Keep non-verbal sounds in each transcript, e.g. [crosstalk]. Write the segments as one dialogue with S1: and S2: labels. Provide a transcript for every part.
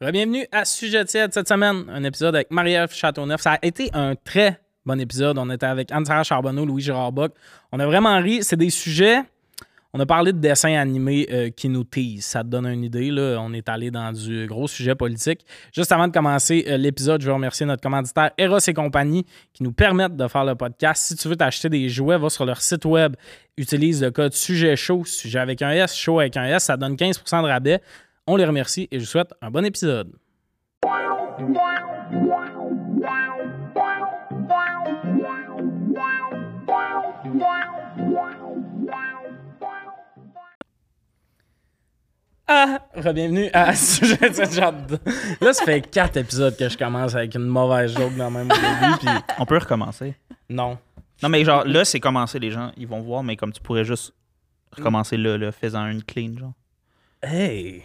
S1: Bienvenue à Sujet tiède cette semaine, un épisode avec Marie-Ève Châteauneuf. Ça a été un très bon épisode. On était avec Anne-Sarah Charbonneau, Louis Gérard Bock. On a vraiment ri. C'est des sujets. On a parlé de dessins animés euh, qui nous teasent. Ça te donne une idée. Là. On est allé dans du gros sujet politique. Juste avant de commencer euh, l'épisode, je veux remercier notre commanditaire Eros et compagnie qui nous permettent de faire le podcast. Si tu veux t'acheter des jouets, va sur leur site web. Utilise le code sujet chaud, sujet avec un S, chaud avec un S. Ça donne 15 de rabais. On les remercie et je vous souhaite un bon épisode. Ah, bienvenue à [laughs] Sujet de cette genre de- Là, ça fait quatre épisodes que je commence avec une mauvaise joke dans le même au début, puis
S2: On peut recommencer.
S1: non.
S2: Non, mais genre, là, c'est commencé, les gens, ils vont voir, mais comme tu pourrais juste recommencer là, là, faisant une clean, genre.
S1: Hey!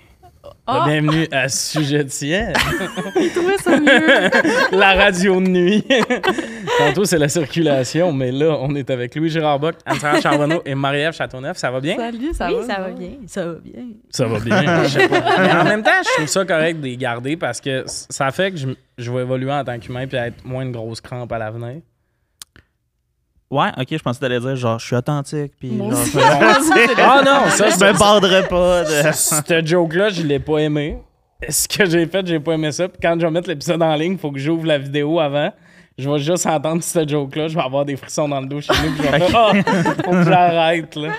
S3: Ah!
S1: Bienvenue à Sujet de Ciel,
S3: trouvais ça
S4: [laughs]
S3: mieux.
S1: [laughs] la radio de nuit. [laughs] Tantôt, c'est la circulation, mais là, on est avec Louis Gérard Bock, Anne-Sarah Charbonneau et Marie-Ève Châteauneuf. Ça va bien?
S3: Salut, ça va?
S4: oui, ça va bien. Ça va bien.
S1: Ça va bien, [laughs] je sais pas. Mais en même temps, je trouve ça correct de les garder parce que c- ça fait que je, m- je vais évoluer en tant qu'humain puis être moins une grosse crampe à [laughs] l'avenir.
S2: Ouais, ok, je pensais que t'allais dire, genre, je suis authentique, puis
S3: Moi
S2: genre,
S3: aussi.
S2: je me-
S1: Ah non, ça,
S2: je me borderai pas de.
S1: ce joke-là, je l'ai pas aimé. Ce que j'ai fait, j'ai pas aimé ça. Puis quand je vais mettre l'épisode en ligne, faut que j'ouvre la vidéo avant. Je vais juste entendre ce joke-là. Je vais avoir des frissons dans le dos chez nous. Puis je vais faire, Ah, faut que j'arrête, là.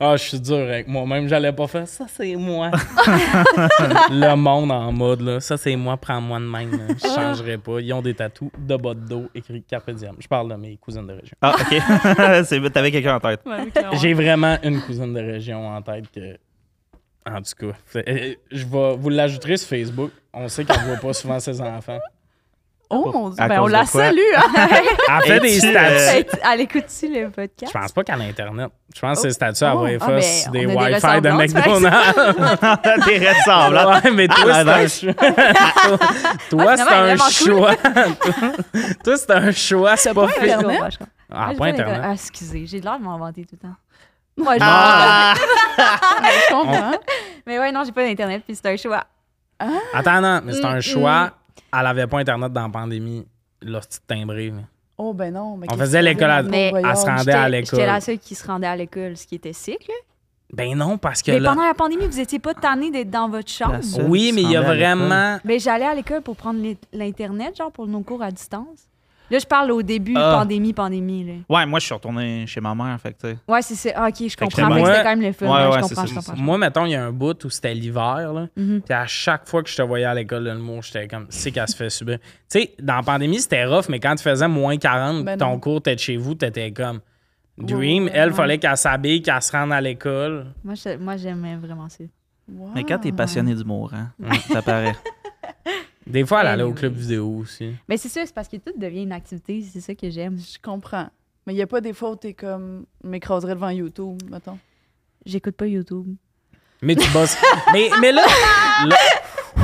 S1: ah, je suis dur avec moi-même. J'allais pas faire ça, c'est moi. le monde en mode, là. Ça, c'est moi, prends-moi de même. là. Je changerai pas. Ils ont des tatous de bas de dos écrit Carpe Diem. Je parle de mes cousines de région.
S2: [laughs] Ah, ok. [laughs] C'est- T'avais quelqu'un en tête.
S3: Ouais, oui, clairement.
S1: J'ai vraiment une cousine de région en tête que. En tout cas, fait- euh, je vais vous l'ajouterez sur Facebook. On sait qu'elle voit pas souvent ses enfants.
S3: Oh mon dieu,
S2: À
S3: ben,
S2: cause
S3: on
S2: de
S3: la
S2: quoi?
S3: salue. hein.
S4: [laughs]
S1: Elle fait des
S2: Es-tu,
S1: statuts.
S2: euh,
S4: Elle Ben, elle écoute-tu le
S1: Je
S4: podcast?
S1: pense pas qu'à l'Internet. Je pense que ses statuts
S3: Oh.
S1: à
S3: Ah, ben,
S1: effacer des
S3: on a des
S1: Wi-Fi de
S3: ressemblances, par
S1: McDonald's.
S2: [laughs] T'es
S1: [laughs]
S2: ressemblant.
S1: ouais, mais toi,
S2: Ah, ben,
S1: c'est un choix. Toi,
S4: Ah,
S1: c'est
S4: finalement, elle
S1: un
S4: aime en
S1: choix. Toi, c'est un choix. C'est pas fait.
S3: Internet?
S4: Je comprends.
S1: Ah,
S4: Je
S1: pas
S4: vois les-
S1: Internet.
S4: Ah, excusez, j'ai de l'air de m'en vanter tout le temps.
S3: Moi, je
S2: Ah!
S3: je comprends.
S4: Mais ouais, non, j'ai pas d'Internet, puis c'est un choix.
S1: Attends, non, mais c'est un
S4: Mm,
S1: choix. Elle avait pas Internet dans la pandémie. Là, c'est timbré. là.
S3: Oh ben non. Mais
S1: On
S3: qu'est-ce
S1: faisait
S3: que
S1: l'école à-
S3: c'est?
S4: Mais
S3: Voyons.
S1: elle se rendait à
S4: J'étais
S1: l'école.
S4: j'étais la seule qui se rendait à l'école, ce qui était sick. là.
S1: Ben non, parce que
S4: Mais
S1: là.
S4: pendant la pandémie, vous étiez pas tanné d'être dans votre chambre.
S2: La seule.
S1: Oui, mais il y a
S2: Semblait à l'école.
S1: vraiment.
S4: Mais j'allais à l'école pour prendre l'in- l'Internet, genre pour nos cours à distance. Là, je parle au début,
S2: Ah.
S4: pandémie, pandémie. Là.
S2: Ouais, moi, je suis retourné chez ma mère, fait que, tu sais.
S4: Ouais, c'est ça. Ah, ok, je
S2: que
S4: comprends.
S1: moi-
S4: Fait que C'était quand même le fun.
S2: Ouais, ouais,
S4: là, je
S2: c'est
S4: comprends,
S2: ça,
S4: je
S2: c'est
S4: comprends.
S1: Moi, mettons, il y a un bout où c'était l'hiver, là.
S4: Mhm.
S1: Puis à chaque fois que je te voyais à l'école de l'humour, j'étais comme, c'est qu'elle se fait subir. tu sais, dans la pandémie, c'était rough, mais quand tu faisais moins 40,
S3: Ben
S1: ton
S3: non.
S1: cours, t'étais chez vous, t'étais comme. Dream,
S3: Ouais, ouais,
S1: elle,
S3: ouais.
S1: fallait qu'elle s'habille, qu'elle se rende à l'école.
S4: Moi, je- moi, j'aimais vraiment ça.
S3: Wow.
S2: Mais quand t'es passionné d'humour, hein, ça paraît.
S1: Des fois,
S3: Ben
S1: elle allait au
S4: oui.
S1: club vidéo aussi.
S4: Mais c'est ça, c'est parce que tout devient une activité, c'est ça que j'aime.
S3: Je comprends. Mais il n'y a pas des fois où t'es comme m'écraserais devant YouTube, mettons.
S4: J'écoute pas YouTube.
S1: Mais tu
S3: [laughs]
S1: bosses. mais, mais là, là-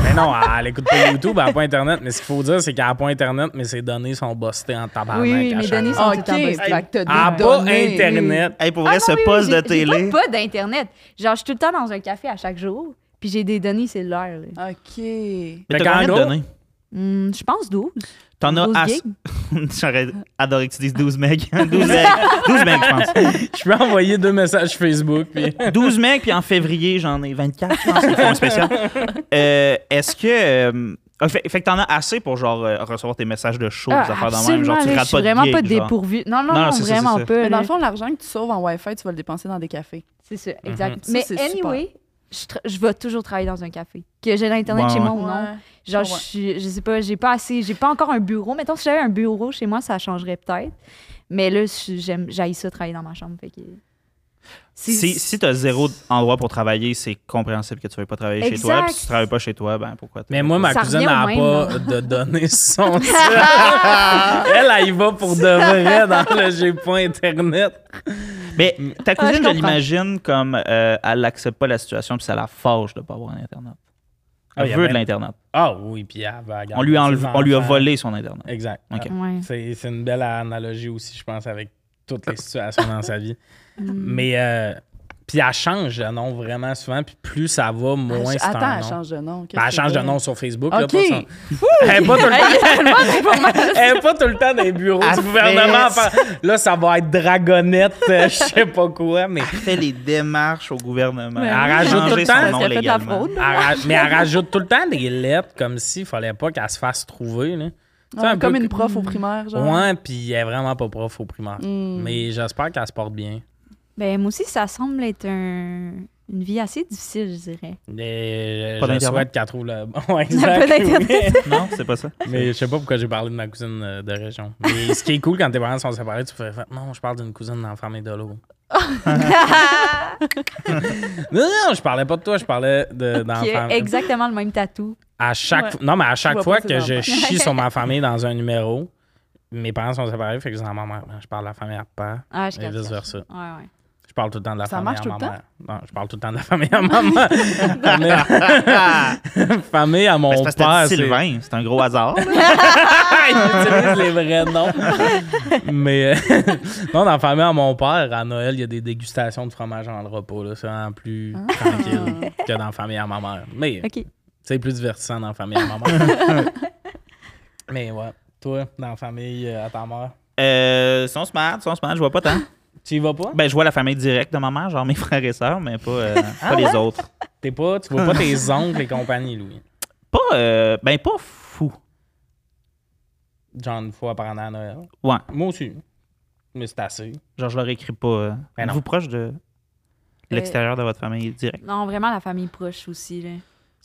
S1: Mais non, elle, elle écoute pas YouTube, elle a pas Internet. Mais ce qu'il faut dire, c'est qu'elle a pas Internet, mais ses données sont bustées en tabarnak.
S4: Oui, oui,
S1: à
S4: mes
S1: chaque
S4: données
S1: fois.
S4: sont tout le
S3: Ok,
S4: temps
S3: fait que
S4: bossées.
S3: t'as des
S1: Elle a Ah, pas
S3: données.
S1: Internet.
S2: [laughs] Hey, pour vrai, ce
S4: Ah non, oui,
S2: poste
S4: oui,
S2: de
S4: j'ai- j'ai
S2: télé.
S4: pas, pas d'Internet. Genre, je suis tout le temps dans un café à chaque jour, puis j'ai des données cellulaires. là.
S3: Ok.
S2: Mais
S1: Fait
S2: t'as combien
S1: qu'en
S2: de
S1: gros-
S2: données?
S4: Hum, je pense 12.
S2: T'en as
S4: 12
S2: assez.
S4: gigs.
S2: [laughs] J'aurais adoré que tu dises [laughs] 12 mecs. 12 mecs. 12 mecs, je pense.
S1: Je peux envoyer deux messages Facebook. Puis...
S2: 12 mecs, puis en février, j'en ai 24, je pense, qu'ils font un spécial. Euh, Est-ce que. euh, fait, fait que t'en as assez pour genre euh, recevoir tes messages de show,
S4: Ah,
S2: des affaires dans même.
S4: absolument,
S2: Genre, tu
S4: là,
S2: rates
S4: je suis
S2: pas de
S4: vraiment
S2: gig,
S4: pas
S2: genre.
S4: dépourvue. Non, non,
S2: Non,
S4: non,
S2: non, c'est ça,
S4: vraiment
S2: c'est ça.
S4: pas.
S3: Mais dans
S4: là.
S3: le fond, l'argent que tu sauves en Wi-Fi, tu vas le dépenser dans des cafés.
S4: C'est ça,
S2: Mhm.
S4: exact.
S3: Ça,
S4: Mais
S3: c'est super.
S4: anyway, je, tra- je vais toujours travailler dans un café. Que j'ai l'Internet
S2: Ouais,
S4: chez
S2: ouais.
S4: moi ou non. Genre, je,
S3: Ouais.
S4: suis- je sais pas, j'ai pas assez, j'ai pas encore un bureau. Mettons, si j'avais un bureau chez moi, ça changerait peut-être. Mais là, je- j'aime, j'aille ça travailler dans ma chambre. Fait que. c'est-
S2: Si, si t'as zéro endroit pour travailler, c'est compréhensible que tu veuilles pas travailler chez toi.
S4: Exact.
S2: Puis si tu travailles pas chez toi, ben pourquoi
S1: Mais moi, ma
S4: Ça
S1: cousine
S4: revient au
S1: n'a
S4: même,
S1: pas
S4: là.
S1: de données sur
S3: [laughs]
S1: son site. Elle, elle y va pour de vrai dans le J'ai pas Internet.
S2: Mais
S1: [laughs]
S2: ta
S4: Ah, je
S2: cousine, je
S4: comprends.
S2: l'imagine comme euh, elle accepte pas la situation, puis ça la fâche de pas avoir Internet.
S1: Ah,
S2: Elle
S1: y a
S2: veut
S1: bien-
S2: de l'Internet.
S1: Ah oui, puis elle va garder
S2: On, lui a enlevé-
S1: ses
S2: on lui a
S1: enfants.
S2: volé son Internet.
S1: Exact.
S2: Ok.
S4: Ouais.
S1: C'est c'est
S3: Mm.
S1: une belle analogie aussi, je pense, avec toutes les situations dans sa vie. Mais euh, Puis elle change de nom vraiment souvent. Puis plus ça va,
S3: Elle-
S1: moins c'est un
S3: Ah, Attends, elle
S1: nom.
S3: change de nom.
S1: Ben,
S3: qu'est-ce
S1: elle
S3: que
S1: change
S3: c'est?
S1: de nom sur Facebook. Là,
S3: OK.
S1: pas son- Elle est pas tout
S4: [laughs]
S1: le temps- [laughs] elle est pas tout le temps dans les bureaux
S2: Elle
S1: du gouvernement.
S2: fait-
S1: à faire- Là, ça va être dragonnette, euh, je sais pas quoi, mais...
S2: Elle fait les démarches au gouvernement.
S1: Elle rajoute tout le temps.
S2: son
S1: Parce
S2: nom
S4: qu'elle fait de la
S2: légalement.
S4: fraude.
S1: Elle ra- mais elle rajoute tout le temps des lettres comme s'il fallait pas qu'elle se fasse trouver. Là. Tu sais,
S3: Ah,
S1: un
S3: comme
S1: peu
S3: une prof au primaire, genre.
S1: Ouais, puis elle est vraiment pas prof au primaire.
S3: Hmm.
S1: Mais j'espère qu'elle se porte bien.
S4: Ben, moi aussi, ça semble être un- une vie assez difficile,
S1: [laughs]
S4: je dirais. [laughs]
S1: Et euh,
S2: Pas
S1: je
S2: d'Internet?
S1: souhaite qu'elle trouve le bon [laughs] exact,
S4: Pas d'Internet.
S1: oui.
S2: Non, c'est pas ça.
S1: [laughs] Mais je sais pas pourquoi j'ai parlé de ma cousine euh, de région. Mais ce qui est cool quand tes parents sont séparés, tu fais « Non, je parle d'une cousine dans la famille de l'eau. » Non, non, je parlais pas de toi, je parlais de, dans la
S4: Qui a
S1: famille.
S4: exactement le même tatou.
S1: À chaque
S3: Ouais.
S1: fois- non mais à chaque
S3: vois
S1: fois
S3: pas
S1: que
S3: ses
S1: je
S3: enfants. [laughs]
S1: chie sur ma famille dans un numéro, mes parents sont séparés, fait que je dis à ma mère, je parle de la famille à papa
S4: Ah, je
S1: et
S4: capte.
S1: vice versa.
S4: Ouais, ouais.
S1: Je parle tout le temps de la
S3: Ça
S1: famille
S3: marche
S1: à
S3: tout
S1: ma
S3: le temps?
S1: mère. Non, je parle tout le temps de la famille à
S3: [laughs]
S1: maman. famille, [laughs] famille à mon
S2: Ben, c'est parce que t'as
S1: père. [laughs]
S2: dit Sylvain, c'est un gros hasard.
S1: Il utilise les vrais noms. [laughs] Mais euh, [laughs] non, dans la famille à mon père, à Noël, il y a des dégustations de fromage en le repas. là. C'est vraiment plus
S3: Ah.
S1: tranquille que dans la famille à ma mère. Mais
S4: OK.
S1: c'est plus divertissant dans la famille à ma mère. Mais ouais, toi, dans la famille euh, à ta mère,
S2: [laughs] Euh, sont smart, sont smart, je vois pas tant.
S1: tu y vas pas?
S2: Ben, je vois la famille directe de ma mère, genre mes [laughs] frères et sœurs, mais pas, euh, pas les autres.
S1: T'es pas, tu vois pas tes oncles et compagnie, Louis.
S2: Pas, euh, ben, pas fou.
S1: Genre une fois par an à Noël.
S2: Ouais.
S1: Moi aussi. Mais c'est assez.
S2: Genre, je leur écris pas. euh,
S1: Ben non.
S2: vous proche de
S4: Euh.
S2: l'extérieur de votre famille directe.
S4: Non, vraiment, la famille proche aussi, là.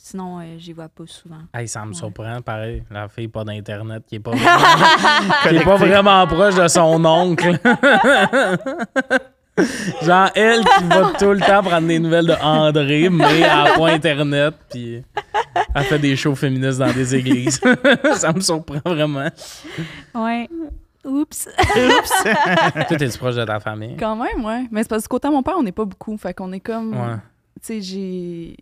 S4: Sinon, euh, j'y vois pas souvent.
S1: Hey, ça me
S4: Ouais.
S1: surprend, pareil. La fille pas d'Internet qui est
S3: [laughs]
S1: pas vraiment, qui est pas vraiment proche de son
S3: [laughs]
S1: oncle. Genre, elle qui va tout le temps prendre des nouvelles de André, mais elle n'a pas Internet, puis elle fait des shows féministes dans des églises. [laughs] ça me surprend vraiment.
S4: Ouais. Oups.
S2: [laughs] Oups!
S1: Toi, t'es-tu proche de ta famille?
S3: [laughs] Quand même, ouais. Mais c'est parce que côté à mon père, on n'est pas beaucoup. Fait qu'on est comme.
S1: Ouais.
S3: Tu sais, j'ai.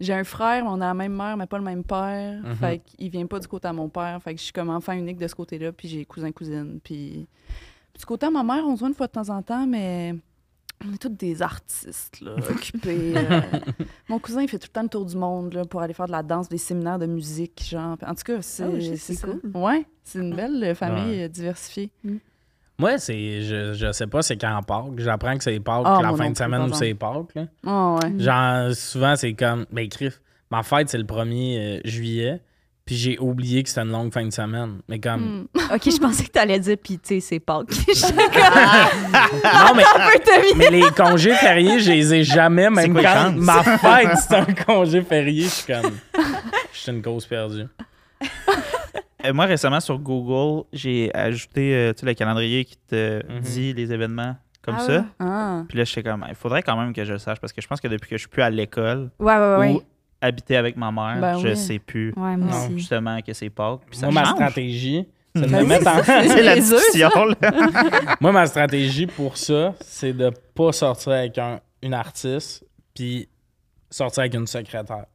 S3: J'ai un frère, mais on a la même mère, mais pas le même père.
S1: Mhm.
S3: Fait qu'il vient pas du côté à mon père. Fait que je suis comme enfant unique de ce côté-là, puis j'ai cousin-cousine. Puis du côté à ma mère, on se voit une fois de temps en temps, mais on est tous des artistes, là, occupés. euh. Mon cousin, il fait tout le temps le tour du monde, là, pour aller faire de la danse, des séminaires de musique, genre. En tout cas, c'est
S4: Oh, shit,
S3: c'est
S4: c'est
S3: ça.
S4: cool.
S3: Ouais, c'est une belle euh, famille euh, diversifiée.
S1: Moi, c'est, je, je sais pas c'est quand Pâques. J'apprends que c'est Pâques
S3: Ah,
S1: la
S3: moi
S1: fin
S3: non
S1: de
S3: plus,
S1: semaine
S3: par
S1: où c'est Pâques. Là.
S3: Ah ouais.
S4: Mm.
S1: Genre, souvent, c'est comme, ben, crif, ma fête, c'est le 1er euh, juillet, puis j'ai oublié que c'était une longue fin de semaine. Mais comme,
S3: Hmm.
S4: OK, je pensais que t'allais dire, puis tu sais, c'est Pâques. [laughs]
S1: non, mais, ah,
S4: Un demi.
S1: mais les congés fériés, je les ai jamais, même
S2: quoi les
S1: quand
S2: chances?
S1: ma fête, c'est un congé férié, je suis comme, je suis une cause perdue.
S2: Euh, moi, récemment, sur Google, j'ai ajouté euh, tu sais, le calendrier qui te
S1: Mhm.
S2: dit les événements comme
S4: Ah
S2: ça.
S4: ouais.
S3: Ah.
S2: Puis là, je sais comme, il faudrait quand même que je le sache parce que je pense que depuis que je suis plus à l'école
S4: Ouais, ouais, ouais.
S2: ou habiter avec ma mère,
S3: Ben
S2: je
S3: oui.
S2: sais plus
S4: Ouais, moi
S1: Non,
S4: aussi.
S2: justement que c'est Pâques. Puis ça
S1: Moi, ma
S2: change. [laughs]
S1: stratégie, c'est de
S2: Ben
S1: me
S2: oui,
S1: mettre en...
S2: C'est la
S3: Les œufs,
S2: discussion, là.
S1: [laughs] Moi, ma stratégie pour ça, c'est de pas sortir avec un, une artiste, puis sortir avec une secrétaire.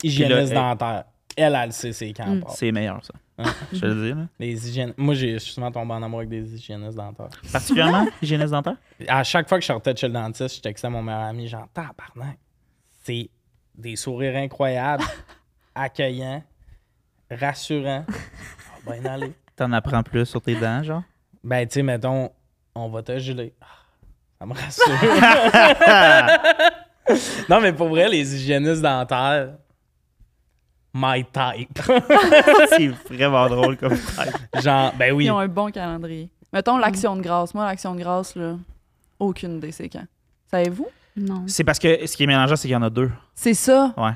S1: Hygiéniste
S2: Puis là,
S1: dentaire. Elle, elle sait c'est quand
S4: Mm.
S1: part.
S2: [laughs] C'est meilleur, ça.
S1: Hein?
S2: Je te le dis, là.
S1: Les hygién- Moi, j'ai je suis souvent tombé en amour avec des hygiénistes dentaires.
S2: [laughs] Particulièrement, hygiéniste dentaire.
S1: À chaque fois que je sortais de chez le dentiste, je textais à mon meilleur ami, genre, tabarnak, c'est des sourires
S3: [laughs]
S1: incroyables, accueillants, rassurants. Ah, ben, allez.
S2: T'en apprends plus sur tes dents, [laughs] genre.
S1: Ben, tu sais, mettons, on va te geler. Ah, Ça me rassure. [laughs] non, mais pour vrai, les hygiénistes dentaires, my type. [laughs]
S2: c'est vraiment drôle comme type.
S1: Genre, ben oui.
S3: Ils ont un bon calendrier. Mettons l'action de grâce. Moi, l'action de grâce, là, aucune des séquences. Savez-vous?
S4: Non.
S2: C'est parce que ce qui est mélangeant, c'est qu'il y en a deux.
S3: C'est ça.
S2: Ouais.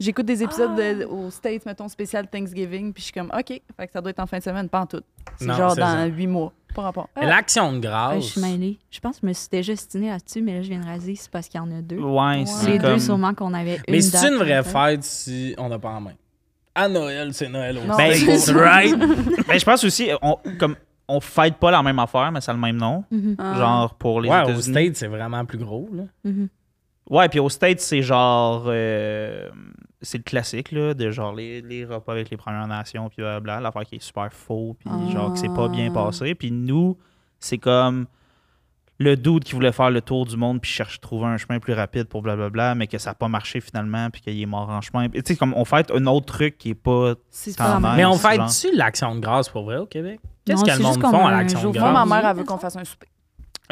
S3: J'écoute des épisodes de- aux States, mettons, spécial Thanksgiving, puis je suis comme, OK, fait que ça doit être en fin de semaine, pas en tout. C'est
S1: Non,
S3: genre
S1: c'est
S3: dans
S1: ça.
S3: huit mois. Pas rapport.
S1: Mais L'action de
S4: Ah, je
S1: grâce.
S4: suis mêlée. Je pense que je me suis déjà stinée là-dessus, mais là, je viens de raser. C'est parce qu'il y en a deux.
S2: Ouais,
S3: C'est
S4: Les
S2: c'est comme...
S4: deux, sûrement qu'on avait une
S1: mais c'est
S4: date,
S1: une vraie
S4: en fait.
S1: fête si on n'a pas en main. À Noël, c'est Noël aussi.
S3: Non,
S2: Ben, [laughs] c'est
S3: c'est ça.
S2: right. Ben, je pense aussi, on, comme, on fête pas la même affaire, mais ça a le même nom.
S4: Mhm,
S3: Ah.
S2: Genre pour les
S1: Ouais, aux
S2: États-Unis.
S1: States, c'est vraiment plus gros. Là.
S4: mhm.
S2: Ouais, puis aux States, c'est genre. euh, c'est le classique, là, de genre les, les repas avec les Premières Nations, puis blablabla, l'affaire qui est super faux, puis genre que c'est pas bien
S3: Ah.
S2: passé. Puis nous, c'est comme le dude qui voulait faire le tour du monde puis cherche trouver un chemin plus rapide pour blablabla, mais que ça n'a pas marché finalement puis qu'il est mort en chemin. Tu sais, comme on fait un autre truc qui est pas.
S3: C'est
S2: quand
S4: pas la
S2: même,
S4: même.
S1: Ah, Mais on
S2: genre.
S1: fait-tu l'action de grâce pour vrai au Québec? Qu'est-ce
S4: Non,
S1: que le
S4: c'est juste
S1: monde
S4: qu'on
S1: font
S4: a
S1: à
S4: un
S1: l'action
S4: jour-
S1: de
S4: Moi,
S1: grâce?
S3: Moi,
S4: grave.
S3: ma mère, elle veut qu'on fasse un souper.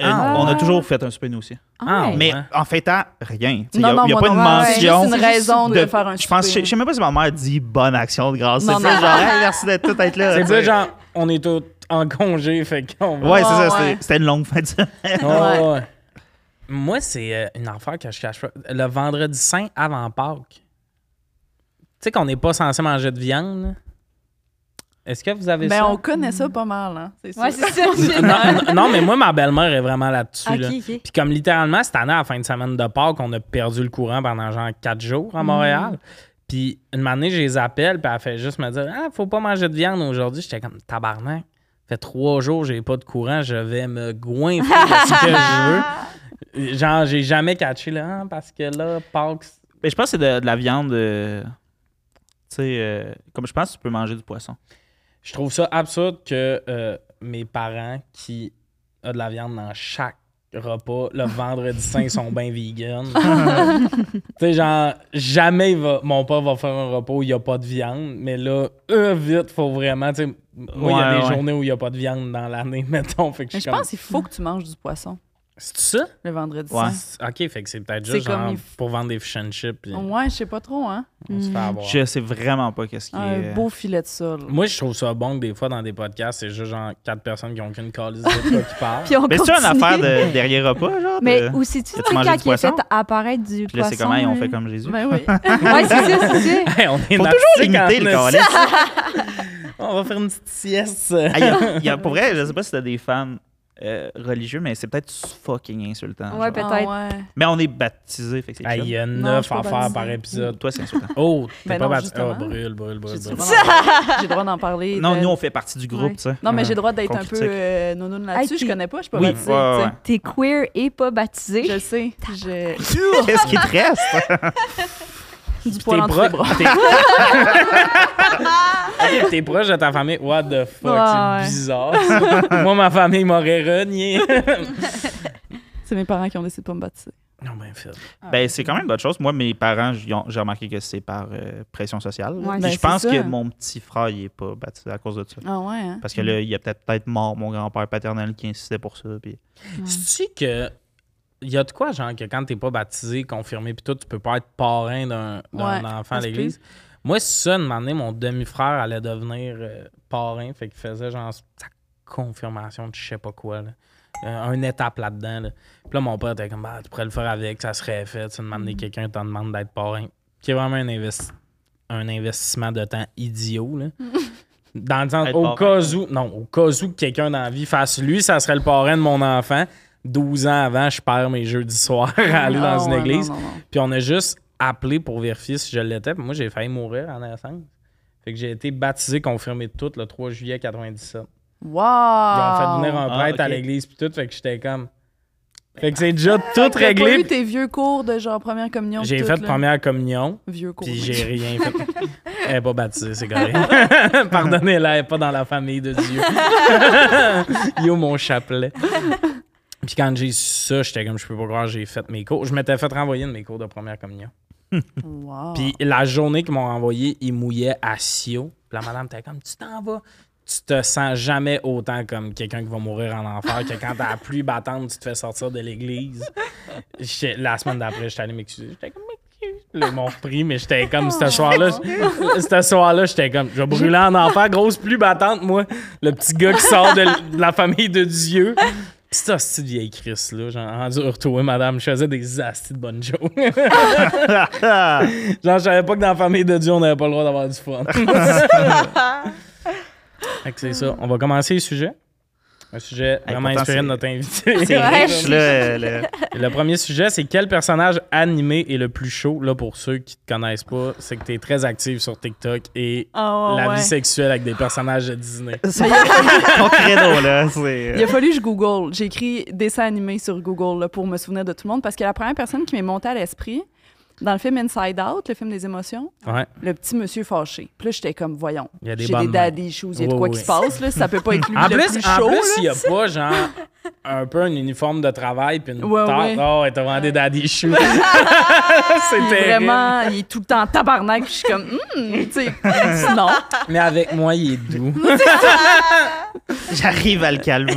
S2: Euh,
S1: Ah.
S2: on a toujours fait un souper, nous aussi.
S1: Ah,
S4: ouais.
S1: ouais.
S2: Mais en fêtant, rien. Il n'y
S3: Non,
S2: a,
S3: non,
S2: y a
S3: moi
S2: pas
S3: non,
S2: une
S3: ouais,
S4: ouais,
S2: mention.
S3: C'est juste une raison de,
S2: de-
S3: faire un
S2: Je pense, je
S3: souper.
S2: je sais même pas si ma mère dit bonne action de grâce. C'est
S3: Non,
S2: ça,
S3: non.
S2: genre, Hey, merci d'être tout être là.
S1: C'est
S2: tu sais.
S1: dire, genre, on est tous en congé, fait qu'on va-
S2: Ouais, c'est ça.
S3: Ouais,
S2: c'était-
S3: ouais.
S2: C'était une longue fin de semaine.
S1: Ouais, ouais. Moi, c'est euh, une affaire que je cache pas. Le vendredi saint avant Pâques. Tu sais qu'on n'est pas censé manger de viande. là. Est-ce que vous avez
S3: Ben,
S1: ça?
S3: on connaît ça pas mal, hein. C'est
S4: Ouais,
S3: sûr.
S4: c'est ça.
S1: [laughs]
S4: j'ai-
S1: Non, non, non, mais moi, ma belle-mère est vraiment là-dessus.
S4: Ok,
S1: là.
S4: ok.
S1: Puis comme littéralement, cette année, à la fin de semaine de Pâques, on a perdu le courant pendant genre quatre jours à
S4: Mm.
S1: Montréal. Puis une année, je les appelle, puis elle fait juste me dire « Ah, faut pas manger de viande aujourd'hui. » J'étais comme « Tabarnak, fait trois jours, j'ai pas de courant, je vais me goinfrer de ce que je
S4: [laughs]
S1: veux. » Genre, j'ai jamais catché là, Ah, parce que là, Pâques...
S2: [laughs] Mais je pense que c'est de, de la viande. euh, tu sais, euh, comme je pense, que tu peux manger du poisson.
S1: Je trouve ça absurde que euh, mes parents, qui ont de la viande dans chaque repas,
S3: [laughs]
S1: le vendredi saint, sont bien vegan. tu sais, genre, jamais il va- mon père va faire un repas où il n'y a pas de viande, mais là, eux, vite, faut vraiment. tu sais, moi, il y a
S2: Ouais,
S1: des
S2: ouais.
S1: journées où il n'y a pas de viande dans l'année, [laughs] mettons. Fait que je
S3: Mais
S1: suis
S3: je
S1: comme,
S3: pense qu'il faut que tu manges du poisson
S1: C'est ça?
S3: le vendredi
S2: Ouais.
S3: saint.
S1: Ok, fait que c'est peut-être
S3: C'est
S1: juste
S3: comme
S1: genre,
S3: il f-
S1: pour vendre des fish and chips. puis
S3: Ouais, je sais pas trop, hein.
S1: on se fait avoir.
S2: Je sais vraiment pas qu'est-ce qui est. euh,
S3: Un beau filet de sol.
S1: euh, Moi, je trouve ça bon que des fois, dans des podcasts, c'est juste genre quatre personnes qui n'ont aucune calice de quoi qui parlent.
S4: Puis on
S2: Mais c'est-tu une
S4: continue.
S2: affaire de derrière repas, genre?
S4: Mais
S2: de-
S4: ou c'est-tu
S2: As-tu
S4: le
S2: mangé
S4: cas
S2: du
S4: qui a fait
S2: poisson?
S4: apparaître du
S2: Puis là,
S4: poisson?
S2: c'est comment? Ils ont
S4: là?
S2: fait comme Jésus.
S3: Ben oui.
S4: Ouais, c'est ça, c'est
S1: [laughs]
S4: ça.
S1: Hey, on est narcissique
S2: Faut toujours imiter
S1: en
S2: le
S1: esti.
S2: calice. [laughs]
S1: On va faire une petite sieste.
S2: Ah, il y a- il y a- pour vrai, je sais pas si t'as des fans euh, religieux, mais c'est peut-être fucking insultant.
S4: Ouais,
S2: genre.
S4: peut-être.
S3: Ah ouais.
S2: Mais on est baptisé, fait que c'est
S1: Ah, Il
S2: chill.
S1: y a
S3: Non, je
S1: neuf
S3: suis pas
S1: affaires par
S3: baptisée.
S1: épisode.
S2: Toi, c'est insultant.
S1: Oh, t'es
S3: Ben
S1: pas
S3: non,
S1: baptisé. Ah,
S3: justement.
S1: brûle, brûle, brûle,
S3: J'ai le
S1: brûle.
S3: droit
S1: ben.
S3: d'en- [laughs] j'ai le droit d'en parler.
S2: Non,
S3: de-
S2: nous, on fait partie du groupe,
S4: Ouais.
S2: tu sais.
S3: Non, mais j'ai le droit d'être
S2: Qu'on
S3: un peu
S2: critique.
S3: euh, nounoun là-dessus.
S4: Hey,
S3: Je
S4: puis-
S3: connais pas, je suis pas
S2: Oui,
S3: baptisée,
S2: ouais, ouais,
S3: tu sais.
S2: ouais.
S4: T'es queer et pas baptisé.
S3: Je le sais. Je...
S2: Qu'est-ce qui te reste? hein?
S3: Du poil entre
S1: pro-
S3: les bras. [laughs]
S1: Ok, T'es proche de ta famille. What the fuck,
S4: Ouais,
S1: c'est bizarre. [laughs] ça. Moi, ma famille m'aurait renié.
S3: C'est mes parents qui ont décidé de pas me baptiser.
S1: non, ben, Phil.
S3: Ah.
S2: ben, c'est quand même une bonne chose. Moi, mes parents, j'y ont- j'ai remarqué que c'est par euh, pression sociale. là.
S4: Ouais,
S2: Puis
S4: ben,
S2: je
S3: c'est
S2: pense
S3: ça.
S2: que mon petit frère, il est pas baptisé à cause de ça.
S3: Ah ouais, hein?
S2: Parce que là, il y a peut-être peut-être mort mon grand-père paternel qui insistait pour ça.
S3: [laughs]
S2: Puis...
S1: Sais-tu que. Il y a de quoi, genre, que quand t'es pas baptisé, confirmé, puis tout, tu peux pas être parrain d'un d'un
S3: Ouais,
S1: enfant à
S3: excuse.
S1: l'église. Moi, c'est ça, une année, mon demi-frère allait devenir euh, parrain, fait qu'il faisait genre sa confirmation de je sais pas quoi. Là. Euh, une étape là-dedans. Là. Puis là, mon père était comme, bah, tu pourrais le faire avec, ça serait fait. Tu demandes à quelqu'un, t'en demandes d'être parrain. C'est vraiment un, investi- un investissement de temps idiot. Là. dans le sens,
S2: Être
S1: au
S2: parrain.
S1: cas où, non, au cas où que quelqu'un dans la vie fasse lui, ça serait le parrain de mon enfant. 12 ans avant, je perds mes jeudis soirs [laughs] à aller dans
S3: Ah
S1: une
S3: ouais,
S1: église.
S3: non, non, non.
S1: Puis on a juste appelé pour vérifier si je l'étais. Puis moi, j'ai failli mourir en naissance. Fait que j'ai été baptisé, confirmé tout le 3 juillet 97. Ils ont fait venir
S3: Wow!
S1: un
S2: Ah,
S1: prêtre à
S2: ok.
S1: l'église puis tout. Fait que j'étais comme... Fait que c'est déjà tout
S3: ah, T'as pas eu
S1: réglé.
S3: tes vieux cours de genre première communion?
S1: J'ai
S3: tout,
S1: fait
S3: là?
S1: première communion,
S3: Vieux cours.
S1: puis j'ai rien fait. Elle n'est pas baptisée, c'est correct. Pardonnez-la, elle n'est pas dans la famille de Dieu. Yo, mon chapelet. Puis quand j'ai su ça, j'étais comme, je peux pas croire, j'ai fait mes cours. Je m'étais fait renvoyer de mes cours de première communion.
S3: Wow.
S1: Puis la journée qu'ils m'ont envoyé, ils mouillaient à Sio. Puis La madame était comme Tu t'en vas. Tu te sens jamais autant comme quelqu'un qui va mourir en enfer que quand t'as la pluie battante, tu te fais sortir de l'église. J'étais- La semaine d'après, j'étais allé m'excuser. J'étais comme M'excuse. Là, Ils m'ont repris, mais j'étais comme ce soir-là. je- Ce soir-là, j'étais comme Je vais brûler en enfer, grosse pluie battante, moi. Le petit gars qui sort de, l- de la famille de Dieu. Pis ça, c'est vieille Chris, là. Genre, endure-toi, madame. Je faisais des astis de bonnes [laughs] jokes. Genre, je savais pas que dans la famille de Dieu, on n'avait pas le droit d'avoir du fun. fait que c'est ça. On va commencer le sujet. Un sujet
S2: Hey,
S1: vraiment
S2: pourtant,
S1: inspiré de
S2: c'est-
S1: notre invité.
S2: C'est
S4: Ouais.
S2: riche, là. le-
S1: le premier sujet, c'est quel personnage animé est le plus chaud? Là, pour ceux qui te connaissent pas, c'est que tu es très active sur TikTok et
S3: Ah ouais,
S1: la
S3: ouais.
S1: vie sexuelle avec des personnages de Disney.
S2: C'est
S3: [laughs]
S2: [laughs] ton credo, là. c'est-
S3: Il a fallu que je Google. J'ai écrit dessin animé sur Google là, pour me souvenir de tout le monde parce que la première personne qui m'est montée à l'esprit, dans le film Inside Out, le film des émotions,
S1: Ouais.
S3: le petit monsieur fâché. Puis là, j'étais comme, voyons,
S1: Il y a des
S3: j'ai
S1: bonnes
S3: des
S1: mains.
S3: daddy shoes, il y a de
S1: Oui,
S3: quoi
S1: oui.
S3: qui se passe, là, ça peut
S1: [laughs]
S3: pas être lui
S1: En
S3: le
S1: plus,
S3: plus
S1: en
S3: chaud.
S1: plus, il n'y
S3: là.
S1: a pas genre un peu un uniforme de travail puis une
S3: Ouais,
S1: tarte.
S3: ouais.
S1: Oh, elle t'a vendu daddy
S3: [laughs]
S1: shoes. C'est
S3: Il est
S1: terrible.
S3: Vraiment, il est tout le temps en tabarnak, puis je suis comme, hum, tu sais,
S1: [laughs]
S3: non.
S1: Mais avec moi, il est doux.
S2: euh, J'arrive à le calmer.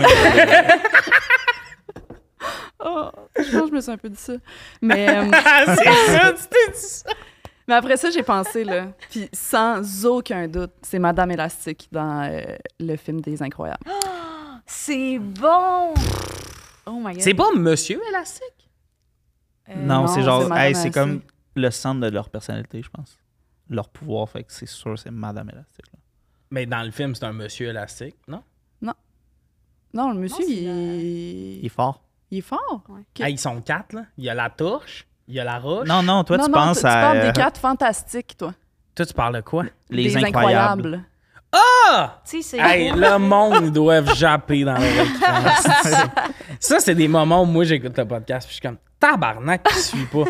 S3: Oh, je pense que je me suis un peu dit ça. Mais, euh,
S1: Ah, c'est ça, tu t'es dit ça.
S3: mais après ça, j'ai pensé, là, puis sans aucun doute, c'est Madame Élastique dans euh, le film des Incroyables.
S4: C'est bon! Oh my god.
S1: C'est pas Monsieur Élastique?
S4: Euh,
S2: non,
S3: [laughs] non,
S2: c'est genre,
S3: c'est
S2: hey,
S3: Madame
S2: c'est
S3: Elastique.
S2: comme le centre de leur personnalité, je pense. Leur pouvoir, fait que c'est sûr, c'est Madame Elastique. là.
S1: Mais dans le film, c'est un Monsieur Élastique, non?
S3: Non, le monsieur,
S4: Non, c'est
S3: il, est...
S2: Il est fort.
S3: il est fort. Que-
S1: Ah, ils sont quatre, là. Il y a la torche, il y a la roche.
S2: Non, non, toi,
S3: non,
S2: tu
S3: non,
S2: penses
S3: tu
S2: à
S3: parles
S2: euh,
S3: des quatre fantastiques, toi.
S1: Toi, tu parles de quoi?
S2: les
S3: des
S2: incroyables.
S1: Ah!
S4: Tu sais, c'est.
S1: Hey,
S4: [laughs]
S1: le monde doit japper dans les [laughs] Ça, c'est des moments où moi, j'écoute le podcast puis je suis comme « Tabarnak, qui suis pas. »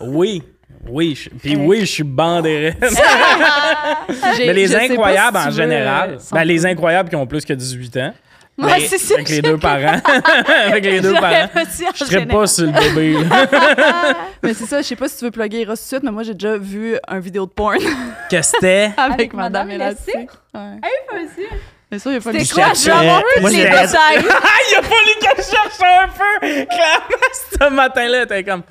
S1: Oui, oui. je- Puis oui, je suis [laughs] bandéré.
S3: J'ai-
S1: Mais
S3: je
S1: les
S3: sais pas si
S1: incroyables,
S3: tu
S1: en
S3: veux,
S1: général,
S3: euh, sans
S1: ben, les
S3: doute.
S1: incroyables qui ont plus que 18 ans,
S4: Ouais, c'est ça.
S1: avec les deux parents. [laughs] avec les deux parents. hein? Je serais pas sur le bébé. là.
S3: Mais c'est ça, je sais pas si tu veux plugger Eros tout de suite, mais moi j'ai déjà vu un vidéo de porn
S1: que [laughs] c'était...
S3: avec,
S4: Avec
S3: Madame, Ah
S4: Madame
S3: Elastique.
S4: Elastique?
S3: Ouais.
S4: possible.
S3: Mais ça, il y a pas de-
S4: C'est quoi? Je veux avoir
S2: cherchais-
S4: plus
S2: moi,
S4: les
S2: j'étais-
S4: détails.
S1: Ah, Il y a pas lui qui cherche un peu! Clairement, [laughs] ce matin-là, t'es comme...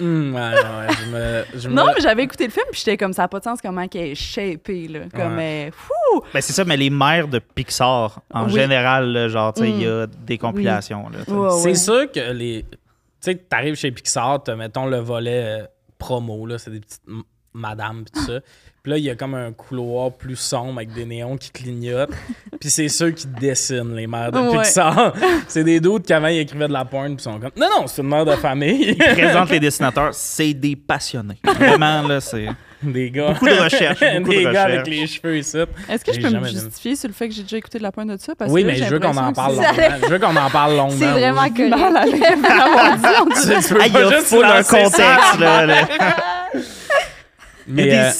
S1: Hum, ouais, ouais, je me... je me-
S3: Non, mais j'avais écouté le film, puis j'étais comme ça, a pas de sens comment qu'elle est shapée, là. Comme, euh, fou!
S2: Ben, c'est ça, mais les mères de Pixar, en
S3: Oui. Mm.
S2: général, là, genre, tu sais, il y a des compilations. là, tu sais.
S3: Ouais,
S1: C'est
S3: ouais.
S1: sûr que les. Tu sais, t'arrives chez Pixar, t'as, mettons, le volet euh, promo, là, c'est des petites m- madames pis tout ça. Puis là, il y a comme un couloir plus sombre avec des néons qui clignotent. Puis c'est ceux qui dessinent, les mères de
S3: Ouais.
S1: Pixar. [laughs] c'est des doutes qu'avant, ils écrivaient de la porn pis sont comme. Non, non, c'est une mère de famille. [laughs]
S2: Ils présentent les dessinateurs, c'est des passionnés. Vraiment, là, c'est
S1: des gars.
S2: beaucoup de recherche,
S1: [laughs]
S2: beaucoup
S1: des
S2: de
S1: gars avec
S2: recherche.
S1: les cheveux ici.
S3: Est-ce que
S1: J'ai
S3: je peux me
S1: jamais aimé.
S3: justifier sur le fait que j'ai déjà écouté de la porn de ça? Parce
S1: Oui,
S3: que là,
S1: mais
S3: j'ai
S1: je veux qu'on en
S3: l'impression que
S1: parle
S3: c'est-
S4: c'est-
S1: longuement. Je veux qu'on en parle longuement.
S4: C'est vraiment
S3: J'ai mal à la
S4: correct.
S3: lèvre d'avoir dit, on
S1: [laughs]
S3: dirait.
S1: Tu- tu peux
S2: Ah, il y
S1: pas
S2: a
S1: juste
S2: full un
S1: lancer ça.
S2: contexte, là. là. Il, y
S1: Mais,
S2: a
S1: euh,
S2: des,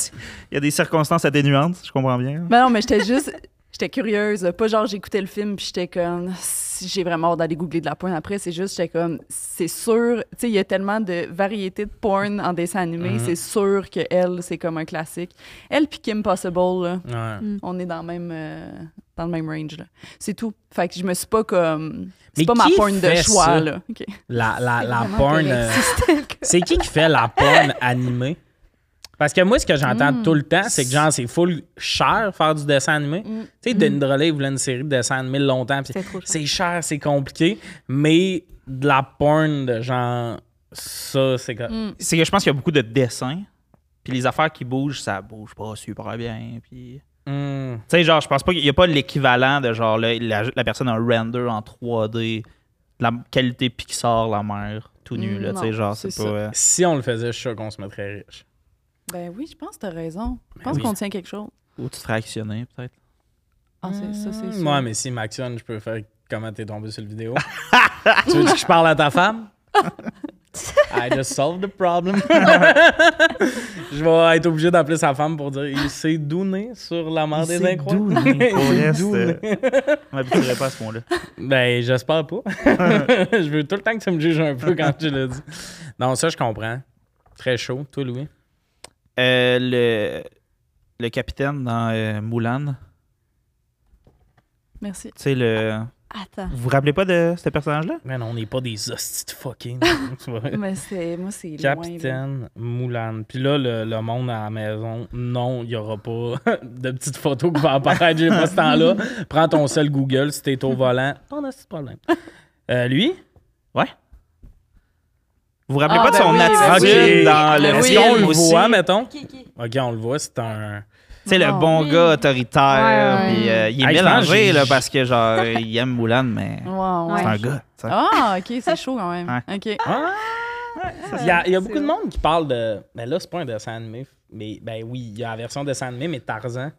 S2: il y a des circonstances atténuantes, je comprends bien.
S3: Ben non, mais j'étais juste. J'étais curieuse. Pas genre j'écoutais le film puis j'étais comme. Si J'ai vraiment hâte d'aller googler de la porn après. C'est juste, j'étais comme. C'est sûr. Tu sais, il y a tellement de variétés de porn en dessin animé.
S1: Mm-hmm.
S3: C'est sûr que elle, c'est comme un classique. Elle puis Kim Possible, là,
S1: ouais.
S3: on est dans le même. euh, dans le même range, là. C'est tout. Fait que je me suis pas comme.
S1: Mais
S3: C'est pas ma
S1: qui
S3: porn de
S1: fait
S3: choix,
S1: ça?
S3: là. OK.
S1: La, la, la
S4: vraiment
S1: porn.
S4: correct.
S1: euh, c'est qui qui fait la porn animée? Parce que moi, ce que j'entends tout le temps, c'est que genre, c'est full cher faire du dessin animé. Tu sais, Denis Drolet, il voulait une série de dessins animés longtemps. puis
S4: C'était trop cher.
S1: C'est cher, c'est compliqué. Mais de la porn de genre, ça, c'est comme.
S2: C'est que je pense qu'il y a beaucoup de dessins, puis les affaires qui bougent, ça bouge pas super bien, puis...
S1: Hmm.
S2: Tu sais, genre, je pense pas qu'il n'y a pas l'équivalent de genre là, la, la personne a un render en 3D, la qualité Pixar, la mère, tout nu,
S3: Mm,
S2: là, tu sais,
S3: non,
S2: genre,
S3: c'est
S2: c'est pas. euh,
S1: Si on le faisait, je suis sûr qu'on se mettrait riche.
S3: Ben oui, je pense que t'as raison. Je pense
S1: Ben oui.
S3: qu'on tient quelque chose.
S2: Ou tu te ferais actionner, peut-être.
S3: Ah, c'est ça, c'est sûr.
S1: Moi, Mm, Hmm. mais si m'actionne, je peux faire comment t'es tombé sur le vidéo. [laughs] tu veux dire que je parle à ta
S3: [laughs]
S1: femme? I just solved the problem. [laughs] je vais être obligé d'appeler sa femme pour dire il s'est douné sur la mort des [laughs] incroyables.
S2: Pour
S1: Il s'est
S2: reste,
S1: douné.
S2: euh, [laughs] on m'habituerait pas à ce moment-là.
S1: Ben, j'espère pas. [laughs] je veux tout le temps que tu me juges un peu quand tu le dis. Non, ça, je comprends. Très chaud, toi, Louis.
S2: Euh, le, le capitaine dans euh, Moulin,
S3: Merci.
S2: tu sais, le.
S4: [laughs] Attends.
S2: Vous vous rappelez pas de ce personnage-là?
S1: Man, on n'est pas des hosties de fucking. tu
S3: [laughs]
S1: vois.
S3: Mais c'est. Moi, c'est. loin, là.
S1: Capitaine Moulin. Puis là, le, le monde à la maison, non, il n'y aura pas [laughs] de petites photos qui vont apparaître. J'ai pas ce [laughs] temps-là. Prends ton seul Google si t'es au volant. On a ce problème. Euh, lui,
S2: Vous vous rappelez
S3: Ah,
S2: pas de
S3: ben
S2: son
S3: oui, ben
S2: attitude
S1: oui.
S2: dans
S3: Ben
S2: le
S3: oui.
S1: est-ce
S3: Est-ce
S2: film
S1: qu'on le
S2: aussi?
S1: voit, mettons?
S4: Qui, qui?
S1: OK, on le voit, c'est un...
S2: Tu sais, le
S4: Non.
S2: bon gars autoritaire,
S4: Ouais, ouais.
S2: puis euh, il est
S1: Hey, je pense que j'ai-
S2: mélangé, là, parce que, genre, il aime Moulin, mais
S3: Ouais, ouais.
S2: c'est un
S4: Ouais.
S2: gars, tu sais.
S3: Ah, ok, c'est chaud quand même.
S2: Ouais.
S3: Ok.
S1: Ah! Il y a, il y a beaucoup de monde qui parle de... Ben là, c'est pas un dessin animé. Mais ben oui, il y a la version dessin animé, mais Tarzan,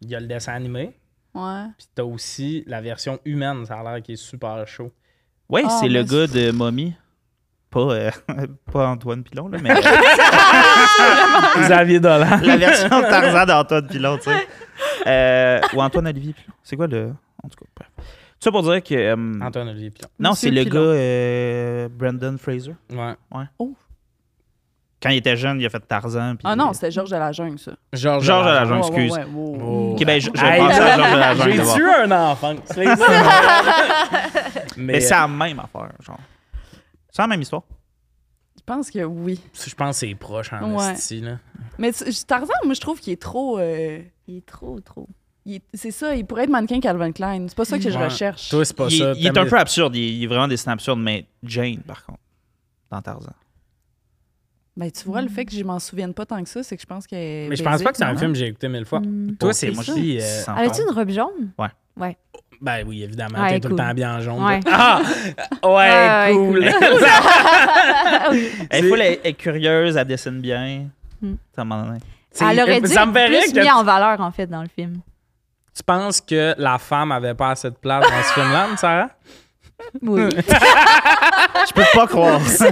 S1: il y a le dessin animé.
S3: Ouais.
S1: Puis t'as [laughs] aussi la version humaine, ça a l'air qui est super chaud.
S2: Ouais,
S3: Ah,
S2: c'est le
S3: mais
S2: gars de Mommy. Pas, euh, [laughs] pas Antoine Pilon, là, mais
S1: Xavier Dolan.
S2: la version Tarzan d'Antoine Pilon, tu sais. Euh, ou Antoine Olivier Pilon. C'est quoi le. En tout cas, bref. Tout ça pour dire que. euh,
S1: Antoine Olivier Pilon.
S2: non,
S3: Monsieur
S2: c'est le
S3: Pilon.
S2: gars euh, Brandon Fraser.
S1: Ouais.
S2: Quand il était jeune, il a fait Tarzan. puis-
S3: Ah non, c'était Georges de la Jungle, ça.
S1: Georges
S2: Georges à la
S1: Delange.
S2: jungle,
S3: Ouais, ouais,
S2: excuse.
S3: ouais, wow.
S1: Oh.
S2: Ok, ben, je, je
S1: Hey,
S2: pensais à Georges de la Jungle.
S1: J'ai
S2: d'abord.
S1: tué un [laughs] enfant. tu sais.
S2: Mais
S1: Mais
S2: c'est la même affaire, genre. C'est la même histoire.
S3: Je pense que oui.
S1: euh, je pense que c'est proche en
S3: Ouais.
S1: esti, là.
S3: Mais tu- Tarzan, moi, je trouve qu'il est trop. euh,
S4: Il est trop, trop.
S3: il est- C'est ça, il pourrait être mannequin Calvin Klein. C'est pas ça que je
S1: Ouais.
S3: recherche.
S1: Toi, c'est pas
S2: il,
S1: ça.
S2: il est
S1: t'aimes
S2: un
S1: les-
S2: peu absurde, il, il est vraiment dessiné absurde, mais Jane, par contre, dans Tarzan.
S3: Ben, tu vois, le fait que je m'en souvienne pas tant que ça, c'est que je pense que.
S1: Mais je pense pas que c'est un film que j'ai écouté mille fois.
S4: Mm.
S1: Toi,
S2: Pas
S1: c'est
S2: autant.
S1: moi
S2: Moi, je
S1: qui.
S2: dis
S1: euh,
S2: 600
S4: Avais-tu une robe jaune?
S1: Ben oui, évidemment,
S4: Ouais,
S1: t'es tout le
S4: cool.
S1: temps bien en jaune.
S4: Ouais.
S1: toi. Ah! Ouais,
S4: Ouais,
S1: [laughs]
S4: ouais,
S1: cool.
S2: Elle est full, elle- elle est curieuse, elle dessine bien.
S4: Hmm.
S2: Ça m'en donné.
S1: C'est-
S4: Elle aurait dû
S1: ça me
S4: être
S1: verrait
S4: plus
S1: que
S4: mis
S1: tu-
S4: en valeur, en fait, dans le film.
S1: Tu penses que la femme avait pas assez de place dans ce film-là, Sarah?
S4: Oui.
S2: Je peux pas croire.
S1: Euh,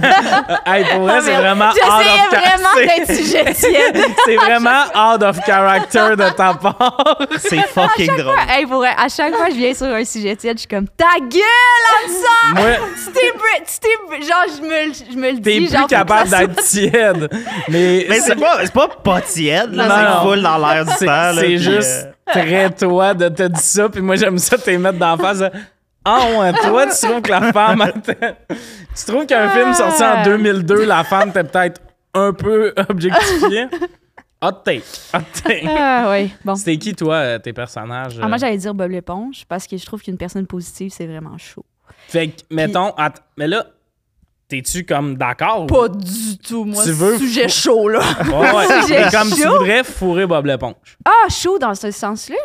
S1: hey, pour vrai, c'est vraiment out
S4: J'essayais
S1: of [laughs]
S4: vraiment
S1: character.
S4: d'être suggestive.
S1: C'est vraiment out of character de ta part.
S2: c'est fucking drôle.
S4: hey, pour vrai, à chaque fois que je viens sur un sujet tiède, je suis comme ta gueule, Hamza! [laughs]
S1: Moi,
S4: Tu t'es br- tu t'es br- genre je me le- je me le
S1: t'es
S4: dis
S1: plus
S4: genre faut que
S1: capable
S4: ça soit-
S1: d'être tiède. Mais,
S2: [laughs] Mais
S1: c'est
S2: c'est pas, c'est pas pas tiède, là,
S1: Non,
S2: c'est
S1: non.
S2: full dans l'air du temps.
S1: c'est-
S2: là,
S1: c'est
S2: puis,
S1: juste
S2: euh, [laughs]
S1: très toi de te dire ça. Puis moi, j'aime ça, t'es mettre d'en face. de, Ah ouais, toi, tu trouves que la femme... a- tu trouves qu'un film sorti en 2002, la femme t'es peut-être un peu objectifiée? Hot take. Hot
S4: [laughs]
S1: take.
S4: Ah oui, bon.
S1: C'était qui, toi, euh, tes personnages?
S4: Ah, moi,
S1: euh?
S4: j'allais dire Bob l'éponge parce que je trouve qu'une personne positive, c'est vraiment chaud.
S1: euh? Fait que, mettons, att- mais là, t'es-tu comme d'accord? ou-
S3: Pas du tout, moi.
S1: Tu veux-
S3: Sujet chaud, là. [laughs]
S1: Ouais, ouais.
S4: Sujet
S1: Mais comme tu
S4: chaud.
S1: voudrais fourrer Bob l'éponge.
S4: Ah, chaud dans ce sens-là?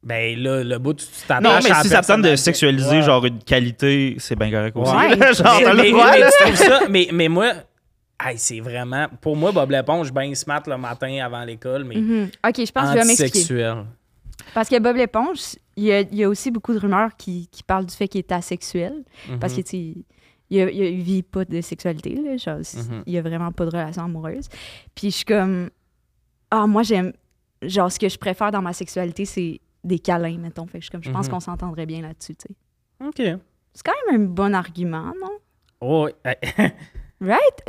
S1: Ben là, le bout, tu tu t'attaches
S2: Non, mais
S1: à la
S2: si ça tente de
S1: personnalité.
S2: sexualiser
S1: Ouais.
S2: genre une qualité, c'est bien correct aussi.
S1: Ouais.
S2: là, [laughs] genre,
S1: Mais,
S2: t'as
S1: mais-
S2: le droit,
S1: mais
S2: là.
S1: tu trouves ça, mais, mais moi, hey, c'est vraiment. Pour moi, Bob l'éponge, ben smart le matin avant l'école, mais
S4: Ok, Mm-hmm. je pense que je vais m'expliquer.
S1: antisexuel.
S4: Parce que Bob l'éponge, il y, a, il y a aussi beaucoup de rumeurs qui, qui parlent du fait qu'il est asexuel.
S1: Mm-hmm.
S4: Parce que, tu sais, il- il a- il a- il vit pas de sexualité, là. Genre, c'est-
S1: Mhm.
S4: il a vraiment pas de relation amoureuse. Puis je suis comme, ah, moi, j'aime. Genre, ce que je préfère dans ma sexualité, c'est des câlins, mettons. Fait que je suis comme, je pense
S1: Mhm.
S4: qu'on s'entendrait bien là-dessus, tu sais.
S1: OK.
S4: C'est quand même un bon argument, non?
S1: Oh, hey.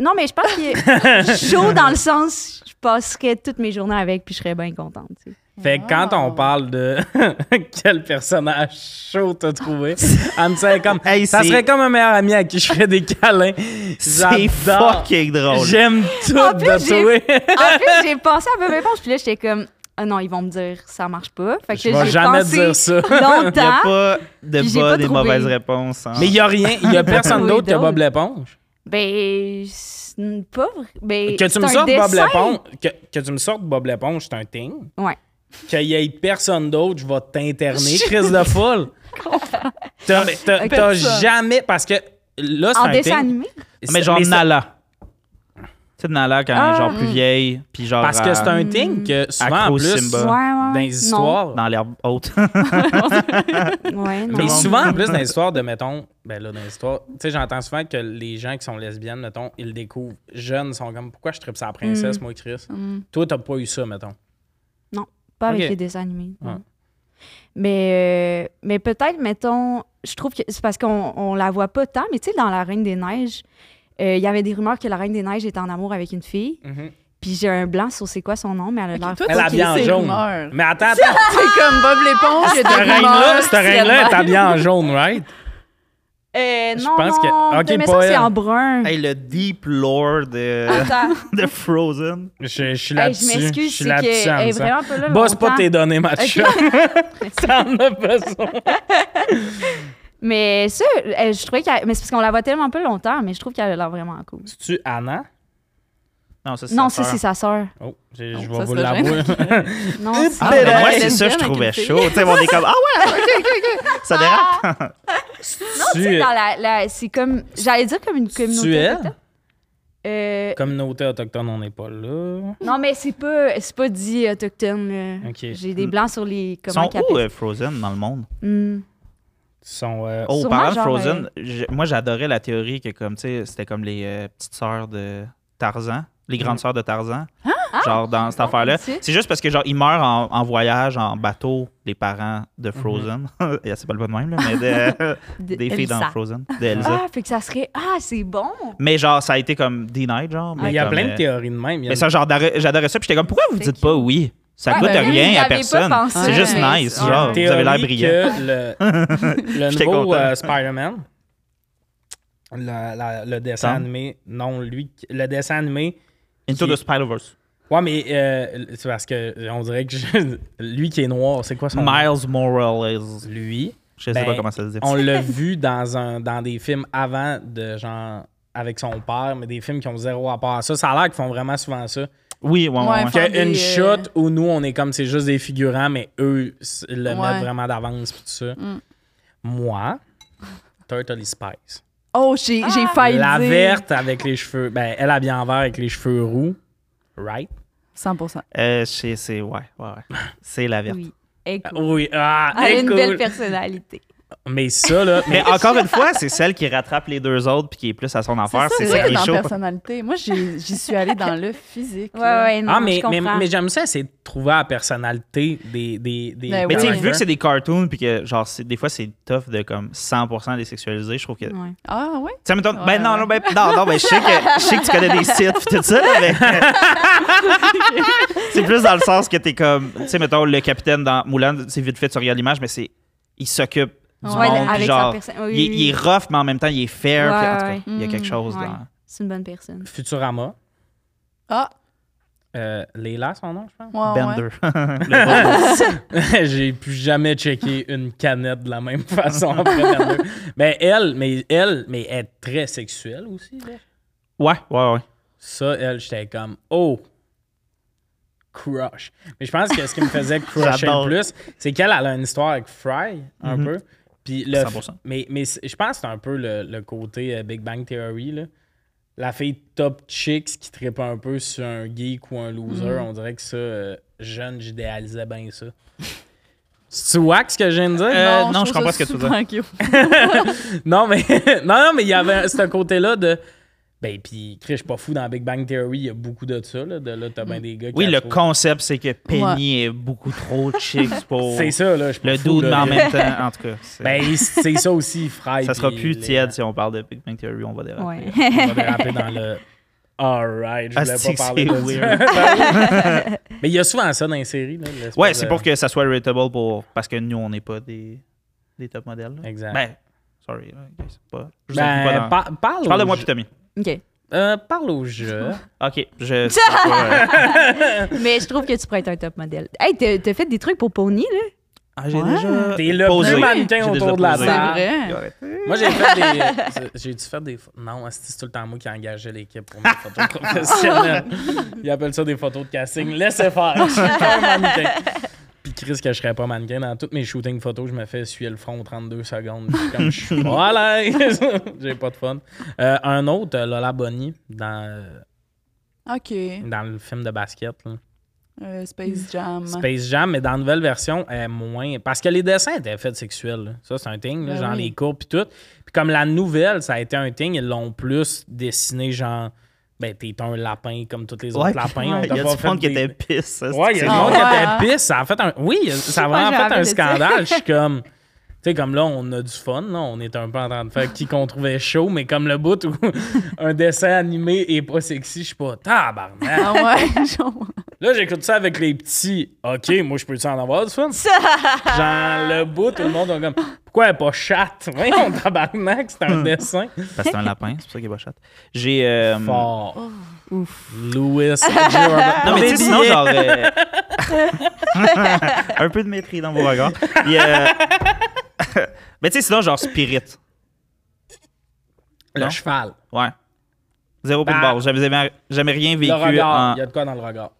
S4: Non, mais je pense
S1: [laughs]
S4: qu'il est chaud dans le sens, je passerais toutes mes journées avec, puis je serais bien contente, tu sais.
S1: Fait que quand on
S3: Wow.
S1: parle de [laughs] quel personnage chaud t'as
S4: [laughs]
S1: trouvé, Anne, c'est comme.
S2: Hey,
S1: Ça
S2: c'est-
S1: serait comme un meilleur ami à qui je ferais des câlins.
S2: [laughs] C'est
S1: J'adore.
S2: fucking drôle.
S1: J'aime tout
S4: En plus,
S1: de
S4: j'ai-
S1: toi.
S4: En plus, j'ai pensé à Bob Éponge, puis là, j'étais comme, ah non, ils vont me dire, ça marche pas. Fait que
S1: Je vais
S4: j'ai
S1: jamais
S4: pensé
S1: dire ça. [laughs]
S2: Il n'y a
S4: longtemps.
S2: pas de
S4: Puis j'ai pas
S2: bonnes et
S4: trouvé.
S2: mauvaises réponses. hein.
S1: Mais il n'y a rien, il n'y a personne
S4: [laughs] Oui,
S1: d'autre que
S4: drôle.
S1: Bob l'éponge.
S4: Ben, c'est pas vrai. Ben,
S1: Que tu
S4: c'est
S1: me
S4: un
S1: sortes Bob
S4: dessin.
S1: l'éponge, que, que tu me sortes Bob l'éponge, c'est un thing.
S4: Ouais.
S1: Qu'il y ait personne d'autre, je vais
S4: [laughs]
S1: t'interner, Chris de foule. T'as t'as-
S4: Ok.
S1: t'as
S3: Personne.
S1: jamais parce que là c'est
S4: En
S1: un
S4: dessin
S1: thing.
S4: animé?
S1: C'est-
S2: Mais genre
S1: mais c'est-
S2: Nala. Tu sais, Nala, quand elle est genre plus vieille, puis genre.
S1: Parce que c'est
S2: euh,
S1: un thing que souvent en
S2: Accro
S1: plus
S2: Simba.
S4: Ouais, ouais.
S1: Euh, dans les histoires.
S2: Dans l'herbe [laughs] haute.
S4: Ouais, non.
S1: Mais
S2: Tout le monde.
S1: souvent, en plus, dans l'histoire de, mettons, ben là, dans l'histoire, tu sais, j'entends souvent que les gens qui sont lesbiennes, mettons, ils le découvrent jeunes, sont comme, pourquoi je tripe sa
S4: Mm.
S1: princesse, moi, Chris? Toi, t'as pas eu ça, mettons.
S4: Non, pas avec
S1: Ok.
S4: les dessins animés. non.
S1: Ouais.
S4: Mais, euh, mais peut-être, mettons, je trouve que c'est parce qu'on on la voit pas tant, mais tu sais, dans La Reine des Neiges, euh, il y avait des rumeurs que La Reine des Neiges était en amour avec une fille. Puis j'ai un blanc sur c'est quoi son nom, mais elle a l'air.
S3: Toi,
S1: Elle a
S3: t'as
S1: bien
S3: ses
S1: jaune.
S3: rumeurs.
S1: Mais attends, attends,
S3: C'est comme Bob l'éponge, il y a
S1: cette
S3: des
S1: reine-là,
S3: rumeurs.
S1: cette reine-là est habillée en jaune, right?
S4: Euh,
S1: Je
S4: non,
S1: pense
S4: non,
S1: que- ok, euh,
S4: mais
S1: pas
S4: ça, c'est
S1: elle.
S4: en brun.
S2: hey, le deep lore
S4: [laughs]
S2: de,
S4: Attends,
S2: de Frozen.
S1: Je, je suis
S4: hey, je
S1: euh, là-dessus.
S4: m'excuse,
S1: suis
S4: c'est qu'elle est
S1: là-dessus, Anne.
S4: vraiment pas là.
S1: Bosse pas
S4: longtemps.
S1: tes données,
S4: [laughs]
S1: Mathieu. T'en as besoin.
S4: Mais ça, euh, je trouvais qu'elle. Mais c'est parce qu'on la voit tellement pas longtemps, mais je trouve qu'elle a l'air vraiment cool.
S1: C'est-tu Anna?
S2: Non, ça, c'est
S4: Non,
S2: sa
S4: ça, c'est
S2: sœur.
S4: sa sœur.
S1: Oh, j'ai-
S3: Non,
S1: je
S3: ça,
S1: vais vous
S3: c'est la
S1: [laughs] l'avouer.
S4: Non, c'est-
S2: Ah, mais
S3: Ah,
S2: moi,
S3: ben,
S2: c'est ça que je
S3: lesbienne
S2: trouvais
S3: avec une
S2: chaud. Tu sais, on est comme, ah ouais, ok, ok, ok.
S4: Ah,
S2: Ça dérape.
S4: Tu sais, dans la- la- c'est comme. J'allais dire comme une
S1: Tu
S4: communauté.
S1: es?
S4: autochtone. Euh,
S1: Communauté autochtone, on n'est pas là.
S4: non, mais c'est pas, c'est pas dit autochtone. là.
S1: Ok.
S4: J'ai des blancs sur les.
S2: Ils
S4: Comment
S2: sont
S4: qu'ils
S2: où
S4: appellent
S2: euh, Frozen dans le monde?
S4: Hmm.
S1: Sont, euh,
S2: Oh,
S4: Sûrement,
S2: parlant de
S4: genre, euh,
S2: Frozen, j'ai- moi j'adorais la théorie que comme tu sais, c'était comme les euh, petites sœurs de Tarzan, les grandes
S4: Mm.
S2: sœurs de Tarzan.
S4: Ah,
S2: Genre dans cette affaire-là.
S4: tu sais.
S2: C'est juste parce que genre ils meurent en, en voyage, en bateau, les parents de Frozen. [laughs] Et C'est pas le bon même, là, mais de-
S4: Mhm. [laughs] De-
S2: des filles dans
S5: Elsa.
S2: Frozen, de Elsa.
S4: Ah, fait que ça serait. Ah, c'est bon!
S2: Mais genre ça a été comme denied,
S4: Ah,
S2: genre.
S1: mais il y a
S2: comme,
S1: plein
S2: euh,
S1: de théories de même. Il y a
S2: Mais
S1: une-
S2: ça, j'adorais j'adorais ça. Puis j'étais comme, pourquoi vous
S5: C'est
S2: dites
S5: cute.
S2: pas oui? Ça
S3: Ouais,
S2: coûte
S3: ben oui,
S4: j'y
S2: rien à
S4: avais pas
S2: personne.
S4: pensé,
S2: C'est juste
S4: mais-
S2: nice,
S4: Ouais.
S2: genre. Vous
S1: théorie
S2: avez l'air brillant.
S1: que le, le
S2: J'étais
S1: nouveau
S2: content.
S1: euh, Spider-Man, la- la- le dessin
S2: Tom?
S1: animé, non, lui, le dessin animé.
S2: Into
S1: qui-
S2: the Spider-Verse.
S1: Ouais, mais euh, c'est parce que on dirait que je- [laughs] lui qui est noir, c'est quoi son nom?
S2: Miles Morales.
S1: Lui,
S2: Je sais
S1: Hmm. Ben,
S2: pas comment ça se dit.
S1: on l'a vu dans, un, dans des films avant de genre avec son père, mais des films qui ont zéro rapport à ça. Ça a l'air qu'ils font vraiment souvent ça.
S2: Oui, ouais, ouais.
S3: Ouais,
S2: ouais.
S3: Faire
S1: Que une
S3: des, euh,
S1: shot où nous, on est comme c'est juste des figurants, mais eux s- le
S3: Ouais.
S1: mettent vraiment d'avance pis tout ça.
S3: Mm.
S1: Moi, Turtle Spice.
S3: Oh, j'ai j'ai failli
S1: Ah. La
S3: dire.
S1: verte avec les cheveux. Ben, elle a bien vert avec les cheveux roux. Right?
S3: 100%.
S2: Euh, c'est, c'est, ouais, ouais, ouais. C'est la verte.
S5: Oui. Et cool.
S1: Oui. Ah,
S5: Elle a une
S1: écoute.
S5: belle personnalité.
S1: Mais ça, là.
S2: Mais encore une fois, c'est celle qui rattrape les deux autres puis qui est plus à son affaire. C'est
S3: ça,
S2: ça
S3: vrai,
S2: qui est
S3: dans
S2: chaud.
S3: personnalité. Moi, j'ai- j'y suis
S1: [laughs]
S3: allée dans le physique.
S4: Ouais,
S3: là.
S4: ouais, non,
S1: ah, mais,
S4: Mm, je
S1: mais,
S4: comprends.
S1: mais j'aime ça, c'est de trouver la personnalité des. des, des
S3: Ben
S2: Mais tu sais,
S3: Ouais.
S2: vu que c'est des cartoons puis que, genre, c'est- des fois, c'est tough de comme 100% les sexualiser, je trouve que. Tu
S4: Ouais.
S3: Ah, ouais?
S2: sais, mettons,
S3: Ouais,
S2: ben non,
S3: ouais.
S2: non, ben, non, non, ben, je sais que, je sais que tu connais des sites puis tout ça,
S4: [laughs]
S2: mais. c'est plus dans le sens que t'es comme. Tu sais, mettons, le capitaine dans Moulin, c'est vite fait, tu regardes l'image, mais c'est. Il s'occupe du
S4: Ouais,
S2: monde, puis
S4: avec
S2: genre.
S4: sa personne. oui,
S2: il, est-
S4: oui,
S2: il est
S4: oui.
S2: rough, mais en même temps, il est fair. puis en tout cas,
S4: Ouais, Mm.
S2: il y a quelque chose
S4: ouais.
S2: dans.
S4: C'est une bonne personne.
S1: Futurama.
S3: Ah,
S1: Euh, Leila, son nom, je pense.
S3: ouais, ouais.
S2: Bender. [laughs] Le boss.
S1: [laughs] J'ai plus jamais checké une canette de la même façon après Bender. Mais elle, mais elle, mais elle est très sexuelle aussi. là.
S2: ouais, ouais, ouais.
S1: Ça, elle, j'étais comme Oh! Crush. Mais je pense que ce qui me faisait crusher
S2: [laughs] J'adore.
S1: le plus, c'est qu'elle elle a une histoire avec Fry, un
S2: Mhm.
S1: peu. Puis le,
S2: 100%.
S1: Mais, mais c'est- je pense que c'est un peu le, le côté euh, Big Bang Theory. Là. La fille top chicks qui tripe un peu sur un geek ou un loser,
S2: Mhm.
S1: on dirait que ça, euh, jeune, j'idéalisais bien ça. [laughs] tu vois ce que je viens de dire?
S2: Euh,
S3: je
S2: non, je
S3: trouve
S2: comprends
S3: ça
S2: ce que tu veux
S3: super cute.
S1: Non, mais [laughs] non, non, mais il y avait ce côté-là de. Ben, puis, Chris, je suis pas fou dans Big Bang Theory, il y a beaucoup de ça. Là, de là, t'as bien des gars qui.
S2: Oui, le
S1: con.
S2: concept, c'est que Penny est beaucoup trop
S4: [laughs]
S2: chic pour
S1: C'est ça, là. je suis pas
S2: le
S1: fou,
S2: dude, mais
S1: là.
S2: en même temps, en tout cas. c'est-
S1: Ben, c'est ça aussi, Fry.
S2: ça sera
S1: puis
S2: plus
S1: les-
S2: tiède si on parle de Big Bang Theory, on va déraper.
S4: Ouais.
S1: On va déraper dans
S2: [laughs]
S1: le. Alright, je
S2: Ah,
S1: voulais
S2: c'est
S1: pas parler
S2: que
S1: de
S2: c'est
S1: [laughs] ça. Ben
S2: [laughs]
S1: Mais il y a souvent ça dans les séries. Là, l'espèce
S2: Ouais, c'est
S1: de-
S2: pour que ça soit relatable pour. Parce que nous, on n'est pas des, des top modèles. là.
S1: Exact.
S2: Ben, sorry. là, c'est pas, je, vous inclue
S1: Ben,
S2: pas dans-
S1: par- parle,
S2: je parle de
S1: au
S2: moi
S1: jeu-
S2: puis Tommy.
S4: [laughs] OK.
S1: Euh, parle au jeu.
S2: Ok, je. [laughs] c'est pas, euh,
S4: Mais je trouve que tu pourrais être un top modèle. Hey, t'as t'as fait des trucs pour Pony, là?
S2: ah, j'ai
S3: Ouais.
S2: déjà.
S1: T'es le
S2: posé.
S1: plus mannequin
S2: J'ai déjà
S1: autour de la
S2: posé.
S3: C'est
S1: table. Ah.
S3: vrai.
S2: Ouais.
S1: Moi, j'ai fait des. euh, J'ai dû faire des. pho- Non, asti, c'est tout le temps moi qui engageais l'équipe pour mes photos professionnelles. Ils appellent ça des photos de casting. Laissez faire. Je suis pas un mannequin. Puis Chris, que je serais pas mannequin, dans toutes mes shootings photos, je me fais essuyer le front 32 secondes. Puis Comme je suis pas à l'aise. [laughs] J'ai pas de fun. Euh, un autre, euh, Lola Bonny, dans, euh,
S3: OK.
S1: dans le film de basket. là.
S3: Euh, Space Jam.
S1: Space Jam, mais dans la nouvelle version, elle est moins. Parce que les dessins étaient faits sexuels. là. Ça, c'est un thing, là,
S3: Ben
S1: genre
S3: oui.
S1: les cours puis tout. Puis comme la nouvelle, ça a été un thing, ils l'ont plus dessiné, genre, ben, t'es un lapin comme tous les
S2: Ouais,
S1: autres lapins. on
S2: ouais,
S1: t'a
S2: Il y a
S1: pas
S2: du monde qui
S1: des-
S2: était pisse.
S1: Ouais, il y a du
S3: Ah
S1: monde
S3: ouais,
S1: qui était pisse. Ça a fait un. Oui,
S3: [laughs]
S1: ça a
S4: pas,
S1: vraiment
S4: j'ai
S1: fait
S4: envie
S1: un
S4: de dire.
S1: scandale. Je suis comme. Tu sais, comme là, on a du fun, là. on est un peu en train de faire qui qu'on trouvait chaud, mais comme le bout où [laughs] un dessin animé est pas sexy, je suis pas tabarnak.
S3: Ah ouais, [laughs] genre.
S1: Là, j'écoute ça avec les petits. OK, moi, je peux-tu en avoir du
S4: [laughs]
S1: fun? Genre, le bout, tout le monde est comme... Pourquoi elle est pas chatte? [laughs] Voyons, tabarnak, c'est
S2: Hmm.
S1: un dessin.
S2: Parce que c'est un lapin, c'est pour ça qu'il est pas chatte. J'ai. euh,
S1: Fort.
S4: Oh,
S1: Ouf.
S4: [laughs]
S1: Louis Jordan.
S2: Non, Ah, mais tu sais,
S1: Des
S2: sinon,
S1: billets.
S2: genre. euh, [laughs] un peu de mépris dans vos regards. Il y a- [laughs] mais tu sais, sinon, genre Spirit.
S1: Le
S2: Non?
S1: cheval.
S2: Ouais. Zéro point de
S1: Bah.
S2: barre. J'avais jamais, jamais rien vécu.
S1: Le regard.
S2: en-
S1: Il y a de quoi dans le regard.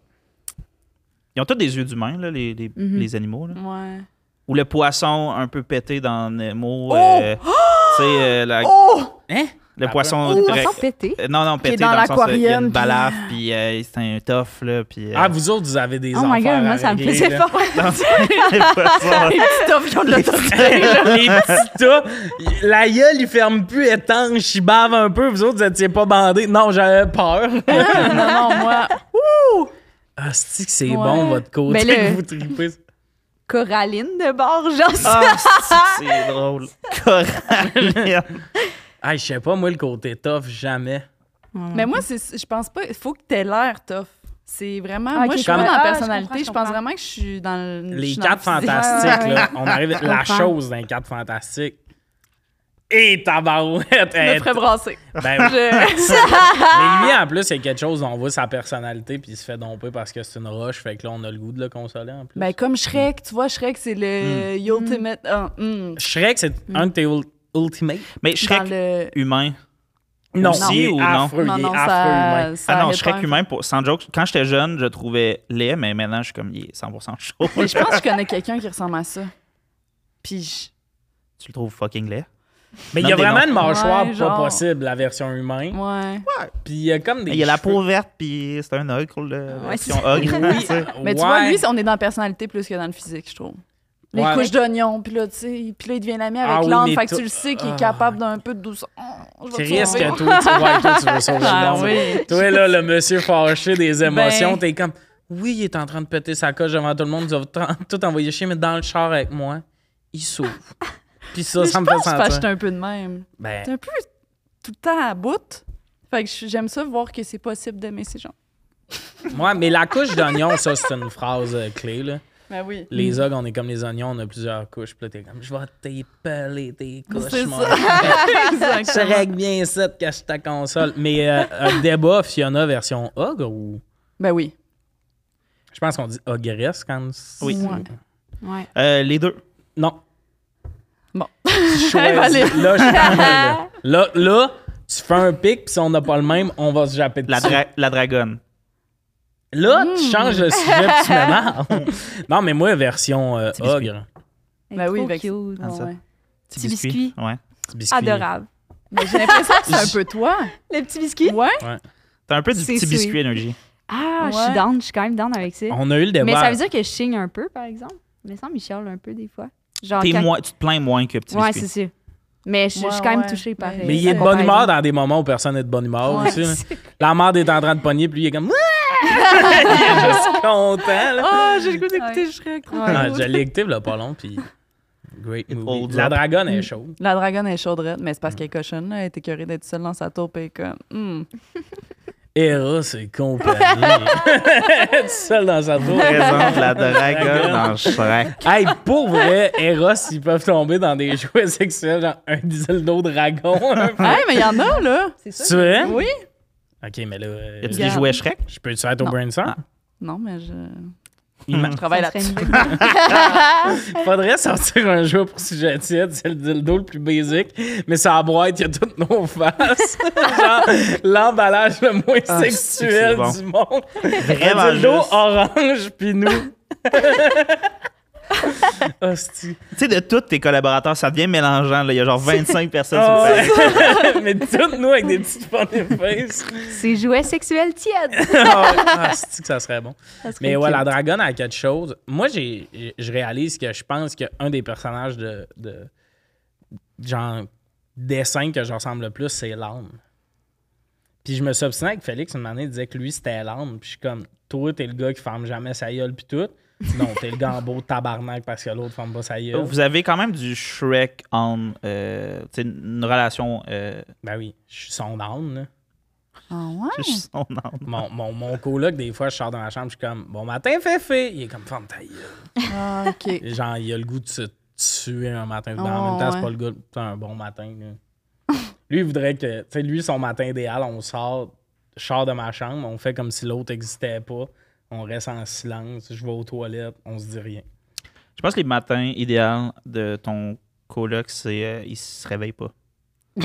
S2: Ils ont tous des yeux d'humains, là, les, les,
S3: Mhm.
S2: les animaux. Là.
S3: Ouais.
S2: Ou le poisson un peu pété dans Nemo.
S3: Oh!
S2: euh, tu sais, euh, la-
S3: Oh!
S1: Hein?
S2: Le
S1: Ah,
S2: poisson.
S4: Le
S2: rec-
S4: poisson pété.
S2: Euh, Non, non,
S3: Qui est
S2: pété
S3: dans
S2: le sens, euh, Il y a
S3: l'aquarium,
S2: une
S3: puis-
S2: balafre, puis euh, c'est un tough, là. Puis, euh,
S1: Ah, vous autres, vous avez des
S4: Oh
S1: enfants.
S4: my god, moi, ça me
S1: [laughs]
S4: faisait fort.
S2: non, c'est pas ça.
S3: Les petits toffes qui ont de l'autorité.
S1: Les petits tas, y- la gueule, il ferme plus étanche, il bave un peu. Vous autres, vous étiez pas bandés. Non, j'avais peur.
S3: [laughs]
S1: [laughs]
S3: non, non, [laughs] moi,
S1: Ah, c'est que c'est
S3: Ouais.
S1: bon, votre côté,
S4: Mais là-
S1: que vous tripez.
S4: Coraline de bord, genre ça.
S2: [laughs] Ah, c'est- c'est drôle. Coraline.
S1: Ah, je sais pas, moi, le côté tough, jamais.
S3: Mais ben, moi, c'est, je pense pas. Il faut que t'aies l'air tough. C'est vraiment.
S4: Ah, ok,
S3: moi, je suis
S1: comme-
S3: pas dans
S4: Ah,
S3: la
S4: je
S3: personnalité.
S4: comprends,
S3: Je,
S4: je
S3: pense
S4: comprends.
S3: vraiment que je suis dans le. je
S1: Les
S3: suis dans le
S1: quatre
S3: physique.
S1: fantastiques,
S4: Ouais, ouais,
S1: là, on arrive la
S4: comprends.
S1: chose d'un quatre fantastique. Et tabarouette!
S3: [laughs] Je
S1: elle
S3: me ferais [laughs] brasser.
S1: est- ben oui. Mais
S3: Je- [laughs]
S1: lui, en plus, il y a quelque chose, on voit sa personnalité, puis il se fait domper parce que c'est une roche, fait que là, on a le goût de le consoler en plus.
S3: ben, comme Shrek, tu vois, Shrek, c'est
S1: Hmm.
S3: le ultimate. ah, mm.
S1: Shrek, c'est un de tes ul- ultimates.
S2: Mais
S3: Dans
S2: Shrek
S3: le.
S2: humain.
S1: Non,
S2: Aussi
S1: il est
S2: ou non?
S1: affreux,
S3: Non,
S1: il est
S3: non,
S1: affreux,
S3: ça.
S1: humain.
S3: ça
S2: Ah non,
S3: arrête
S2: Shrek
S3: pas.
S2: humain, pour, sans joke. Quand j'étais jeune, je le trouvais laid, mais maintenant, je suis comme, il est 100% chaud.
S3: Mais je pense que je connais quelqu'un qui ressemble à ça. Puis je-
S2: tu le trouves fucking laid.
S1: Mais il y a
S2: Nomme des
S1: vraiment
S2: noms.
S1: une mâchoire
S3: Ouais,
S1: pas
S3: genre.
S1: possible, la version humaine.
S3: Ouais.
S1: Puis il y a comme des.
S2: Il a la
S1: cheveux-
S2: peau verte, puis c'est un ogre, là.
S4: Ah Ouais,
S2: version
S4: c'est-
S2: ogre, tu
S1: Oui.
S2: sais.
S3: Mais tu vois,
S1: Ouais.
S3: lui, on est dans la personnalité plus que dans le physique, je trouve. Les
S1: Ouais.
S3: couches d'oignon, puis là, tu sais, puis là, il devient l'ami avec
S1: Ah oui,
S3: l'âme,
S1: mais
S3: fait que
S1: toi-
S3: tu le sais qu'il
S1: Ah.
S3: est capable d'un peu de douceur. Oh, je vais te
S1: Chris,
S3: sauver.
S1: que toi, tu vois, toi, tu veux
S3: [laughs]
S1: sauver
S3: Ah
S1: le monde.
S3: oui.
S1: Toi, là, le monsieur fâché des émotions,
S3: Ben.
S1: t'es comme. Oui, il est en train de péter sa coche devant tout le monde, ils ont t- [laughs] tout envoyé chier, mais dans le char avec moi, il
S3: [laughs]
S1: s'ouvre. Puis ça,
S3: Mais
S1: ça
S3: je
S1: me fait
S3: pense que j'étais
S1: sentir.
S3: un peu de même.
S1: Ben,
S3: T'es un peu tout le temps à bout. Fait que je- j'aime ça voir que c'est possible d'aimer ces gens.
S1: moi, mais la
S3: [laughs]
S1: couche d'oignon, ça, c'est une phrase euh, clé, là.
S3: Ben oui.
S1: Les ogres, on est comme les oignons, on a plusieurs couches. Puis là, t'es comme, je vais t'épeler tes couches,
S3: C'est
S1: mon
S3: ça.
S1: gars.
S3: [laughs]
S1: Ça
S3: Exactement.
S1: règle bien ça de cacher ta console. Mais euh, un débat, Fiona version ogre ou.
S3: Ben oui.
S1: Je pense qu'on dit hein, ogresse quand. c'est-
S2: Oui.
S3: Ouais.
S4: Ouais.
S2: Euh, les deux.
S1: Non.
S3: Bon.
S1: Tu
S4: [laughs]
S1: choisis.
S3: Hey,
S1: là,
S3: Valérie.
S1: je suis en train de- là, là, tu fais un pic, puis si on n'a pas le même, on va se japper
S2: La,
S1: dessus.
S2: dra- la dragonne.
S1: Là,
S4: Hmm.
S1: tu changes le sujet, puis tu
S4: [laughs]
S1: m'énerves. non, mais moi, version euh,
S2: Petit biscuit.
S1: ogre.
S3: Ben oui,
S4: Trop
S3: avec-
S4: cute.
S2: Ah, ça.
S3: Ouais.
S4: Petit biscuit.
S2: Ouais.
S1: Petit biscuit.
S4: Adorable.
S3: Mais j'ai l'impression que c'est
S1: [laughs]
S3: un peu toi.
S4: Le petit biscuit.
S3: Ouais.
S2: T'as un peu du
S4: C'est
S2: petit
S4: sweet.
S2: biscuit énergie.
S4: Ah, je
S3: Ouais.
S4: suis down, je suis quand même down avec ça.
S1: On a eu le débat.
S4: Mais ça veut dire que je chigne un peu, par exemple. Mais ça, Michel, un peu des fois. Genre,
S2: T'es
S4: quand-
S2: moins- tu te plains moins que petit
S4: Ouais, c'est
S2: biscuit.
S4: sûr. Mais je je
S3: Ouais,
S4: suis quand même
S3: ouais.
S4: touchée par.
S3: Mais
S4: euh,
S1: Mais il
S4: la
S1: est de bonne humeur
S4: comparaison.
S1: dans des moments où personne n'est de bonne humeur
S3: Ouais.
S1: aussi. là.
S4: [laughs]
S1: La merde est en train de pogner, puis lui, il est comme. il est juste content. là.
S4: Oh,
S3: Ah, j'ai le goût
S4: d'écouter
S3: Shrek.
S1: Ah, je l'ai écouté là, pas long, puis. Great
S2: It
S1: movie.
S2: holds
S1: La
S2: up.
S1: dragonne est chaude.
S3: La dragonne est chaudrette, mais
S1: Mm.
S3: c'est parce qu'elle est cochonne. là. Elle est écœurée d'être seule dans sa tour, puis elle est comme... hmm.
S1: Hera, c'est
S2: [laughs]
S1: compagnie. Seul dans sa tour.
S2: Présente la dragonne en Shrek.
S1: Hey, pour vrai, Eros, ils peuvent tomber dans des jouets sexuels, genre un dildo dragon. un peu.
S3: Hey, mais il y en a, là!
S4: C'est ça.
S1: tu veux?
S3: Oui!
S1: Ok, mais là, euh,
S2: Y a-tu des
S3: Regarde.
S2: jouets Shrek?
S1: je peux-tu être au
S3: Non.
S1: brainstorm?
S3: Non, mais je,
S1: Il m'a-
S3: je travaille
S4: Ça serait
S3: là-dessus.
S4: une bonne- Ah.
S1: Faudrait sortir un jeu pour sujet tiède, c'est le dildo le plus basic, mais ça la boîte, il y a toutes nos
S4: [laughs]
S1: faces. genre l'emballage le moins
S2: Ah,
S1: sexuel
S2: c'est bon.
S1: du monde.
S2: Vraiment
S1: Un dildo
S2: juste.
S1: orange, puis
S4: [laughs]
S1: nous. Hostie.
S2: Tu sais, de tous tes collaborateurs, ça devient mélangeant. là. Il y a genre 25 personnes sur
S1: Oh,
S2: le
S1: [laughs]
S2: panel.
S1: mais toutes nous avec des petites funny faces.
S4: C'est jouets
S2: [laughs]
S4: sexuels tièdes.
S1: ah, c'est que ça serait bon.
S4: Ça serait
S1: Mais ouais,
S4: cute.
S1: la dragonne a quelque chose. Moi, j'ai, je réalise que je pense qu'un des personnages de, de genre dessin que je ressemble le plus, c'est l'âme. Puis je me suis obstiné avec Félix une année, il disait que lui, c'était l'âme. Puis je suis comme, toi, t'es le gars qui ferme jamais sa gueule, puis tout. Non, t'es le gars en beau tabarnak parce que l'autre ferme pas sa gueule.
S2: Vous avez quand même du Shrek en. euh, tu sais, une relation. euh,
S1: Ben oui, je suis son âme, là.
S3: Ah
S4: Hmm.
S3: ouais?
S2: je- [laughs] son âme.
S1: Mon, mon, mon coloc, des fois, je sors dans la chambre, je suis comme, bon matin, Féfé. Il est comme, ferme ta gueule.
S3: Ah, OK.
S1: Genre, il a le goût de se tuer un matin. Mais en
S3: Ouais,
S1: même temps, c'est
S3: Oh, ouais.
S1: pas le goût de un bon matin. là. lui, il voudrait que. Tu sais, lui, son matin idéal, on sort, je sors de ma chambre, on fait comme si l'autre n'existait pas. On reste en silence, je vais aux toilettes, on se dit rien.
S2: Je pense que les matins idéal de ton coloc, c'est. euh, il se réveille pas. il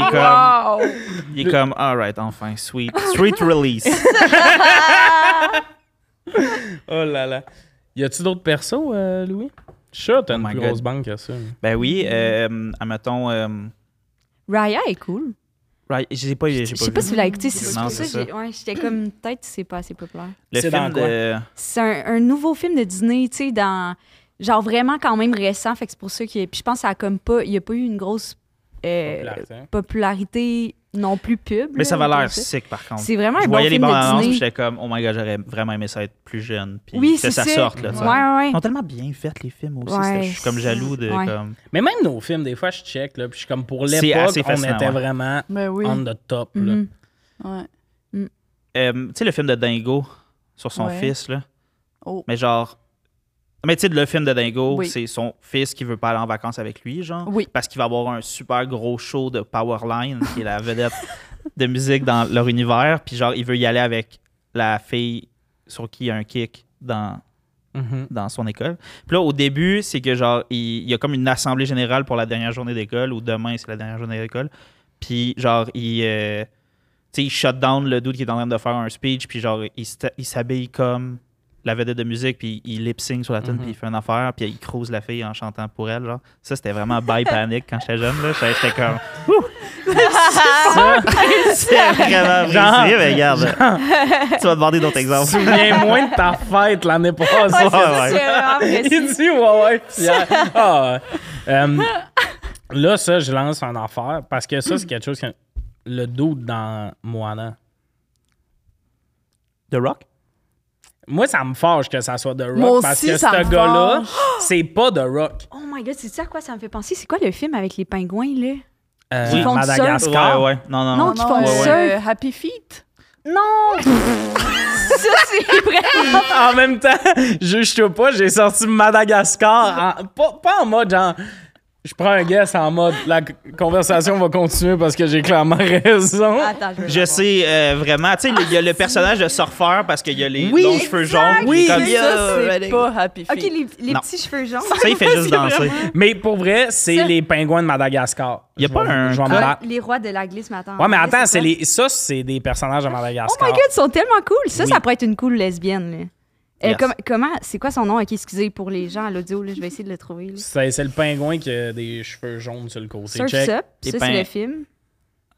S2: est comme.
S3: Wow!
S2: Il est comme. Alright, enfin, sweet. Sweet
S4: [laughs]
S2: release.
S1: Oh là là. Y a-tu d'autres persos, euh, Louis? Je suis sûr que hein. t'as
S2: Oh
S1: une
S2: my
S1: plus
S2: God.
S1: grosse banque que ça. mais-
S2: Ben oui, euh, admettons. euh,
S4: Raya est cool.
S2: Right, j'ai pas, j'ai
S4: Je
S2: pas
S4: sais pas
S2: vu.
S4: si vous l'avez écouté. C'est
S2: Non,
S4: pour ça
S2: c'est
S4: que
S2: ça.
S4: j'ai- ouais, j'étais comme, peut-être c'est pas assez populaire.
S2: Le
S1: C'est
S2: film
S1: dans quoi?
S2: de...
S4: C'est un, un nouveau film de Disney, tu sais, dans. Genre vraiment quand même récent. Fait que c'est pour ça qu'il. Puis je pense que ça a comme pas. Il n'y a pas eu une grosse euh,
S1: Popularité.
S4: popularité non plus pub.
S2: Mais ça
S4: là,
S2: va l'air
S4: comme ça.
S2: sick, par contre.
S4: C'est vraiment
S2: Je
S4: un bon
S2: voyais les
S4: film
S2: bandes
S4: de
S2: annonces, puis
S4: Disney.
S2: j'étais comme, oh my god, j'aurais vraiment aimé ça être plus jeune. Puis
S4: Oui,
S2: que
S4: c'est
S2: ça
S4: ça.
S2: sorte, là, tu sais.
S4: Ouais, ouais,
S2: Ils
S4: ouais.
S2: sont tellement bien faits, les films aussi.
S4: Ouais,
S2: c'était- je suis comme
S4: c'est-
S2: jaloux de.
S4: ouais.
S2: Comme...
S1: Mais même nos films, des fois, je check, là, puis je suis comme pour
S2: C'est
S1: l'époque,
S2: assez
S1: on
S2: fascinant,
S1: était
S2: ouais.
S1: vraiment
S3: Ben oui.
S1: on the top. là.
S4: Mhm.
S3: Ouais.
S2: Euh, tu sais, le film de Dingo sur son
S3: Ouais.
S2: fils, là.
S3: Oh.
S2: Mais genre. Mais tu sais, le film de Dingo,
S3: Oui.
S2: c'est son fils qui veut pas aller en vacances avec lui, genre.
S3: Oui.
S2: Parce qu'il va avoir un super gros show de Powerline, qui est la vedette de musique dans leur univers. Puis genre, il veut y aller avec la fille sur qui il y a un kick dans
S1: Mhm.
S2: dans son école. Puis là, au début, c'est que genre, il, il y a comme une assemblée générale pour la dernière journée d'école, ou demain, c'est la dernière journée d'école. Puis genre, il, euh, tu sais, il shut down le dude qui est en train de faire un speech, puis genre, il s'ta- il s'habille comme la vedette de musique, puis il lip-sync sur la tune,
S1: Mhm.
S2: puis il fait une affaire, puis il croise la fille en chantant pour elle. Genre. Ça, c'était vraiment by panic quand j'étais jeune. là. J'étais j'étais comme,
S1: Ça,
S4: [laughs]
S2: c'est vraiment
S1: Genre-
S2: apprécié, mais regarde, tu vas demander d'autres exemples.
S1: souviens moins de ta fête l'année
S4: Ouais,
S1: passée.
S4: c'est ça,
S2: ouais.
S4: c'est
S1: Il
S4: vraiment
S2: [laughs]
S4: précis.
S1: dit ouais, ouais, fier. Ah, ouais. Euh, là, ça, je lance un affaire parce que ça, c'est quelque chose que le doute dans Moana.
S2: The Rock?
S1: Moi, ça me fâche que ça soit The Rock
S3: Moi
S1: parce
S3: aussi,
S1: que
S3: ça
S1: ce
S3: me
S1: gars-là,
S3: fâche.
S1: c'est pas The Rock.
S4: Oh my god, c'est ça à quoi ça me fait penser? C'est quoi le film avec les pingouins, là?
S1: Euh,
S4: Ils font du surf.
S1: Madagascar.
S2: Ouais, ouais. Non, non,
S4: Non,
S2: non.
S4: qui font
S3: euh,
S4: ça.
S3: euh, Happy Feet.
S4: Non! [laughs] ça, c'est vraiment.
S1: En même temps, [laughs] juge-toi pas, j'ai sorti Madagascar. en- pas, pas en mode genre. Je prends un guess en mode la c- conversation va continuer parce que j'ai clairement [laughs] raison.
S4: Attends, je vais
S2: Je
S4: voir.
S2: sais euh, vraiment. Tu sais, il
S4: Ah,
S2: y a le personnage de surfeur parce qu'il y a les
S1: Oui,
S2: longs cheveux jaunes.
S1: Oui,
S2: il est comme,
S1: c'est
S2: Yeah,
S3: ça, c'est
S2: allez.
S3: pas Happy Feet.
S4: Ok, les, les
S2: Non.
S4: petits cheveux jaunes.
S2: Ça, il fait
S4: [laughs]
S2: juste danser.
S1: Mais pour vrai, c'est
S4: Ça-
S1: les pingouins de Madagascar.
S2: Y a
S1: Je
S2: pas
S1: vais-
S2: un
S1: je vais me
S2: code?
S1: battre.
S4: les rois de la glisse, mais attends.
S1: Ouais, mais attends, c'est
S4: quoi?
S1: les... ça, c'est des personnages de
S4: Oh
S1: Madagascar.
S4: my god, ils sont tellement cool. Ça,
S2: Oui.
S4: ça pourrait être une cool lesbienne. là. Euh,
S2: Yes.
S4: com- comment, c'est quoi son nom? Ok, excusez pour les gens à l'audio, là, je vais essayer de le trouver. là.
S1: C'est c'est le pingouin qui a des cheveux jaunes sur le côté.
S4: Surf's
S1: Check.
S4: Up,
S2: Les
S4: ça,
S2: pains.
S4: c'est le film.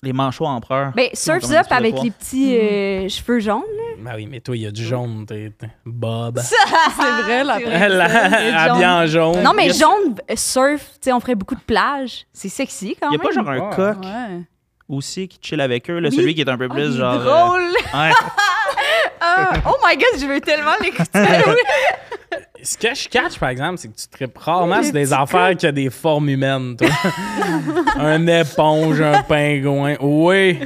S2: Les manchots empereurs.
S4: Ben, Surf's Up avec les petits euh, cheveux jaunes.
S1: Ah oui, mais toi, il y a du jaune, t'es t'es- Bob. [laughs]
S3: Ah, C'est vrai, la
S4: C'est
S3: vraie.
S1: Elle
S4: ça,
S1: habillée en jaune.
S4: Non, mais
S1: Il y a-
S4: jaune, euh, surf, tu sais, on ferait beaucoup de plages. C'est sexy quand
S2: Il y a
S4: même.
S2: pas genre un
S1: Ouais.
S2: coq
S3: Ouais.
S2: aussi qui chill avec eux, là,
S4: Oui.
S2: celui qui est un peu
S4: Ah,
S2: plus
S4: il est
S2: genre. euh,
S4: drôle. [laughs]
S2: ouais.
S4: Ah, oh my god, je veux tellement l'écouter.
S1: Ce que je catch, par exemple, c'est que tu tripes rarement sur des affaires qui ont des formes humaines, toi. [laughs] un éponge, un pingouin. Oui.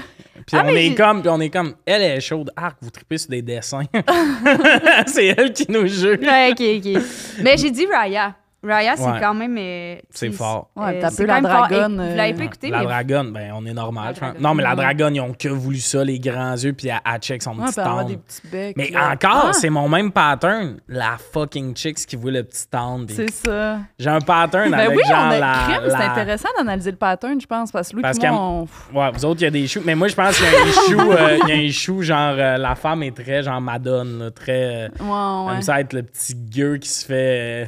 S1: Puis
S4: Ah,
S1: on
S4: mais
S1: est
S4: j'ai-
S1: comme, puis on est comme, elle est chaude. Arc, vous tripez sur des dessins. [laughs] c'est elle qui nous juge.
S4: [laughs] ouais, ok, ok. Mais j'ai dit Raya. Raya, c'est
S1: Ouais.
S4: quand même. euh,
S1: C'est
S4: tu sais,
S1: fort.
S3: Ouais, t'as
S4: c'est
S3: peu la
S4: quand même fort.
S3: dragonne,
S4: Et- Vous
S3: euh,
S4: l'avez pas écouté,
S1: La
S4: mais.
S1: dragonne, ben on est normal.
S4: La
S1: je pense.
S4: dragonne.
S1: Non, mais la
S3: Ouais.
S1: dragonne, ils ont que voulu ça, les grands yeux, puis elle, elle check son
S3: Ouais,
S1: petit
S3: puis elle avoir
S1: tendre.
S3: des petits becs.
S1: Mais
S3: là.
S1: encore,
S3: Ah,
S1: c'est mon même pattern. La fucking chicks qui voulait le petit tendre.
S3: C'est ça.
S1: J'ai un pattern
S3: Ben
S1: avec
S3: oui, on
S1: genre
S3: a
S1: la.
S3: crime,
S1: la-
S3: c'est intéressant d'analyser le pattern, je pense, parce que Louis
S1: Parce
S3: et
S1: qu'à-
S3: moi, on...
S1: Ouais, vous autres, il y a des choux. Mais moi, je pense qu'il y a un chou, euh, il y a un chou, genre, euh, la femme est très, genre, madone, là, très. euh,
S3: Ouais, ouais.
S1: Comme ça, être le petit gueux qui se fait.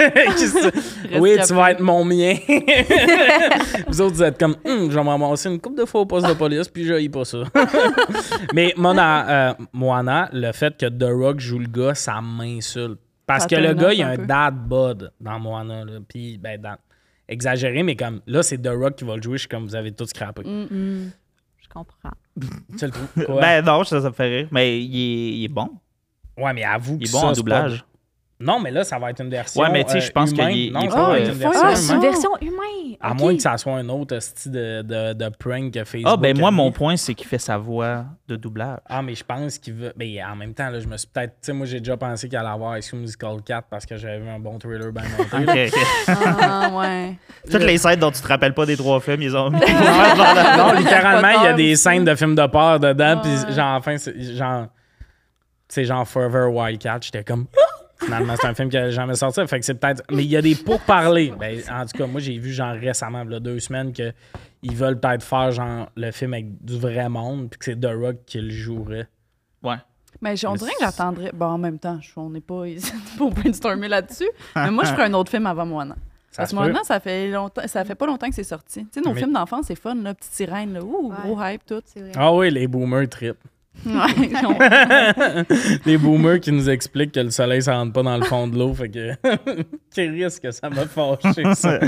S1: euh, [laughs] qui se- Oui, tu vas être mon mien. [laughs] vous autres, vous êtes comme, Hum, je vais me ramasser une coupe de fois au poste de police, puis je haïs pas ça. [laughs] Mais Mona, euh, Moana, le fait que The Rock joue le gars, ça m'insulte. Parce
S3: Ça
S1: que le
S3: t'énerve
S1: gars, il y a
S3: un
S1: un
S3: peu.
S1: dad bod dans Moana. là. Puis, ben, dans- exagéré, mais comme là, c'est The Rock qui va le jouer. Je suis comme, vous avez tout scrappé.
S3: Mm.
S4: Hmm, je comprends.
S1: Tu le trouves
S2: [laughs]
S1: quoi?
S2: Ben non, ça, ça me fait rire. Mais il est, il est bon.
S1: ouais, mais avoue
S2: Il
S1: que
S2: est bon
S1: ça,
S2: en
S1: c'est
S2: doublage.
S1: pas- Non, mais là, ça va être une version.
S2: Ouais, mais tu sais, je
S1: euh,
S2: pense qu'il
S1: humaine.
S2: est- il
S1: Non,
S2: est
S1: ça
S2: pas,
S1: va
S2: euh,
S1: être une
S3: Ah,
S1: version.
S3: ça,
S4: Ah,
S1: humaine.
S4: c'est une version humaine.
S1: À
S4: Ok.
S1: moins que ça soit un autre style de, de, de prank que Facebook.
S2: Ah, ben moi,
S1: a mis.
S2: mon point, c'est qu'il fait sa voix de
S4: [laughs]
S2: doublage. [laughs]
S1: Ah, mais je pense qu'il veut. Mais en même temps, là, je me suis peut-être. Tu sais, moi, j'ai déjà pensé qu'il allait avoir High School Musical 4 parce que j'avais vu un bon trailer bien monté.
S2: Ok, [laughs] ok.
S3: Ah, ouais.
S2: Toutes les scènes dont tu te rappelles pas des trois films, ils
S4: [laughs]
S2: ont mis. [laughs]
S1: non, littéralement, il y a
S3: Potter
S1: des
S3: aussi.
S1: scènes de films de peur dedans.
S3: Ouais.
S1: Puis, genre, enfin, c'est genre. Tu sais, genre Forever Wildcat, j'étais comme. [laughs] Ah! Finalement, c'est un film qui n'allait jamais sortir. Fait que c'est peut-être. Mais il y a des pourparlers. Ben, en tout cas, moi, j'ai vu, genre, récemment, il y a deux semaines, qu'ils veulent peut-être faire, genre, le film avec du vrai monde. Puis que c'est The Rock qui le jouerait.
S2: Ouais.
S3: Mais j- on
S1: Mais
S3: dirait que
S1: c'est-
S3: [laughs] j'attendrais. Bon, en même temps, je- on n'est pas ici pour brainstormer là-dessus. Mais moi, je ferais un autre film avant Moana.
S1: Ça
S3: Parce
S1: se
S3: que
S1: peut.
S3: maintenant, ça fait longtemps, ça fait pas longtemps que c'est sorti. Tu sais, nos
S1: Mais-
S3: films d'enfance, c'est fun, là, petite sirène, là, ouh,
S4: Ouais.
S3: gros hype,
S4: [laughs]
S3: tout.
S4: C'est vrai.
S1: Ah oui, les boomers trip.
S3: Ouais, ils ont-
S1: [laughs] les boomers qui nous expliquent que le soleil ne rentre pas dans le fond de l'eau. Fait que. [laughs] Quel risque que ça m'a fâché,
S2: [laughs]
S1: ça.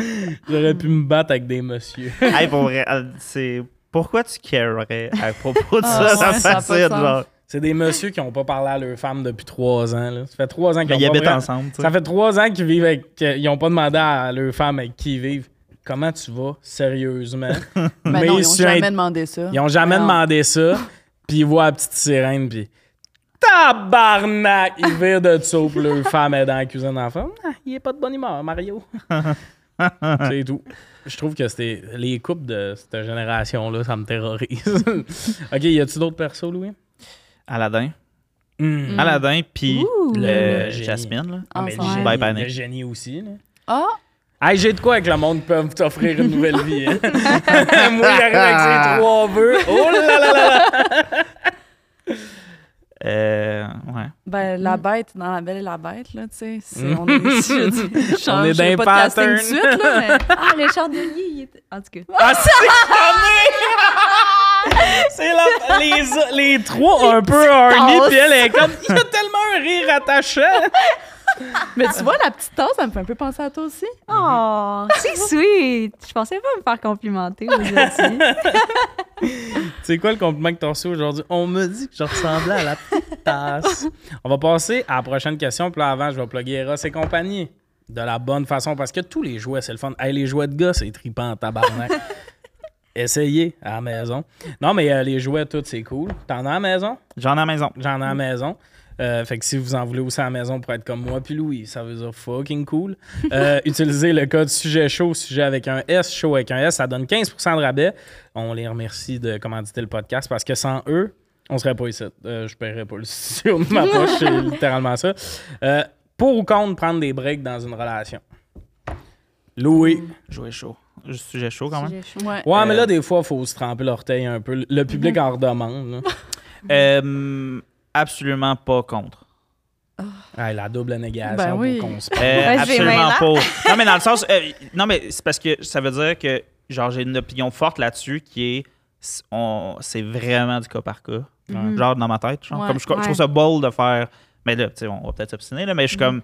S1: J'aurais pu me battre avec des messieurs.
S2: hey, pour vrai, euh, c'est. Pourquoi tu carerais à propos de ça? ça
S3: Ah, ouais, ça a pas
S2: fascine,
S3: de sens.
S2: genre.
S1: C'est des messieurs qui n'ont pas parlé à leur femme depuis trois ans. là. Ça fait trois ans qu'ils
S2: Mais
S1: ont
S2: ils
S1: pas
S2: habitent
S1: vraiment-
S2: ensemble, tu sais.
S1: Ça fait trois ans qu'ils vivent avec. qu'ils n'ont pas demandé à leur femme avec qui ils vivent. Comment tu vas, sérieusement?
S3: Ben non, ils n'ont
S1: sur
S3: jamais
S1: Int-
S3: demandé ça.
S1: Ils ont jamais
S3: Non.
S1: demandé
S3: [laughs]
S1: ça. Puis ils voient la petite sirène, puis tabarnak! Ils virent de ça, puis leur femme est dans la cuisine d'enfant. Ah, il est pas de bonne humeur,
S3: [laughs]
S1: Mario. C'est tout. Je trouve que c'était les couples de cette génération-là, ça me terrorise. [laughs] OK, y a-tu d'autres persos, Louis?
S2: Aladdin.
S1: Hmm.
S3: Mm.
S2: Aladdin, puis
S4: Ouh.
S1: Le-
S2: euh,
S1: le génie.
S2: Jasmine, là.
S1: Ah, mais le
S3: Ensemble.
S1: génie-
S2: Bye, bye,
S1: le
S2: Nick.
S1: génie aussi, là.
S3: Ah,
S1: Hey, j'ai de quoi avec le monde qui peuvent t'offrir une nouvelle vie.
S3: [laughs]
S1: hein. [laughs] Moi, j'arrive avec ses trois vœux. Oh là là là là!
S2: Euh, ouais.
S3: ben
S4: Hmm.
S3: la bête, dans la belle et la bête, là, tu sais. c'est- On
S1: [laughs]
S3: est, je veux dire, je change-
S1: Hmm. On est
S3: je fais
S1: dans
S3: pas de casting
S1: pattern.
S3: tout de suite, là, mais-
S4: Ah, le chandelier, il était. En tout cas.
S1: Ah, c'est cramé! [laughs] C'est la- les, les trois un peu horny,
S4: tasses.
S1: puis elle est comme. Il y a tellement un rire attachant!
S3: Mais tu vois, la petite tasse, ça me fait un peu penser à toi aussi.
S4: Oh, c'est sweet. Je pensais pas me faire complimenter aujourd'hui. [laughs]
S1: C'est quoi le compliment que t'as reçu aujourd'hui? On me dit que je ressemblais à la petite tasse. On va passer à la prochaine question. Puis là, avant, je vais plugger Eros et compagnie. De la bonne façon, parce que tous les jouets, c'est le fun. Hey, les jouets de gars, c'est trippant en [laughs] tabarnak. Essayez à la maison. Non, mais euh, les jouets, tout, c'est cool. T'en as à la maison?
S2: J'en ai à la maison.
S1: J'en ai à la maison. Euh, fait que si vous en voulez aussi à la maison pour être comme moi puis Louis, ça veut dire fucking cool. Euh, utilisez le code sujet chaud, sujet avec un S, chaud avec un S, ça donne 15% de rabais. On les remercie de commanditer le podcast parce que sans eux, on serait pas ici. Euh, je paierais pas le studio de ma poche, c'est littéralement ça. Euh, pour ou contre prendre des breaks dans une relation? Louis.
S2: Jouer chaud. Je- Sujet chaud, quand même.
S4: Sujet chaud.
S3: Ouais.
S1: Ouais, mais
S2: Mm. Euh,
S1: là, des fois, faut se tremper l'orteil un peu. Le public en redemande. là.
S2: Euh, absolument pas contre.
S1: Ah, la double négation
S3: Ben
S1: pour
S3: oui.
S1: qu'on se parle.
S2: Euh,
S4: Ouais, j'ai
S2: absolument
S4: bien
S2: pas.
S4: [laughs]
S2: Non, mais dans le sens. euh, non, mais c'est parce que ça veut dire que, genre, j'ai une opinion forte là-dessus qui est. c- on- C'est vraiment du cas par cas.
S4: Mhm.
S2: Genre, dans ma tête. genre,
S3: Ouais,
S2: comme je, je
S4: ouais. Mhm.
S2: trouve ça bold de faire. Mais là, tu sais, on va peut-être s'obstiner, là, mais je suis comme.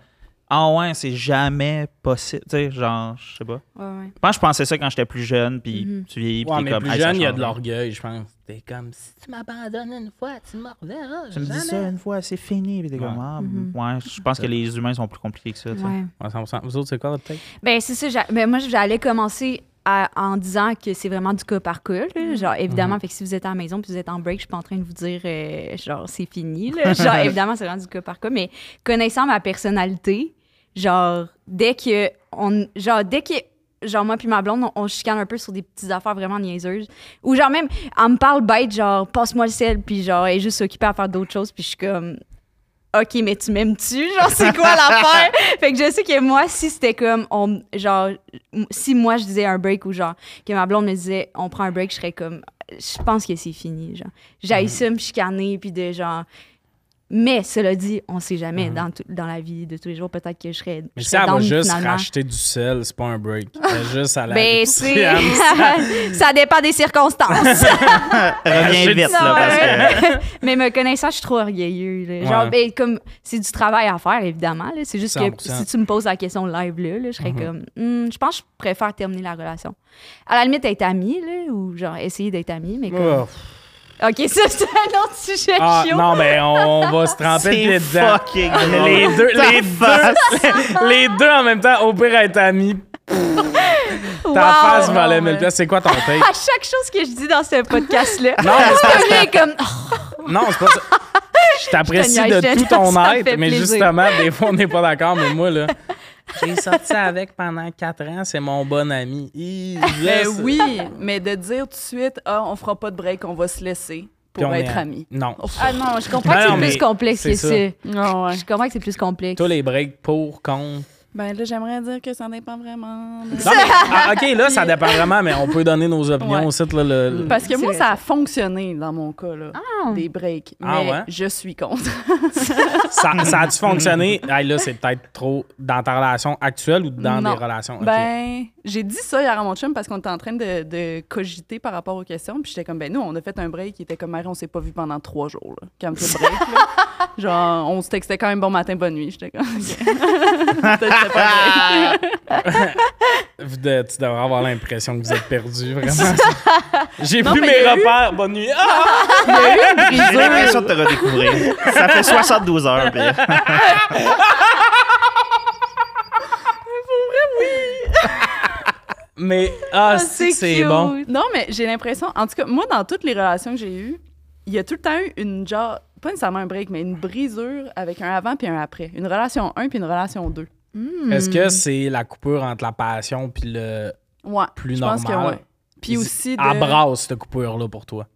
S2: Ah ouais, c'est jamais possible. Tu sais, genre, je sais pas.
S4: Ouais, ouais.
S2: Je pense que je pensais ça quand j'étais plus jeune, puis
S4: Mhm.
S2: tu vieillis, puis
S1: Ouais,
S2: t'es
S1: mais
S2: comme.
S1: plus
S2: Hey, ça
S1: jeune, il y a
S2: change.
S1: de l'orgueil, je pense. T'es comme, si tu m'abandonnes une fois, tu me reverras
S2: Tu me dis ça
S1: jamais.
S2: une fois, c'est fini, puis t'es comme. Ah,
S4: Mhm.
S2: ouais, je pense que les humains sont plus compliqués que ça. tu sais.
S4: Ouais.
S1: Ouais, 100%. Vous autres, c'est quoi votre tête?
S4: Ben, c'est ça. j'a- Ben, moi, j'allais commencer à- en disant que c'est vraiment du cas par cas. là. Genre, évidemment, fait que si vous êtes à la maison puis vous êtes en break, je suis pas en train de vous dire, euh, genre, c'est fini. là. Genre, évidemment, c'est vraiment du cas par cas. Mais connaissant ma personnalité, genre, dès que. On, genre, dès que. Genre, moi puis ma blonde, on, on se chicane un peu sur des petites affaires vraiment niaiseuses. Ou genre, même, elle me parle bête, genre, passe-moi le sel, puis genre, elle est juste occupée à faire d'autres choses, puis je suis comme. OK, mais tu m'aimes-tu? [laughs] Genre, c'est
S1: [laughs]
S4: quoi l'affaire? fait que je sais que moi, si c'était comme, on, genre, m- si moi je disais un break ou genre, que ma blonde me disait on prend un break, je serais comme, je pense que c'est fini. Genre,
S1: Mhm.
S4: j'aille ça me chicaner, puis de genre. Mais cela dit, on sait jamais dans, tout- dans la vie de tous les jours, peut-être que je serais.
S1: Mhm. Mais
S4: je
S1: si
S4: serais
S1: elle va
S4: down,
S1: juste
S4: finalement.
S1: racheter du sel, c'est pas un break. Elle
S4: [laughs]
S1: est juste à la
S4: Ben, c'est. [laughs] ça dépend
S1: [laughs]
S4: des circonstances.
S2: Reviens
S1: J'ai
S2: vite,
S1: dit
S4: ça,
S2: là, parce que.
S4: Mais me connaissant, je suis trop orgueilleux. là. Genre,
S1: Ouais.
S4: ben, comme, c'est du travail à faire, évidemment. là. C'est juste
S1: 100%.
S4: que si tu me poses la question live, là, là, je
S1: Mhm.
S4: serais comme, Hmm, je pense que je préfère terminer la relation. À la limite, être amie, là, ou genre, essayer d'être amie,
S1: [laughs]
S4: mais comme...
S1: Oh.
S4: [laughs] OK, ça, c'est un autre sujet
S1: Ah,
S4: chaud.
S1: non, mais on va se tremper de pied dedans.
S2: fucking
S1: Les
S2: drôle.
S1: deux,
S2: Ta
S1: les,
S2: face.
S1: deux, les deux en même temps, au pire être
S4: [laughs]
S1: amis.
S4: Wow!
S1: Ta face
S3: non,
S1: valait
S3: mais-
S1: 1000 piastres. C'est quoi ton take?
S4: À chaque chose que je dis dans ce podcast-là,
S1: [laughs] Non,
S4: [laughs]
S1: mais c'est
S4: je viens comme... Oh,
S1: Non, c'est pas
S3: [laughs]
S1: ça. Je t'apprécie
S4: Je te
S1: de
S4: niaise,
S1: tout ton
S4: ça me
S1: être,
S4: fait
S1: mais
S4: plaisir.
S1: justement, des fois, on n'est pas d'accord, mais moi,
S3: [laughs]
S1: là. J'ai sorti avec pendant 4 ans, c'est mon bon ami. Hi,
S3: Ben
S1: yes.
S3: oui, mais de dire tout de suite, ah, on fera pas de break, on va se laisser
S1: Puis
S3: pour
S1: on
S3: être
S1: est-
S3: amis. Oh.
S1: Non.
S4: ah non, je comprends
S1: Ben
S4: que
S1: non,
S4: c'est
S1: mais
S4: plus complexe
S1: c'est
S4: que
S1: ça.
S4: ça.
S3: Ah ouais.
S4: Je comprends que c'est plus complexe.
S1: Toi, les breaks pour,
S3: [laughs]
S1: contre.
S3: Ben là, j'aimerais dire que ça dépend vraiment. là.
S1: Non, mais, ah, OK, là, ça dépend vraiment, mais on peut donner nos opinions
S3: Ouais.
S1: au site. Là, le, le-
S3: Parce que
S4: C'est
S3: moi,
S4: vrai,
S3: ça a fonctionné dans mon cas. Là.
S4: Ah.
S3: des breaks. Mais
S1: Ah ouais?
S3: je suis contre.
S1: Ça, ça a-tu fonctionné? Hey, là, c'est peut-être trop dans ta relation actuelle ou dans
S3: Non.
S1: des relations. OK.
S3: Ben, j'ai dit ça hier à mon chum parce qu'on était en train de, de cogiter par rapport aux questions. Puis j'étais comme, ben, nous, on a fait un break. Il était comme, Marie, on s'est pas vu pendant trois jours. Là. Comme le break.
S1: [laughs]
S3: là. Genre, on se textait quand même bon matin, bonne nuit. J'étais comme, OK.
S1: [laughs]
S3: Peut-être que c'était pas un break.
S1: Vous de- tu devrais avoir l'impression que vous êtes perdu,
S3: [laughs]
S1: vraiment. J'ai
S3: Non,
S1: plus
S3: mais
S1: mes
S3: il y a eu-
S1: repères. Bonne nuit. Ah!
S2: J'ai l'impression de te redécouvrir. Ça fait 72 heures, puis
S1: Mais, ah, si, c'est bon.
S3: Non, mais j'ai l'impression, en tout cas, moi, dans toutes les relations que j'ai eues, il y a tout le temps eu une genre, pas nécessairement un break, mais une brisure avec un avant puis un après. Une relation 1 puis une relation 2.
S4: Hmm.
S1: Est-ce que c'est la coupure entre la passion puis le
S3: Ouais.
S1: plus
S3: je pense que
S1: normal?
S3: ouais. Puis aussi de...
S1: Abrasse cette coupure-là pour toi.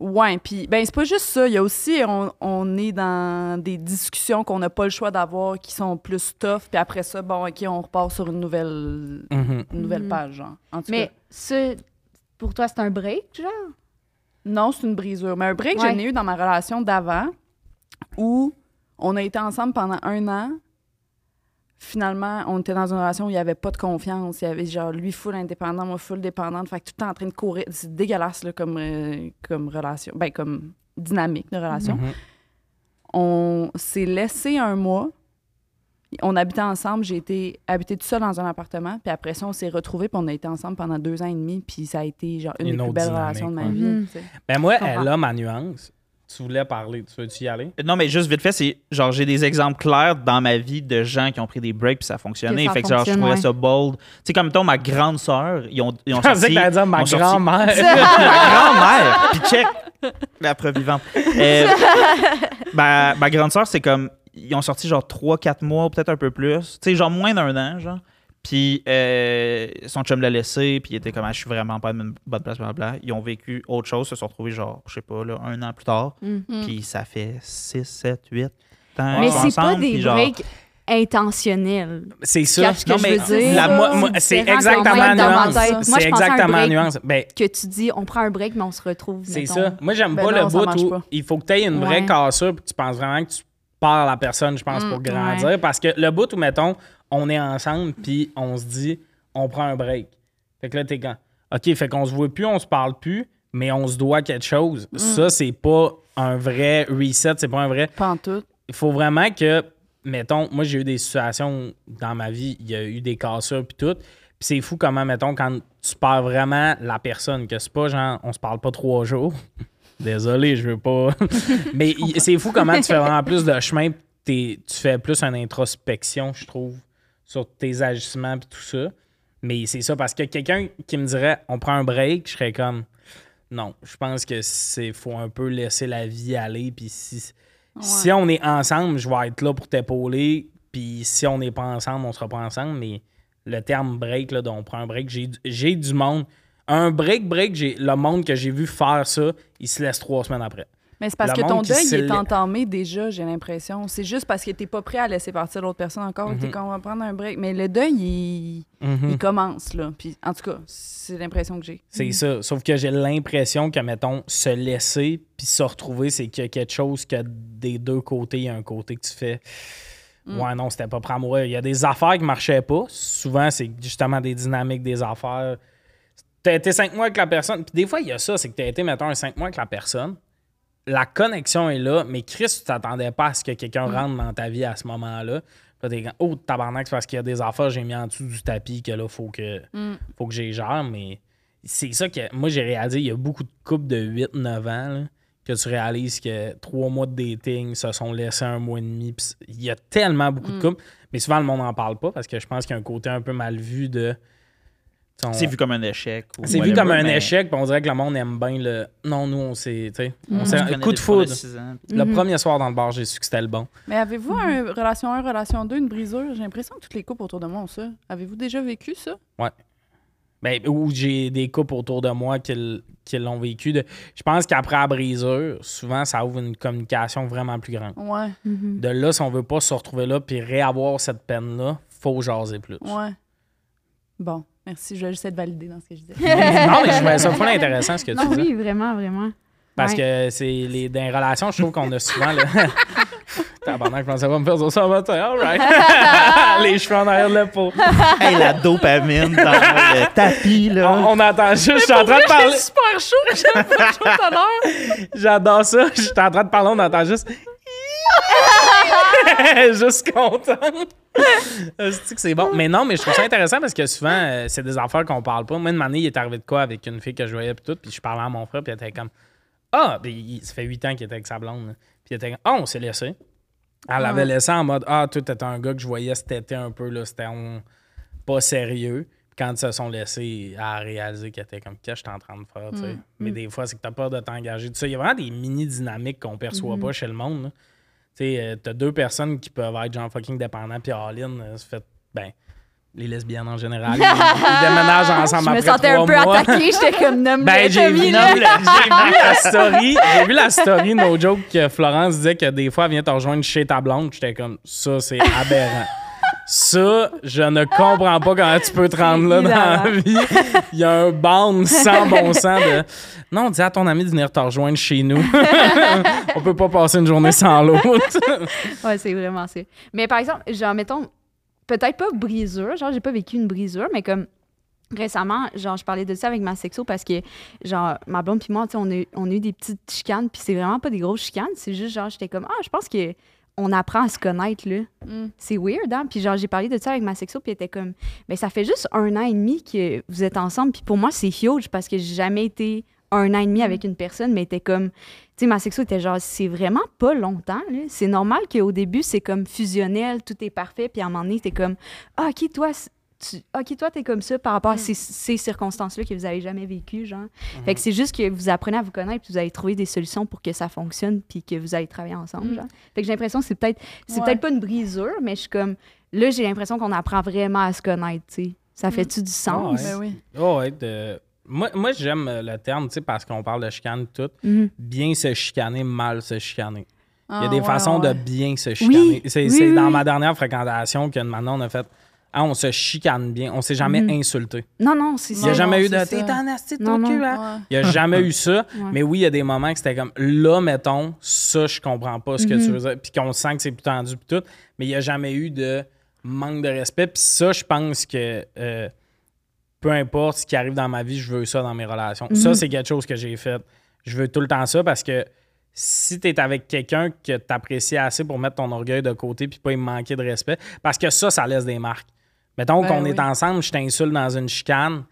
S3: Ouais, puis ben c'est pas juste ça, il y a aussi on, on est dans des discussions qu'on n'a pas le choix d'avoir qui sont plus tough, puis après ça bon OK, on repart sur une nouvelle
S1: Mhm.
S3: une nouvelle page genre. En tout
S4: Mais
S3: cas,
S4: ça, pour toi, c'est un break, genre?
S3: non, c'est une brisure, mais un break
S4: Ouais.
S3: j'en ai eu dans ma relation d'avant où on a été ensemble pendant un an. Finalement, on était dans une relation où il n'y avait pas de confiance. Il y avait genre lui full indépendant, moi full dépendante. Fait que tout le temps en train de courir. C'est dégueulasse là, comme, euh, comme relation. Ben, comme dynamique de relation.
S1: Mhm.
S3: on s'est laissé un mois. On habitait ensemble. J'ai été habité tout seul dans un appartement. Puis après ça, on s'est retrouvés. Puis on a été ensemble pendant deux ans et demi. Puis ça a été genre une,
S1: Une
S3: des
S1: autre
S3: plus belles
S1: dynamique,
S3: relations de ma
S1: ouais.
S3: vie.
S4: Mhm.
S3: tu sais.
S1: Ben, moi,
S4: Je comprends.
S1: elle a ma nuance. Tu voulais parler. Tu veux-tu y aller?
S2: Non, mais juste vite fait, c'est genre j'ai des exemples clairs dans ma vie de gens qui ont pris des breaks puis ça a fonctionné.
S4: Que ça
S2: fait que genre, je
S4: fonctionne,
S2: trouvais
S4: ouais.
S2: ça bold. Tu sais, comme mettons, ma grande sœur, ils ont, ils ont
S1: Je pensais
S2: sorti.
S1: que t'allais dire ma
S2: ont sorti-
S1: grand-mère.
S2: ma grand-mère, puis check, la preuve vivante.
S4: [laughs]
S2: Euh, ma, ma grande sœur, c'est comme, ils ont sorti genre 3-4 mois, peut-être un peu plus. Tu sais, genre moins d'un an, genre. Puis euh, son chum l'a laissé, puis il était comme, ah, je suis vraiment pas à une bonne place, blablabla. Ils ont vécu autre chose, se sont retrouvés genre, je sais pas, là, un an plus tard. Puis ça fait 6, 7, 8 ans.
S4: Mm. Mais
S2: qu'ils sont
S4: c'est pas
S2: ensemble,
S4: des
S2: puis genre-
S4: breaks intentionnels.
S1: C'est
S4: Tu
S1: ça.
S4: captes ce que
S2: Non, mais
S4: je veux dire?
S1: La- moi- moi,
S4: C'est
S1: c'est
S4: différent
S1: exactement
S4: qu'on
S1: la
S4: mette dans ma
S1: nuance.
S4: tête. Moi, je
S1: C'est
S4: pensais à un
S1: exactement la
S4: break
S1: nuance. Ben,
S4: Que tu dis, on prend un break, mais on se retrouve,
S1: c'est
S4: mettons.
S1: ça. Moi, j'aime
S3: Ben
S1: pas
S3: non,
S1: le
S3: ça marche
S1: bout où
S3: pas.
S1: il faut que tu aies une vraie
S4: Ouais.
S1: cassure puis tu penses vraiment que tu pars la personne, je pense,
S3: Mm,
S1: pour grandir. Parce que le bout où, mettons, on est ensemble puis on se dit, on prend un break. Fait que là, t'es quand? OK, fait qu'on se voit plus, on se parle plus, mais on se doit quelque chose.
S3: Mm.
S1: Ça, c'est pas un vrai reset, c'est pas un vrai.
S3: Pas en tout.
S1: il faut vraiment que, mettons, moi j'ai eu des situations dans ma vie, il y a eu des cassures puis tout. Puis c'est fou comment, mettons, quand tu perds vraiment la personne, que c'est pas genre, on se parle pas trois jours. [laughs] Désolé, je veux pas. Mais il- c'est fou comment tu fais vraiment plus de chemin, pis t'es- tu fais plus une introspection, je trouve, sur tes agissements puis tout ça. Mais c'est ça, parce que quelqu'un qui me dirait, on prend un break, je serais comme, non, je pense que c'est faut un peu laisser la vie aller. Puis si, si on est ensemble, je vais être là pour t'épauler. Puis si on n'est pas ensemble, on sera pas ensemble. Mais le terme break, là, dont on prend un break, j'ai du- j'ai du monde. Un break, break, j'ai le monde que j'ai vu faire ça, il se laisse trois semaines après.
S3: Mais c'est parce
S1: Le
S3: que ton
S1: monde qui
S3: deuil il
S1: se
S3: est
S1: la-
S3: entamé déjà, j'ai l'impression. C'est juste parce que t'es pas prêt à laisser partir l'autre personne encore.
S1: Mhm.
S3: T'es comme, on va prendre un break. Mais le deuil, il, il commence, là. Puis en tout cas, c'est l'impression que j'ai.
S1: C'est ça. Sauf que j'ai l'impression que, mettons, se laisser puis se retrouver, c'est qu'il y a quelque chose que des deux côtés, il y a un côté que tu fais. Ouais, non, c'était pas prêt à mourir. Il y a des affaires qui marchaient pas. Souvent, c'est justement des dynamiques des affaires. T'as été cinq mois avec la personne. Puis des fois, il y a ça, c'est que t'as été, mettons, un cinq mois avec la personne. La connexion est là, mais Chris, tu t'attendais pas à ce que quelqu'un rentre dans ta vie à ce moment-là. Puis Là, t'es comme, oh, tabarnak, c'est parce qu'il y a des affaires, que j'ai mis en dessous du tapis, que là, faut que, faut que j'y gère, mais c'est ça que moi j'ai réalisé, il y a beaucoup de couples de 8-9 ans là, que tu réalises que trois mois de dating se sont laissés un mois et demi. pis c- Il y a tellement beaucoup de couples, mais souvent le monde n'en parle pas parce que je pense qu'il y a un côté un peu mal vu de. tu sais, on-
S2: C'est vu comme un échec. ou
S1: c'est vu
S2: whatever,
S1: comme un
S2: mais-
S1: échec, puis on dirait que le monde aime bien le. Non, nous, on s'est. tu sais, on s'est-
S2: Je connais
S1: Coup
S2: des
S1: de foudre.
S2: fois six ans, puis-
S1: Le premier soir dans le bar, j'ai su que c'était le bon.
S3: Mais avez-vous
S1: Mhm.
S3: un relation 1, relation 2, une brisure? J'ai l'impression que toutes les couples autour de moi ont ça. Avez-vous déjà vécu ça?
S1: Ben, ou j'ai des couples autour de moi qui, l- qui l'ont vécu. de- Je pense qu'après la brisure, souvent, ça ouvre une communication vraiment plus grande.
S3: Ouais,
S4: Mm-hmm.
S1: De là, si on veut pas se retrouver là puis réavoir cette peine-là, faut jaser plus. [laughs]
S3: ouais. Bon, merci. Je vais juste être validée dans ce que je dis.
S1: non, mais je trouvais ça full intéressant ce que tu
S4: Non,
S1: dis. [laughs]
S4: oui, vraiment, vraiment.
S1: Parce que c'est les, dans les relations, je trouve qu'on a souvent le. [laughs] Tabarnak, je pensais pas me faire dire ça en matin. All right. [laughs] les cheveux en arrière de la peau.
S2: Hey, la dopamine dans le tapis,
S1: On,
S2: là.
S1: on entend juste, je suis en train de parler.
S3: super chaud, j'aime pas chaud tout à l'heure.
S1: J'adore ça. Je suis en train de parler, on entend juste. [laughs] juste contente. Hostie que c'est bon. Mais non, mais je trouve ça intéressant parce que souvent, euh, c'est des affaires qu'on parle pas. Moi, une année, il est arrivé de quoi avec une fille que je voyais puis tout, puis je parlais à mon frère, puis elle était comme Ah, puis il- ça fait huit ans qu'il était avec sa blonde. là. Puis il était comme Ah, on s'est laissé. Elle l'avait laissé en mode Ah, toi, t'étais un gars que je voyais cet été un peu, là, c'était on- pas sérieux. Puis Quand ils se sont laissés à réaliser qu'il était comme qu'est-ce que j'étais en train de faire, tu sais.
S4: Mm,
S1: Mais des fois, c'est que t'as peur de t'engager. Tu sais, il y a vraiment des mini-dynamiques qu'on
S4: Mm-hmm.
S1: perçoit pas chez le monde. là. Tu sais, euh, t'as deux personnes qui peuvent être genre fucking dépendants, puis all-in, euh, se fait, ben, les lesbiennes en général, ils, ils
S4: [laughs]
S1: déménagent ensemble
S4: Ah! Je me
S1: après
S4: sentais un
S1: trois
S4: peu
S1: mois.
S4: attaquée, j'étais comme nomme
S1: Ben, j'ai vu,
S4: là.
S1: j'ai vu la story, j'ai vu la story, no joke, que Florence disait que des fois, elle vient te rejoindre chez ta blonde. J'étais comme, ça, c'est aberrant. Ça, je ne comprends pas comment tu peux te rendre là dans la vie. Il y a un band sans bon sens de... Non, dis à ton ami de venir te rejoindre chez nous. [laughs] On peut pas passer une journée sans l'autre.
S4: [laughs] Ouais, c'est vraiment ça. Mais par exemple, genre, mettons, peut-être pas brisure, genre, j'ai pas vécu une brisure, mais comme récemment, genre, je parlais de ça avec ma sexo parce que, genre, ma blonde puis moi, tu sais, on a, eu- on a eu des petites chicanes, puis c'est vraiment pas des grosses chicanes, c'est juste, genre, j'étais comme, ah, je pense que on apprend à se connaître, là.
S3: Mm.
S4: C'est weird, hein? Puis genre, j'ai parlé de ça avec ma sexo, puis elle était comme, mais ça fait juste un an et demi que vous êtes ensemble, puis pour moi, c'est huge parce que j'ai jamais été un an et demi
S3: Mm.
S4: avec une personne, mais elle était comme, tu sais, ma sexo était genre, c'est vraiment pas longtemps. là. C'est normal qu'au début, c'est comme fusionnel, tout est parfait, puis à un moment donné, t'es comme, ah, ok, toi, c- tu, ok, toi, t'es comme ça par
S3: Mm.
S4: rapport à ces, ces circonstances-là que vous avez jamais vécues, genre.
S3: Mm-hmm.
S4: Fait que c'est juste que vous apprenez à vous connaître, puis vous allez trouver des solutions pour que ça fonctionne, puis que vous allez travailler ensemble,
S3: Mm.
S4: genre. Fait que j'ai l'impression que c'est peut-être, c'est
S3: Ouais.
S4: peut-être pas une brisure, mais je suis comme, là, j'ai l'impression qu'on apprend vraiment à se connaître, tu sais. Ça fait-tu du sens?
S1: Ah Ouais.
S3: Ben oui.
S1: Oh, ouais, de- Moi, moi j'aime euh, le terme, tu sais, parce qu'on parle de chicane tout.
S4: Mhm.
S1: Bien se chicaner, mal se chicaner. Il y
S3: Ah,
S1: a des
S3: ouais,
S1: façons
S3: ouais.
S1: de bien se chicaner. c'est
S4: oui,
S1: c'est
S4: oui,
S1: dans
S4: oui.
S1: ma dernière fréquentation que maintenant on a fait Ah, on se chicane bien. On s'est jamais insulté.
S4: Non, non, c'est
S1: Il
S4: ça.
S1: n'y a
S3: Non,
S1: jamais
S3: non,
S1: eu de
S3: c'est
S1: T'es
S3: ça.
S1: en asti de
S4: Non,
S1: ton
S4: non.
S1: cul, hein?
S3: Ouais.
S1: Il n'y a jamais eu ça.
S4: Ouais.
S1: Mais oui, il y a des moments que c'était comme là, mettons, ça, je comprends pas ce que tu
S4: Mhm.
S1: veux dire. Puis qu'on sent que c'est plus tendu, puis tout. Mais il n'y a jamais eu de manque de respect. Puis ça, je pense que euh, peu importe ce qui arrive dans ma vie, je veux ça dans mes relations. Ça, c'est quelque chose que j'ai fait. Je veux tout le temps ça parce que si tu es avec quelqu'un que tu apprécies assez pour mettre ton orgueil de côté puis pas y manquer de respect, parce que ça, ça laisse des marques. Mettons
S3: Ben
S1: qu'on
S3: oui.
S1: est ensemble, je t'insulte dans une chicane,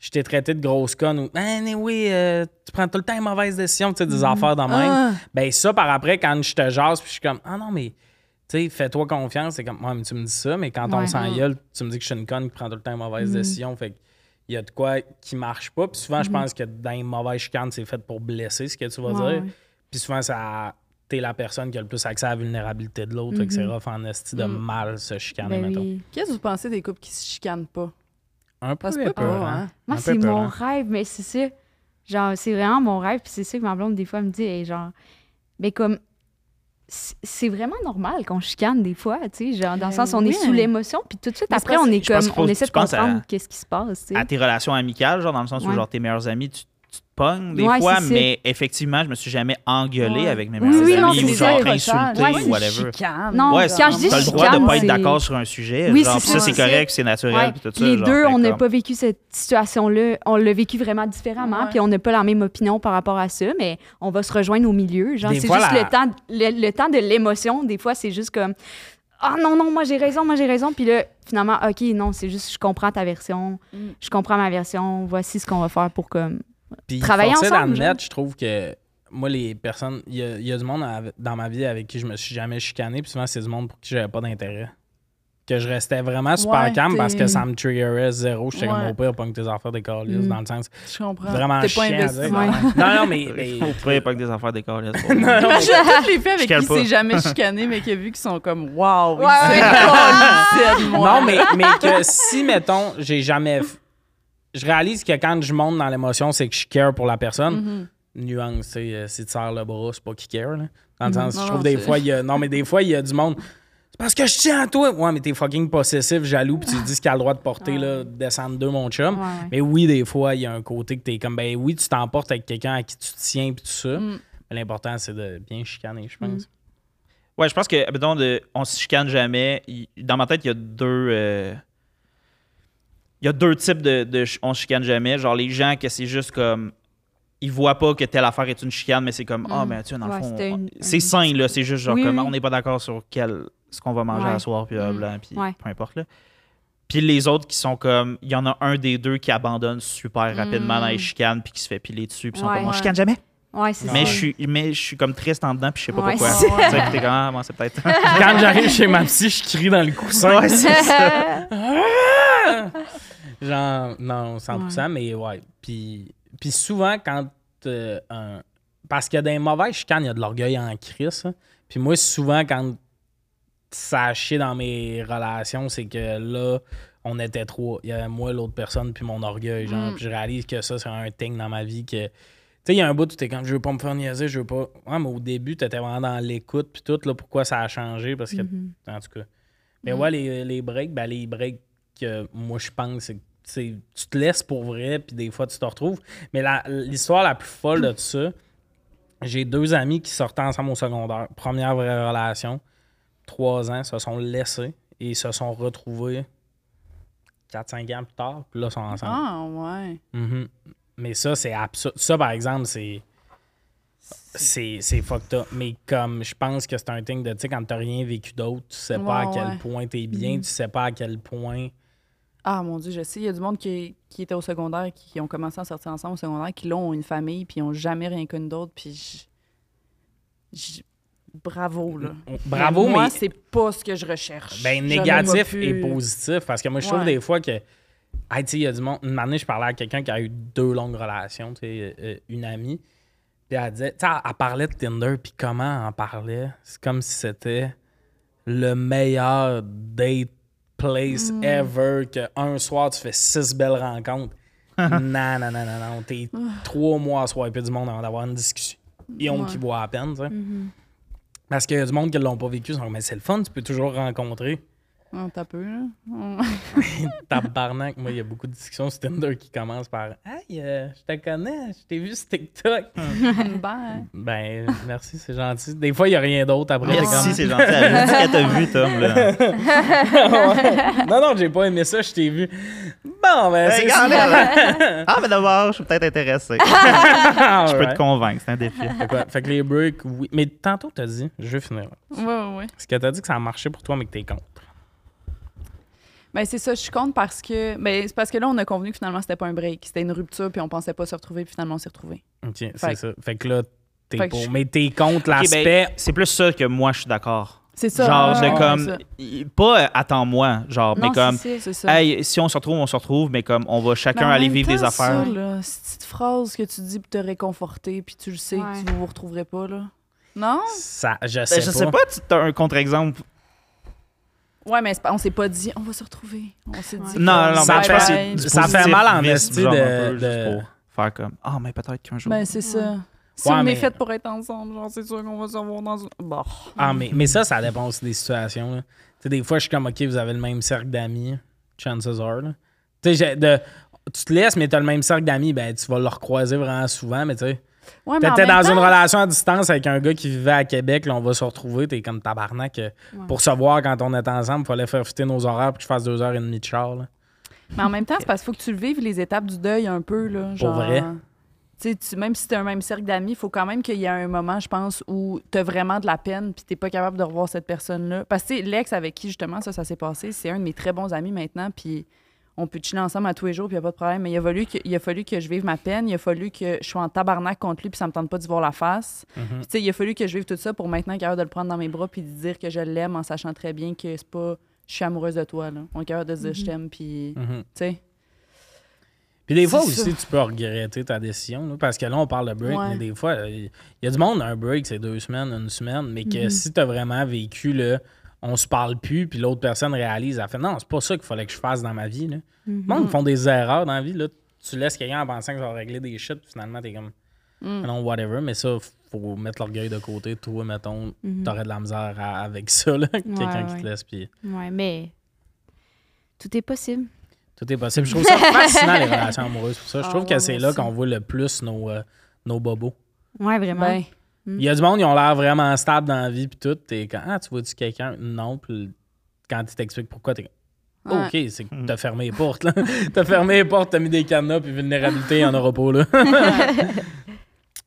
S1: je t'ai traité de grosse conne ou Ben oui, tu prends tout le temps les mauvaises décisions, tu sais, des affaires dans même.
S3: Mm. Ah.
S1: Ben ça, par après, quand je te jase, puis je suis comme Ah non, mais tu sais, fais-toi confiance, c'est comme Ouais, mais tu me dis ça, mais quand on
S4: Ouais.
S1: s'en
S3: Ah.
S1: gueule, tu me dis que je suis une conne qui prend tout le temps les
S3: Mm.
S1: mauvaises décisions. Fait que il y a de quoi qui marche pas. Puis
S3: Mm-hmm.
S1: souvent, je pense que dans les mauvaises chicanes, c'est fait pour blesser ce que tu vas
S4: Ouais,
S1: dire.
S4: ouais.
S1: Puis souvent, ça t'es la personne qui a le plus accès à la vulnérabilité de l'autre. Fait que
S3: Mm-hmm.
S1: c'est rough en esti de
S3: Mm.
S1: mal se chicaner,
S4: Ben
S1: mettons.
S4: oui.
S3: Qu'est-ce que vous pensez des couples qui se chicanent pas?
S1: Un peu
S3: Ça se peut pas,
S1: épeurant.
S3: hein?
S4: Moi,
S1: Un peu
S4: c'est mon
S1: épeurant.
S4: rêve, mais c'est ça. Genre, c'est vraiment mon rêve, puis c'est ça que ma blonde, des fois, me dit, hey, genre, mais comme, c- c'est vraiment normal qu'on chicane des fois, tu sais, genre, dans le
S3: Ben
S4: sens, on est
S3: oui.
S4: sous l'émotion, puis tout de suite,
S3: Mais c'est
S4: après,
S3: parce-
S4: on
S2: je
S4: est
S2: pense
S4: comme,
S2: qu'il faut
S4: on
S2: que
S4: essaie
S2: tu
S4: de
S2: penses à-
S4: comprendre qu'est-ce qui se passe, tu sais.
S2: à tes relations amicales, genre dans le sens où
S4: Ouais.
S2: genre tes meilleurs amis, tu, tu te pognes des
S4: Ouais,
S2: fois,
S4: c'est ça.
S2: mais effectivement, je me suis jamais engueulé
S3: Ouais.
S2: avec mes
S4: Oui,
S2: meilleurs
S4: oui, non,
S2: Ben, amis ou
S4: c'est
S2: genre
S4: ça.
S2: insulté
S4: Ouais, c'est
S2: ou whatever.
S4: Non,
S2: Ouais,
S4: quand je dis
S2: T'as le droit
S4: chicane,
S2: de pas être
S4: c'est-
S2: d'accord sur un sujet,
S4: Oui,
S2: genre
S4: c'est
S2: pis ça
S4: ça,
S2: c'est
S4: c'est-
S2: correct, pis c'est naturel,
S4: Ouais.
S2: pis tout ça.
S4: Les
S2: genre,
S4: deux,
S2: fait
S4: on n'a
S2: comme-
S4: pas vécu cette situation-là. On l'a vécu vraiment différemment,
S3: Ouais.
S4: puis on n'a pas la même opinion par rapport à ça, mais on va se rejoindre au milieu. Genre,
S1: Des
S4: c'est
S1: fois,
S4: juste
S1: la-
S4: le, temps, le, le temps de l'émotion. Des fois, c'est juste comme Ah non, non, moi j'ai raison, moi j'ai raison. Puis là, finalement, OK, non, c'est juste je comprends ta version,
S3: Mm.
S4: je comprends ma version, voici ce qu'on va faire pour comme.
S1: Puis
S4: Travailler
S1: forcer
S4: ensemble,
S1: d'admettre, je trouve que moi, les personnes, il y, a- il y a du monde av- dans ma vie avec qui je me suis jamais chicané, puis souvent, c'est du monde pour qui j'avais pas d'intérêt. Que je restais vraiment super
S3: Ouais,
S1: calme parce
S3: t'es-
S1: que ça me triggerait zéro. J'étais comme
S3: Ouais.
S1: au pire, pogne tes affaires des câlisses,
S4: Mm.
S1: dans le sens
S3: Je comprends.
S1: vraiment
S3: T'es
S1: chiant.
S3: pas
S1: à
S3: investi.
S1: dire.
S4: ouais.
S1: [laughs] Non, non, mais. mais-
S2: [laughs] Vous pouvez pas que des affaires d'école. là,
S4: [laughs]
S2: c'est
S1: Non,
S2: pas- [laughs]
S1: non, mais-
S3: J'ai toutes les filles
S2: Je
S3: avec qui
S2: cale
S3: il
S2: pas.
S3: s'est jamais chicané, mais qui a vu qui sont comme Waouh,
S4: Ouais, ouais.
S1: Non, mais, mais que si, mettons, j'ai jamais. f- Je réalise que quand je monte dans l'émotion, c'est que je care pour la
S3: Mm-hmm.
S1: personne. Nuance, tu sais, euh, si tu serres le bras, c'est pas qui care. Là. Dans le sens,
S3: Mm-hmm. Non,
S1: je
S3: non,
S1: trouve des
S3: c'est-
S1: fois, il y a. Non, mais des fois, il y a du monde. C'est parce que je tiens à toi. Ouais, mais t'es fucking possessif, jaloux, puis tu dis ce qu'il a le droit de porter, là, descendre deux, mon chum.
S4: Ouais, ouais.
S1: Mais oui, des fois, il y a un côté que t'es comme, ben oui, tu t'emportes avec quelqu'un à qui tu tiens, puis tout ça.
S3: Mm.
S1: Mais l'important, c'est de bien chicaner, je pense.
S2: Ouais, je pense que, mettons, de, on se chicane jamais. Il- Dans ma tête, il y a deux. euh, il y a deux types de, de ch- on se chicane jamais. Genre, les gens que c'est juste comme. Ils voient pas que telle affaire est une chicane, mais c'est comme, ah,
S3: Mm.
S2: ben, tu sais, dans
S4: Ouais,
S2: le fond.
S4: c'était
S2: on-
S4: une-
S2: C'est
S4: une
S2: sain, là. C'est juste genre,
S4: Oui,
S2: comme,
S4: oui.
S2: on n'est pas d'accord sur quel, ce qu'on va manger
S4: Ouais.
S2: à soir, puis euh,
S3: Mm.
S2: blanc, puis
S4: Ouais.
S2: peu importe, là. Puis les autres qui sont comme, il y en a un des deux qui abandonne super rapidement dans les
S3: Mm.
S2: chicanes, puis qui se fait piler dessus, puis ils sont
S4: Ouais.
S2: comme, on
S3: Ouais.
S2: chicane jamais.
S4: Ouais, c'est
S2: Mais
S4: ça.
S2: je,
S4: [laughs]
S2: suis, mais je suis comme triste en dedans, puis je sais pas
S4: Ouais,
S2: pourquoi.
S3: c'est ça.
S2: Tu sais, puis t'es comme, ah, bon, c'est peut-être.
S1: Quand j'arrive chez ma psy, je crie dans le coussin.
S2: Ouais, c'est ça.
S4: Mhm.
S1: [laughs] Genre, non, 100%, mais ouais. Puis, puis souvent, quand. euh, un- Parce que dans les mauvais chicanes, il y a de l'orgueil en crise. hein. Puis moi, souvent, quand ça a chié dans mes relations, c'est que là, on était trois. Il y avait moi, l'autre personne, puis mon orgueil. Genre,
S3: Mm.
S1: puis je réalise que ça, c'est un thing dans ma vie que. Tu sais, il y a un bout où t'es comme, je veux pas me faire niaiser, je veux pas. Ouais, mais au début, t'étais vraiment dans l'écoute, puis tout, là, pourquoi ça a changé, parce que
S4: Mhm.
S1: en tout cas. Mais
S3: Mm.
S1: ouais, les, les breaks, ben, les breaks que moi je pense, c'est que tu sais, tu te laisses pour vrai, puis des fois tu te retrouves. Mais la- l'histoire la, plus folle de tout ça, j'ai deux amis qui sortaient ensemble au secondaire. Première vraie relation, trois ans, se sont laissés et se sont retrouvés 4-5 ans plus tard, puis là, ils sont ensemble.
S3: Ah, ouais.
S1: Mhm. Mais ça, c'est absurde. Ça, par exemple, c'est. C'est c'est fucked up. Mais comme je pense que c'est un thing de, tu sais, quand t'as rien vécu d'autre, tu sais pas à
S3: Ouais,
S1: quel
S3: ouais. Mhm.
S1: point t'es bien, tu sais pas à quel point.
S3: Ah, mon Dieu, je sais. Il y a du monde qui, qui était au secondaire, qui, qui ont commencé à sortir ensemble au secondaire, qui, là, ont une famille, puis ils ont jamais rien connu d'autre, puis je- je- Bravo, là.
S1: Bravo, mais.
S3: Ben, moi, c'est pas ce que je recherche.
S1: Ben,
S3: J'en ai
S1: négatif
S3: pas
S1: et
S3: pu-
S1: positif. Parce que moi, je trouve
S3: Ouais.
S1: des fois que. Hey, tu sais, il y a du monde. Une année, je parlais à quelqu'un qui a eu deux longues relations, tu sais, euh, euh, une amie. Puis elle disait. Tu sais, elle- elle parlait de Tinder, puis comment elle en parlait. C'est comme si c'était le meilleur date place
S3: Mm.
S1: ever. Que un soir, tu fais six belles
S3: [laughs]
S1: rencontres. non, non, non, non, non. T'es trois mois à swiper du monde avant d'avoir une discussion. Et on
S3: Ah. Ouais. Mm-hmm.
S1: qui voit à peine, tu sais. Parce qu'il y a du monde qui l'ont pas vécu. ils sont comme, Mais c'est le fun, tu peux toujours rencontrer.
S3: Ah, t'as peu, là. [laughs]
S1: Tabarnak, moi, il y a beaucoup de discussions sur Tinder qui commencent par Hey, euh, je te connais, je t'ai vu sur TikTok.
S3: ben,
S1: ben, merci, c'est gentil. Des fois, il n'y a rien d'autre après. t'es
S2: [laughs] Merci,
S1: comme, [laughs]
S2: c'est gentil. Elle dit qu'elle t'a vu, Tom. Là. [laughs]
S1: non, non, j'ai pas aimé ça, je t'ai vu. Bon, ben,
S2: Hey,
S1: c'est
S2: regarde,
S1: ça.
S2: là. Ah, mais d'abord, je suis peut-être [laughs] intéressé. [laughs] Je peux te
S1: Alright.
S2: convaincre, c'est un défi.
S1: Fait quoi? Fait que les breaks, oui. Mais tantôt, t'as dit, je vais finir.
S3: ouais, ouais, ouais.
S1: Parce que t'as dit que ça a marché pour toi, mais que t'es contre.
S3: Ben, c'est ça, je suis contre parce que. Ben, c'est parce que là, on a convenu que finalement, c'était pas un break. C'était une rupture, puis on pensait pas se retrouver, puis finalement, on s'est retrouvés.
S1: Ok, c'est
S3: Fait-
S1: ça. Fait que là, t'es
S3: Fait que
S1: pour.
S3: je-
S1: Mais t'es contre
S2: Ok, ben,
S1: l'aspect.
S2: c'est plus ça que moi, je suis d'accord.
S3: C'est ça.
S2: Genre,
S3: Ah, ouais,
S2: de
S3: ouais,
S2: comme. Pas euh, attends-moi, genre,
S4: Non,
S2: mais comme.
S4: c'est ça.
S3: C'est ça.
S2: Hey, si on se retrouve, on se retrouve, mais comme on va
S3: Mais
S2: chacun
S3: en
S2: aller
S3: même
S2: vivre des
S3: temps,
S2: affaires.
S3: Ça, là, cette petite phrase que tu dis pour te réconforter, puis tu le sais
S4: Ouais.
S3: que tu ne vous retrouverais pas, là. Non?
S1: Ça, je sais
S2: Ben, je sais pas, tu as un contre-exemple.
S3: Ouais, mais c'est pas- on s'est pas dit, on va se retrouver. On s'est dit.
S4: Ouais.
S2: Non,
S3: comme,
S2: non,
S1: Ça
S2: mais
S3: bye
S2: je pense que
S3: bye.
S2: c'est du
S1: Ça fait mal en
S2: positivisme,
S1: esti
S2: genre, un
S1: de-
S2: peu, juste
S1: de-
S2: pour faire comme. Ah, mais peut-être qu'un jour.
S3: Ben, c'est ça. Si
S1: Ouais,
S3: on
S1: mais-
S3: est fait pour être ensemble, genre, c'est sûr qu'on va se revoir dans une. Bah. Bon.
S1: Ah, mais, mais ça, ça dépend aussi des situations. là. Tu sais, des fois, je suis comme, OK, vous avez le même cercle d'amis, chances are. là. Tu sais, j'ai- de- tu te laisses, mais tu as le même cercle d'amis, ben, tu vas le recroiser vraiment souvent, mais tu sais.
S3: Ouais, Ah, mais en
S1: T'étais
S3: même
S1: dans
S3: temps-
S1: une relation à distance avec un gars qui vivait à Québec, là, on va se retrouver, t'es comme tabarnak. euh, Pour se voir quand on était ensemble, fallait faire fitter nos horaires pour que je fasse deux heures et demie de char. là.
S3: Mais en même temps, c'est parce qu'il faut que tu le vives les étapes du deuil un peu, là. Genre,
S1: vrai.
S3: Tu sais, tu- même si t'es un même cercle d'amis, il faut quand même qu'il y ait un moment, je pense, où t'as vraiment de la peine puis t'es pas capable de revoir cette personne-là. Parce que tu sais, l'ex avec qui, justement, ça, ça s'est passé, c'est un de mes très bons amis maintenant, puis on peut chiller ensemble à tous les jours, puis il a pas de problème. Mais il a, fallu que, il a fallu que je vive ma peine, il a fallu que je sois en tabarnak contre lui, puis ça me tente pas d'y voir la face.
S1: Mhm.
S3: Puis, tu sais, il a fallu que je vive tout ça pour maintenant être capable de le prendre dans mes bras puis de dire que je l'aime en sachant très bien que c'est pas... Je suis amoureuse de toi, là. On est capable de se dire je t'aime, puis...
S1: Mhm.
S3: Tu sais...
S1: Puis des fois
S3: C'est
S1: aussi, tu peux regretter ta décision. là, parce que là, on parle de break,
S3: Ouais.
S1: mais des fois, euh, il y a du monde, un break, c'est deux semaines, une semaine, mais
S3: Mm-hmm.
S1: que si tu as vraiment vécu le on se parle plus, puis l'autre personne réalise, elle fait non, c'est pas ça qu'il fallait que je fasse dans ma vie.
S3: Mm-hmm.
S1: Là. Le monde font des erreurs dans la vie. Là. Tu laisses quelqu'un en pensant que ça va régler des shit, puis finalement, t'es comme
S3: Mm.
S1: Non, whatever, mais ça, faut mettre l'orgueil de côté. Toi, mettons,
S3: Mm.
S4: Mhm.
S1: t'aurais de la misère à- avec ça, là. [laughs] Quelqu'un qui
S4: ouais.
S1: te laisse, puis
S4: Ouais, mais tout est possible.
S1: tout est possible. Je trouve
S3: [laughs]
S1: ça fascinant, les relations amoureuses, pour ça. Je
S3: Ah,
S1: trouve que
S3: ouais, Mm.
S1: c'est
S3: moi
S1: là
S3: aussi.
S1: qu'on voit le plus nos, euh, nos bobos.
S4: Ouais, vraiment.
S3: Ben,
S1: Il y a du monde, ils ont l'air vraiment stable dans la vie, puis tout. T'es quand, ah, tu vois-tu quelqu'un? Non, puis quand ils t'expliquent pourquoi, t'es comme,
S3: ouais.
S1: OK, c'est que t'as fermé les portes, là. [laughs] t'as fermé les portes, t'as mis des cadenas, puis vulnérabilité, il y en aura
S3: [laughs]
S1: pas, là. [laughs]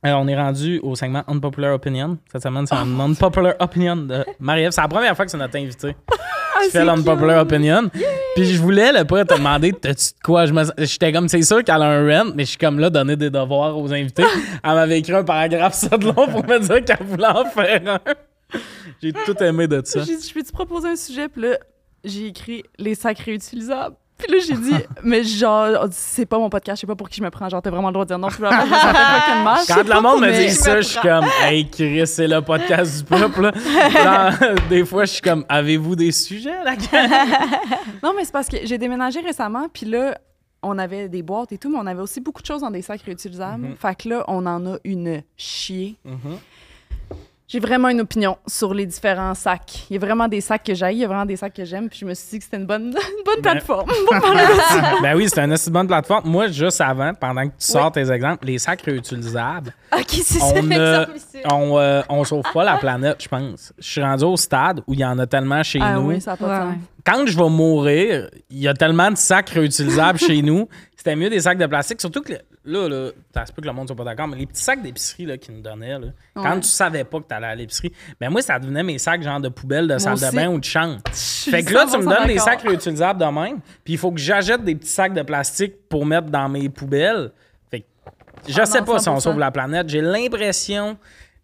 S1: Alors, on est rendu au segment Unpopular Opinion. Cette semaine,
S3: Oh
S1: c'est un Unpopular Opinion de Marie-Ève. C'est la première fois que c'est notre invité
S3: Ah,
S1: qui fait l'Unpopular Opinion. Puis je voulais, le pas te demander, t'as-tu de quoi? Je me- J'étais comme, c'est sûr qu'elle a un rent, mais je suis comme là, donner des devoirs aux [laughs] invités. Elle m'avait écrit un paragraphe ça de long pour me dire qu'elle voulait en faire un. J'ai tout aimé de ça.
S3: J'ai dit, je peux-tu proposer un sujet? Puis là, j'ai écrit les sacs réutilisables. Puis là, j'ai dit, [laughs] mais genre, c'est pas mon podcast, je sais pas pour qui je me prends. Genre, t'as vraiment le droit de dire non, tu veux la faire, je me sentais fucking mal.
S1: Quand le monde me
S3: mais-
S1: dit ça, je suis comme, hey Chris, c'est le podcast du peuple. là. Genre, des fois, je suis comme, avez-vous des sujets, la gueule?
S3: Non, mais c'est parce que j'ai déménagé récemment, puis là, on avait des boîtes et tout, mais on avait aussi beaucoup de choses dans des sacs réutilisables.
S1: Mhm.
S3: Fait que là, on en a une chier. J'ai vraiment une opinion sur les différents sacs. Il y a vraiment des sacs que j'aille, il y a vraiment des sacs que j'aime, puis je me suis dit que c'était une bonne, [laughs] une
S1: Ben-
S3: bonne plateforme. [laughs] pour parler de ça.
S1: Ben oui, c'est une assez bonne plateforme. Moi, juste avant, pendant que tu sors tes exemples, les sacs réutilisables,
S4: Ok, c'est ça
S1: on, euh,
S4: l'exemple ici.
S1: on, euh, on sauve pas
S3: [laughs]
S1: la planète, je pense. Je suis rendu au stade où il y en a tellement chez
S3: Ah
S1: nous.
S3: oui, ça a pas de
S4: Ouais,
S3: sens.
S4: ouais.
S1: Quand je vais mourir, il y a tellement de sacs
S3: [laughs]
S1: réutilisables chez nous. C'était mieux des sacs de plastique. Surtout que le- là, là ça se peut que le monde soit pas d'accord, mais les petits sacs d'épicerie là, qu'ils nous donnaient, là, quand tu savais pas que tu allais à l'épicerie, ben moi, ça devenait mes sacs genre de poubelle, de salle de
S3: aussi.
S1: bain ou de chambre.
S3: Je
S1: Fait que
S3: suis
S1: là, tu me
S3: 100%
S1: donnes des
S3: d'accord.
S1: sacs réutilisables de même, puis il faut que j'achète des petits sacs de plastique pour mettre dans mes poubelles. Fait que je
S3: Ah
S1: sais
S3: non,
S1: pas si on
S3: 100%.
S1: sauve la planète. J'ai l'impression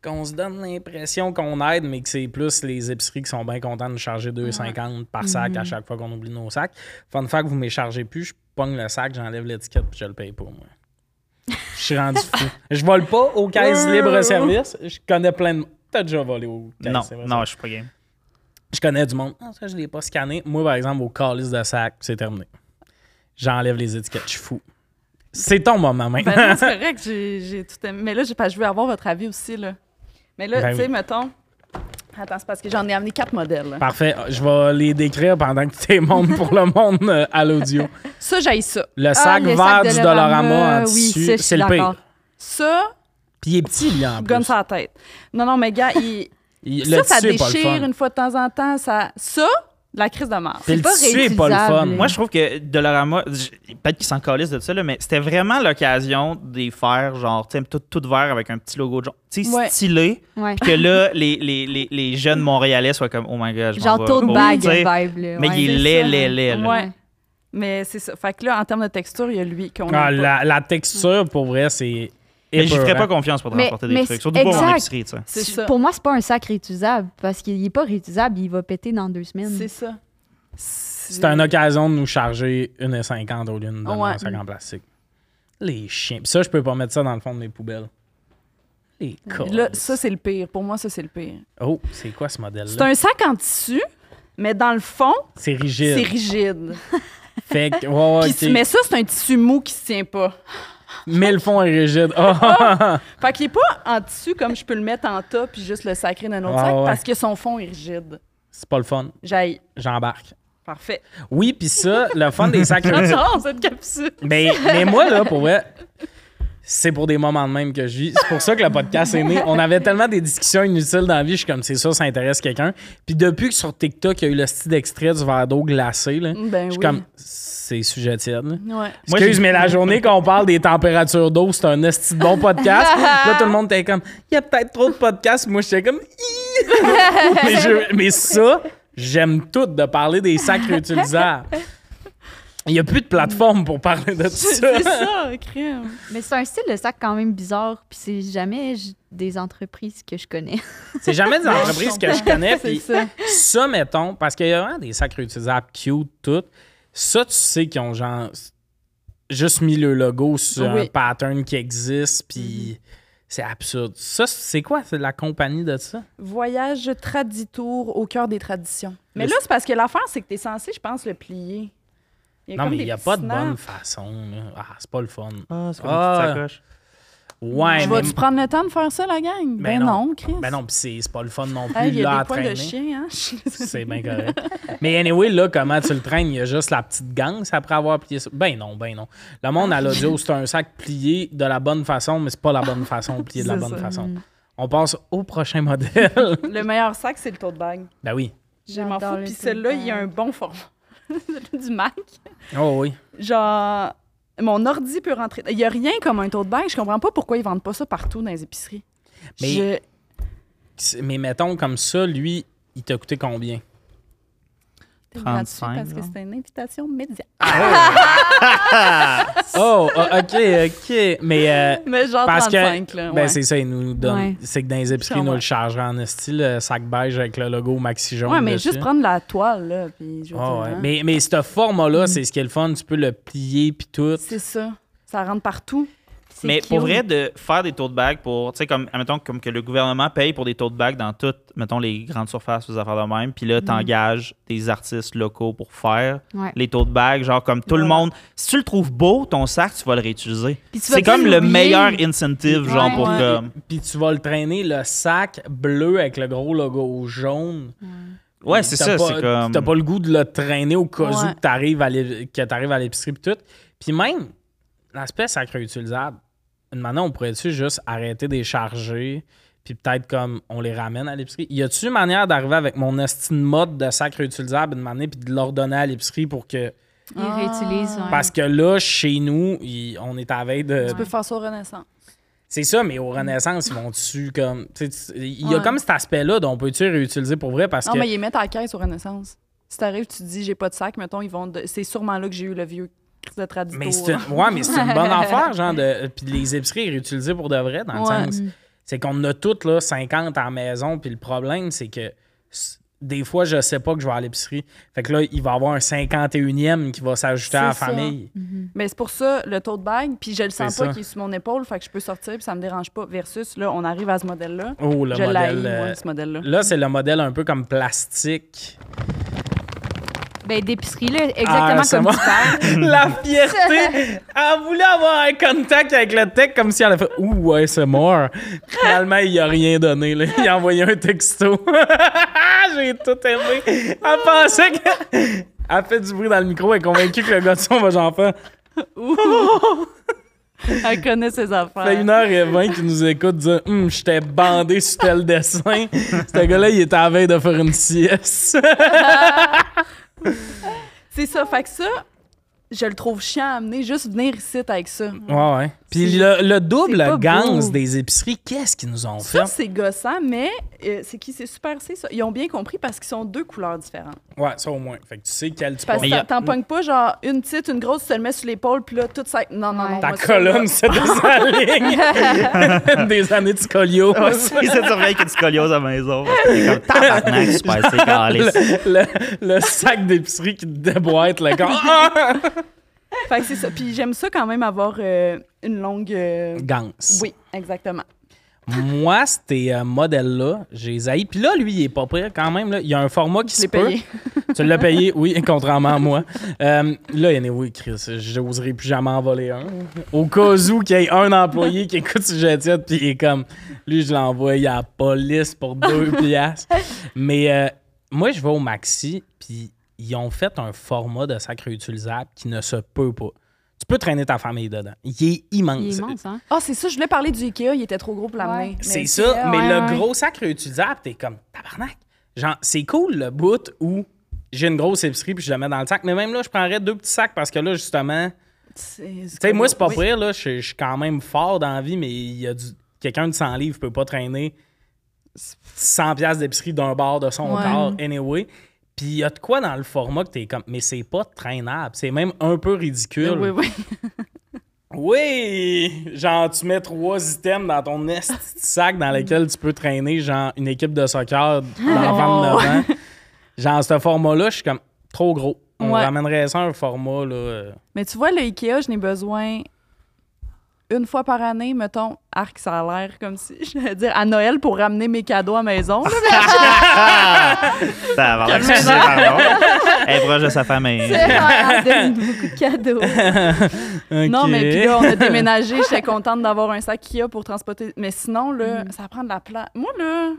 S1: qu'on se donne l'impression qu'on aide, mais que c'est plus les épiceries qui sont bien contents de nous charger 2,50 par sac
S3: Mhm.
S1: à chaque fois qu'on oublie nos sacs. Fun fact, vous ne m'échargez plus, je pogne le sac, j'enlève l'étiquette, puis je le paye pour moi. Je suis rendu
S3: [laughs]
S1: fou. Je vole pas aux caisses libre-service. Je connais plein de... T'as déjà volé aux caisses
S2: Non,
S1: libre-service?
S2: non, je suis pas game.
S1: Je connais du monde. Ah, ça, je l'ai pas scanné. Moi, par exemple, au calice de sac, c'est terminé. J'enlève les étiquettes. Je suis fou. C'est ton moment maintenant.
S3: Ben non,
S1: [laughs]
S3: c'est correct, j'ai j'ai tout aimé. Mais là, j'ai- parce que je veux avoir votre avis aussi, là. Mais là,
S1: Ben
S3: tu sais,
S1: oui.
S3: mettons... Attends, c'est parce que j'en ai amené quatre modèles. là.
S1: Parfait. Je vais les décrire pendant que tu les montres pour le monde euh, à l'audio.
S3: Ça, j'aille ça.
S1: Le
S4: Ah,
S1: sac
S4: le sac
S1: vert
S4: de
S1: du
S4: Dollarama,
S1: Dollarama en
S4: oui,
S1: tissu,
S4: ça, je suis
S1: c'est le pire.
S4: d'accord.
S3: Ça,
S1: Puis il est petit, lui, en
S3: gonne
S1: plus.
S3: sa tête. Non, non, mais gars, il-
S1: Il- [laughs]
S3: ça,
S1: le
S3: ça
S1: tissu est pas le
S3: déchire
S1: fun.
S3: une fois de temps en temps. Ça, ça la crise de mort.
S1: Puis le
S4: pas
S1: tissu est pas le fun.
S4: réutilisable.
S1: Moi,
S2: Moi, je trouve que Dollarama, j- peut-être qu'ils s'en calissent de ça, là, mais c'était vraiment l'occasion d'y faire, genre, tu sais, tout, tout vert avec un petit logo de genre, tu sais,
S3: Ouais.
S4: [laughs]
S2: stylé.
S4: Ouais.
S2: Puis que là, les, les, les, les jeunes Montréalais soient comme, oh my god, je m'en
S4: Genre
S2: vais
S4: tote
S2: au-
S4: bag
S2: tu sais.
S4: vibe. Là,
S2: Mais
S4: ouais.
S2: il est
S3: c'est
S2: laid,
S3: ça.
S2: laid, laid. là.
S3: Ouais. Mais c'est ça. Fait que là, en termes de texture, il y a lui qu'on
S1: Ah,
S3: aime pas.
S1: la, la texture, pour vrai, c'est.
S2: Mais j'y ferais
S1: épeurant.
S2: pas confiance pour
S4: Mais-
S2: transporter des
S4: mais
S2: trucs.
S4: c'est-
S2: Surtout pas en
S4: exact.
S2: épicerie, tu sais.
S3: C'est
S4: Je-
S3: ça.
S4: Pour moi, c'est pas un sac réutilisable parce qu'il est pas réutilisable, il va péter dans deux semaines.
S3: C'est ça.
S1: C'est une occasion de nous charger 1,50 au lieu de nous donner
S3: Ouais.
S1: un sac en plastique. Les chiens. Puis ça, je peux pas mettre ça dans le fond de mes poubelles. Les cons.
S3: Là, ça, c'est le pire. Pour moi, ça, c'est le pire.
S1: Oh, c'est quoi ce modèle-là?
S3: C'est un sac en tissu, mais dans le fond,
S1: C'est rigide.
S3: c'est rigide.
S1: Fait que, ouais, ouais,
S3: Puis,
S1: ok.
S3: Mais ça, c'est un tissu mou qui se tient pas.
S1: Mais le fond est rigide. Oh,
S3: Ah! Fait qu'il est pas en tissu comme je peux le mettre en tas puis juste le sacrer dans un autre
S1: Ah,
S3: sac
S1: ouais.
S3: parce que son fond est rigide.
S1: [laughs] c'est pas le fun.
S3: J'aille.
S1: J'embarque.
S3: Parfait.
S1: Oui, puis ça, le fun des
S3: [laughs]
S1: sacs
S3: Bonne chance, cette capsule.
S1: Mais, Ben, mais moi, là, pour vrai, c'est pour des moments de même que je vis. C'est pour ça que le podcast est né. On avait tellement des discussions inutiles dans la vie. Je suis comme, c'est ça, ça intéresse quelqu'un. Puis depuis que sur TikTok, il y a eu le style d'extrait du verre d'eau glacé, là,
S3: [laughs] Ben
S1: je suis
S3: oui.
S1: comme, c'est sujet tiède. là.
S3: Ouais.
S2: Moi,
S1: Excuse,
S2: j'ai-
S1: mais la journée qu'on parle des températures d'eau, c'est un esti de bon
S3: [laughs]
S1: podcast. Puis là, tout le monde était comme, il y a peut-être trop de podcasts. Moi, j'étais comme, Ih! [laughs] mais, je- mais ça, j'aime tout de parler des sacs réutilisables. Il n'y a plus de plateforme pour parler de ça.
S3: [laughs] C'est ça, crème.
S4: Mais c'est un style de sac quand même bizarre, puis c'est jamais j- des entreprises que je connais.
S1: C'est jamais des entreprises que je connais.
S3: C'est
S1: Eh, Puis
S3: ça.
S1: ça, mettons, parce qu'il y a vraiment des sacs réutilisables cute, tout. Ça, tu sais qu'ils ont genre juste mis le logo sur un
S3: Oui. Mm-hmm.
S1: pattern qui existe, puis c'est absurde. Ça, c'est quoi? C'est la compagnie de ça?
S3: Voyage traditour au cœur des traditions. Mais
S1: Le-
S3: là, c'est parce que l'affaire, c'est que t'es censé, je pense, le plier.
S1: Non, mais il n'y
S3: n'y
S1: a pas de bonne façon. là. Ah, c'est pas le fun.
S2: Ah, c'est
S1: Ah.
S2: sacoche.
S1: Ouais,
S3: Je
S1: mais.
S3: vais-tu prendre le temps de faire ça, la gang?
S1: Ben
S3: Ben,
S1: non.
S3: non. Chris.
S1: Ben non, pis c'est c'est pas le fun non plus,
S3: Hey, Ah, il y
S1: là,
S3: a
S1: à
S3: des poils
S1: traîner.
S3: de chien, hein? [laughs] Je suis désolée.
S1: C'est bien correct. Mais anyway, là, comment tu le traînes? Il y a juste la petite gang ça, après avoir plié ça. Ben non, ben non. Le monde à l'audio, c'est un sac plié de la bonne façon, mais c'est pas la bonne façon, plié de la
S3: C'est
S1: bonne
S3: ça.
S1: façon. On passe au prochain modèle. [laughs]
S3: Le meilleur sac, c'est le tote bag.
S1: ben oui.
S3: [laughs] Je m'en
S4: J'adore
S3: fous.
S4: le
S3: Puis
S4: tote
S3: celle-là, il y a
S4: bag.
S3: un bon format. Celui [laughs] du Mac.
S1: Oh oui.
S3: Genre, mon ordi peut rentrer. Il y a rien comme un tote bag. Je comprends pas pourquoi ils vendent pas ça partout dans les épiceries.
S1: Mais-
S3: Je-
S1: C'est- Mais mettons comme ça, lui, il t'a coûté combien?
S3: T'es
S2: 35,
S3: gratuit parce que
S2: genre.
S3: c'est une invitation média.
S1: Oh, ah, ok, ok. Mais. euh,
S3: Mais genre
S1: Parce que-
S3: 35, là.
S1: Ben,
S3: ouais.
S1: c'est ça, ils nous donnent.
S4: Ouais.
S1: C'est que dans les épiceries, ils nous le chargent en style euh, sac beige avec le logo maxi jaune.
S3: Ouais, mais
S1: dessus.
S3: juste prendre la toile, là. Puis je veux
S1: Ah
S3: dire,
S1: ouais.
S3: hein,
S1: Mais, mais ce format-là,
S2: Mm.
S1: c'est ce qui est le fun. Tu peux le plier puis tout.
S3: C'est ça. Ça rentre partout.
S4: C'est
S2: Mais pour
S4: cute.
S2: vrai, de faire des tote bags pour, tu sais, comme, admettons, comme que le gouvernement paye pour des tote bags dans toutes, mettons, les grandes surfaces, les affaires de même, puis
S4: Mm.
S2: là, t'engages des artistes locaux pour faire
S4: Ouais.
S2: les tote bags, genre, comme tout le monde. Si tu le trouves beau, ton sac, tu vas le réutiliser.
S4: Puis tu vas
S2: C'est
S4: pas
S2: comme le
S4: l'oublier.
S2: meilleur incentive, genre,
S4: Ouais,
S2: pour
S3: ouais.
S2: comme.
S1: Puis tu vas le traîner, le sac bleu avec le gros logo jaune.
S2: Ouais, c'est
S1: T'as
S2: ça,
S1: pas-
S2: c'est comme.
S1: T'as pas le goût de le traîner au cas où
S3: Ouais.
S1: que t'arrives à l'é- que t'arrives à l'épicerie puis tout. Puis même, l'aspect sac réutilisable, une manière, on pourrait-tu juste arrêter de les charger puis peut-être comme on les ramène à l'épicerie? Y a-tu une manière d'arriver avec mon estime mode de sac réutilisable une manière puis de l'ordonner à l'épicerie pour que...
S3: Ah.
S4: Ils réutilisent. ouais.
S1: Parce que là, chez nous, il- on est à veille de...
S3: Tu peux faire ça au Renaissance.
S1: C'est ça, mais au Renaissance, ils vont dessus comme... tu sais, tu- Il y a
S3: Ouais.
S1: comme cet aspect-là dont peut-tu réutiliser pour vrai parce
S3: Non,
S1: que...
S3: mais ils les mettent à la caisse au Renaissance. Si t'arrives, tu te dis, j'ai pas de sac, mettons, ils vont. de- C'est sûrement là que j'ai eu le vieux Christ de tradito.
S1: Mais c'est une, ouais, mais c'est une
S3: [laughs]
S1: bonne affaire, genre. De, puis les épiceries réutilisées pour de vrai, dans le
S3: Ouais.
S1: sens. C'est qu'on en a toutes, là, 50 à la maison. Puis le problème, c'est que s- des fois, je sais pas que je vais à l'épicerie. Fait que là, il va y avoir un 51e qui va s'ajouter à la
S3: C'est ça.
S1: famille.
S3: Mais c'est pour ça, le tote bag, puis je le sens
S1: C'est
S3: pas
S1: ça.
S3: qu'il est sous mon épaule, fait que je peux sortir, puis ça me dérange pas. Versus, là, on arrive à ce modèle-là.
S1: Oh, le
S3: je l'haïs,
S1: modèle.
S3: moi,
S1: euh,
S3: ce modèle-là.
S1: là, c'est le modèle un peu comme plastique.
S4: Ben, d'épicerie, là,
S1: Ah,
S4: exactement
S1: c'est
S4: comme
S1: moi.
S4: tu
S1: [laughs]
S4: parles.
S1: la fierté! Elle voulait avoir un contact avec le tech comme si elle avait fait Ouh, ouais, c'est mort. Finalement, il a rien donné. Là. Il a envoyé un texto. [laughs] J'ai tout aimé. Elle pensait que. [laughs] Elle fait du bruit dans le micro, elle est convaincue que le gars de son va j'en faire.
S3: Elle connaît ses affaires.
S1: Ça fait une heure et vingt qu'il nous écoute dire Hum, j'étais bandé sur tel dessin. Ce gars-là, il était à la veille de faire une sieste.
S3: C'est ça, fait que ça, je le trouve chiant à amener, juste venir ici avec ça.
S1: [laughs] ouais, ouais. Puis
S3: C'est-
S1: le, le
S3: c'est
S1: double
S3: pas
S1: ganse
S3: beau.
S1: des épiceries, qu'est-ce qu'ils nous ont fait?
S3: Ça, c'est gossant, mais euh, c'est qui? C'est super, c'est ça. Ils ont bien compris parce qu'ils sont deux couleurs différentes.
S1: Ouais, ça au moins. Fait que tu sais quel tu
S3: Parce
S2: Mais
S3: que
S2: il y a-
S3: t'en- t'en pognes pas, genre, une petite, une grosse, tu te le mets sur l'épaule, puis là, toute ça... Non, non, non.
S4: Ouais.
S1: Ta
S3: moi, ça,
S1: colonne
S3: là.
S1: se [laughs] désaligne. des années de scoliose.
S2: Ouais, [laughs] c'est ça, tu reviens avec une scoliose à la maison. C'est comme tabarnak, je passe, c'est calé.
S4: [laughs]
S1: le, le- le sac d'épicerie qui te déboîte le corps. Ah!
S3: Fait que c'est ça. Puis j'aime ça quand même avoir euh, une longue... euh,
S1: Ganse.
S3: Oui, exactement.
S1: Moi, ces euh, modèles-là, j'ai les haïs. Puis là, lui, il est pas prêt quand même. là. Il y a un format qui
S3: Je
S1: se
S3: l'ai
S1: peut.
S3: payé.
S1: Tu l'as payé, oui, contrairement à moi. Euh, là, anyway, Chris, je n'oserais plus jamais en voler un. Au cas où qu'il y ait un employé qui écoute Sujet Tiède, puis il est comme, lui, je l'envoie à la police pour deux piastres. Mais euh, moi, je vais au Maxi, puis ils ont fait un format de sac réutilisable qui ne se peut pas. Tu peux traîner ta famille dedans. Il est immense.
S4: Il est immense, hein?
S3: Ah, c'est ça, je voulais parler du Ikea, il était trop gros pour l'amener.
S4: Ouais.
S3: Mais
S1: C'est
S3: le
S1: ça,
S3: Ikea,
S1: mais
S4: ouais,
S1: le
S4: ouais.
S1: gros sac réutilisable, t'es comme tabarnak. Genre, c'est cool le bout où j'ai une grosse épicerie puis je la mets dans le sac. Mais même là, je prendrais deux petits sacs parce que là, justement, tu
S3: Tu
S1: sais, moi, c'est pas pire, là. Je je suis quand même fort dans la vie, mais il y a du. Quelqu'un de 100 livres peut pas traîner 100 pièces d'épicerie d'un bord de son
S3: Ouais.
S1: corps, anyway. Puis il y a de quoi dans le format que t'es comme, mais c'est pas traînable. C'est même un peu ridicule.
S2: [laughs]
S3: Oui, oui.
S1: Oui! Genre, tu mets trois items dans ton esti de sac dans lequel tu peux traîner, genre, une équipe de soccer d'enfants de 9 ans. Genre, ce format-là, je suis comme trop gros. On
S3: Ouais.
S1: ramènerait ça à un format, là. euh,
S3: Mais tu vois, le Ikea, je n'ai besoin une fois par année, mettons, arc, ça a l'air comme si, [laughs] je vais dire, à Noël pour ramener mes cadeaux à maison. là, mais
S2: Ça va, c'est vraiment. Elle est proche de sa famille.
S4: Elle donne beaucoup
S2: [laughs]
S4: de cadeaux.
S1: [laughs]
S3: Non,
S1: Ok.
S3: mais puis là, on a déménagé. J'étais contente d'avoir un sac Kia pour transporter. Mais sinon, là, ça prend de la place. Moi, là,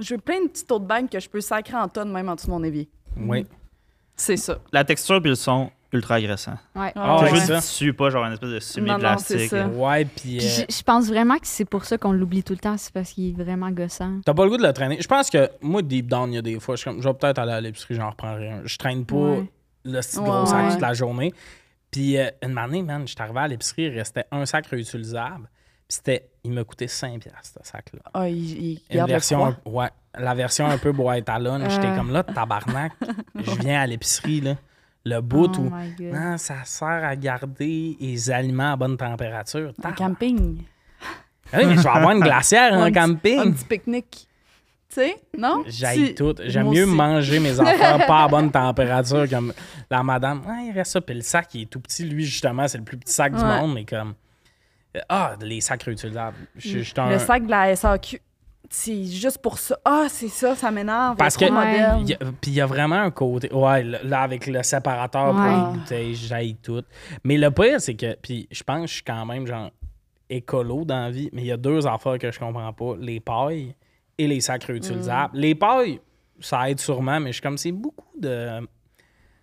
S3: je veux plein de petits taux de bagne que je peux sacrer en tonnes, même en dessous de mon évier.
S1: Oui.
S3: C'est ça.
S2: La texture puis le son, ultra agressant.
S4: Ouais.
S1: Ah,
S2: C'est
S1: ouais.
S2: juste du tissu, pas genre une espèce de
S3: Non, non, c'est
S2: semi-plastique.
S3: ça.
S2: là.
S1: Ouais, puis.
S4: Puis
S1: euh,
S4: Je je pense vraiment que c'est pour ça qu'on l'oublie tout le temps, c'est parce qu'il est vraiment gossant.
S1: T'as pas le goût de le traîner. Je pense que moi, deep down, il y a des fois, je suis comme, je vais peut-être aller à l'épicerie, j'en reprendrai un. Je traîne pas
S4: Ouais.
S1: le petit
S3: Ouais,
S1: gros sac
S4: ouais.
S1: toute la journée. Puis euh, une année, man, je suis arrivé à l'épicerie, il restait un sac réutilisable. Puis c'était, il m'a coûté 5$, ce sac-là.
S3: Ah, il, il
S1: Une
S3: garde le
S1: version,
S3: froid.
S1: un- ouais, la version un peu boîte à
S3: Ah.
S1: lunch. J'étais
S4: Euh.
S1: comme là,
S3: [laughs]
S1: tabarnak, je viens à l'épicerie, là. Le bout
S4: oh
S1: où,
S4: my God.
S1: non, ça sert à garder les aliments à bonne température.
S3: En
S1: Tabarnak.
S3: camping.
S1: Ah oui, mais je vais avoir une glacière en
S3: [laughs] Un petit- Un
S1: camping.
S3: petit pique-nique. Tu sais, non?
S1: J'aille
S3: Si-
S1: tout. J'aime
S3: Moi
S1: mieux
S3: aussi.
S1: manger
S3: [laughs]
S1: mes enfants pas à bonne température comme la madame. Ah, il reste ça. Puis le sac, il est tout petit. Lui, justement, c'est le plus petit sac du
S4: Ouais.
S1: monde, mais comme. euh, Ah, les sacs réutilisables. Je suis juste un.
S3: Le sac de la SAQ, c'est juste pour ça. Ah, c'est ça, ça m'énerve.
S1: Parce
S3: C'est trop
S1: que-
S3: moderne.
S1: Il y a- Puis il y a vraiment un côté. Ouais, le- là, avec le séparateur pour
S4: Ouais.
S1: les bouteilles, j'aille tout. Mais le pire, c'est que. Puis je pense que je suis quand même, genre, écolo dans la vie. Mais il y a deux affaires que je comprends pas les pailles et les sacs réutilisables. Les pailles, ça aide sûrement, mais je suis comme, c'est beaucoup de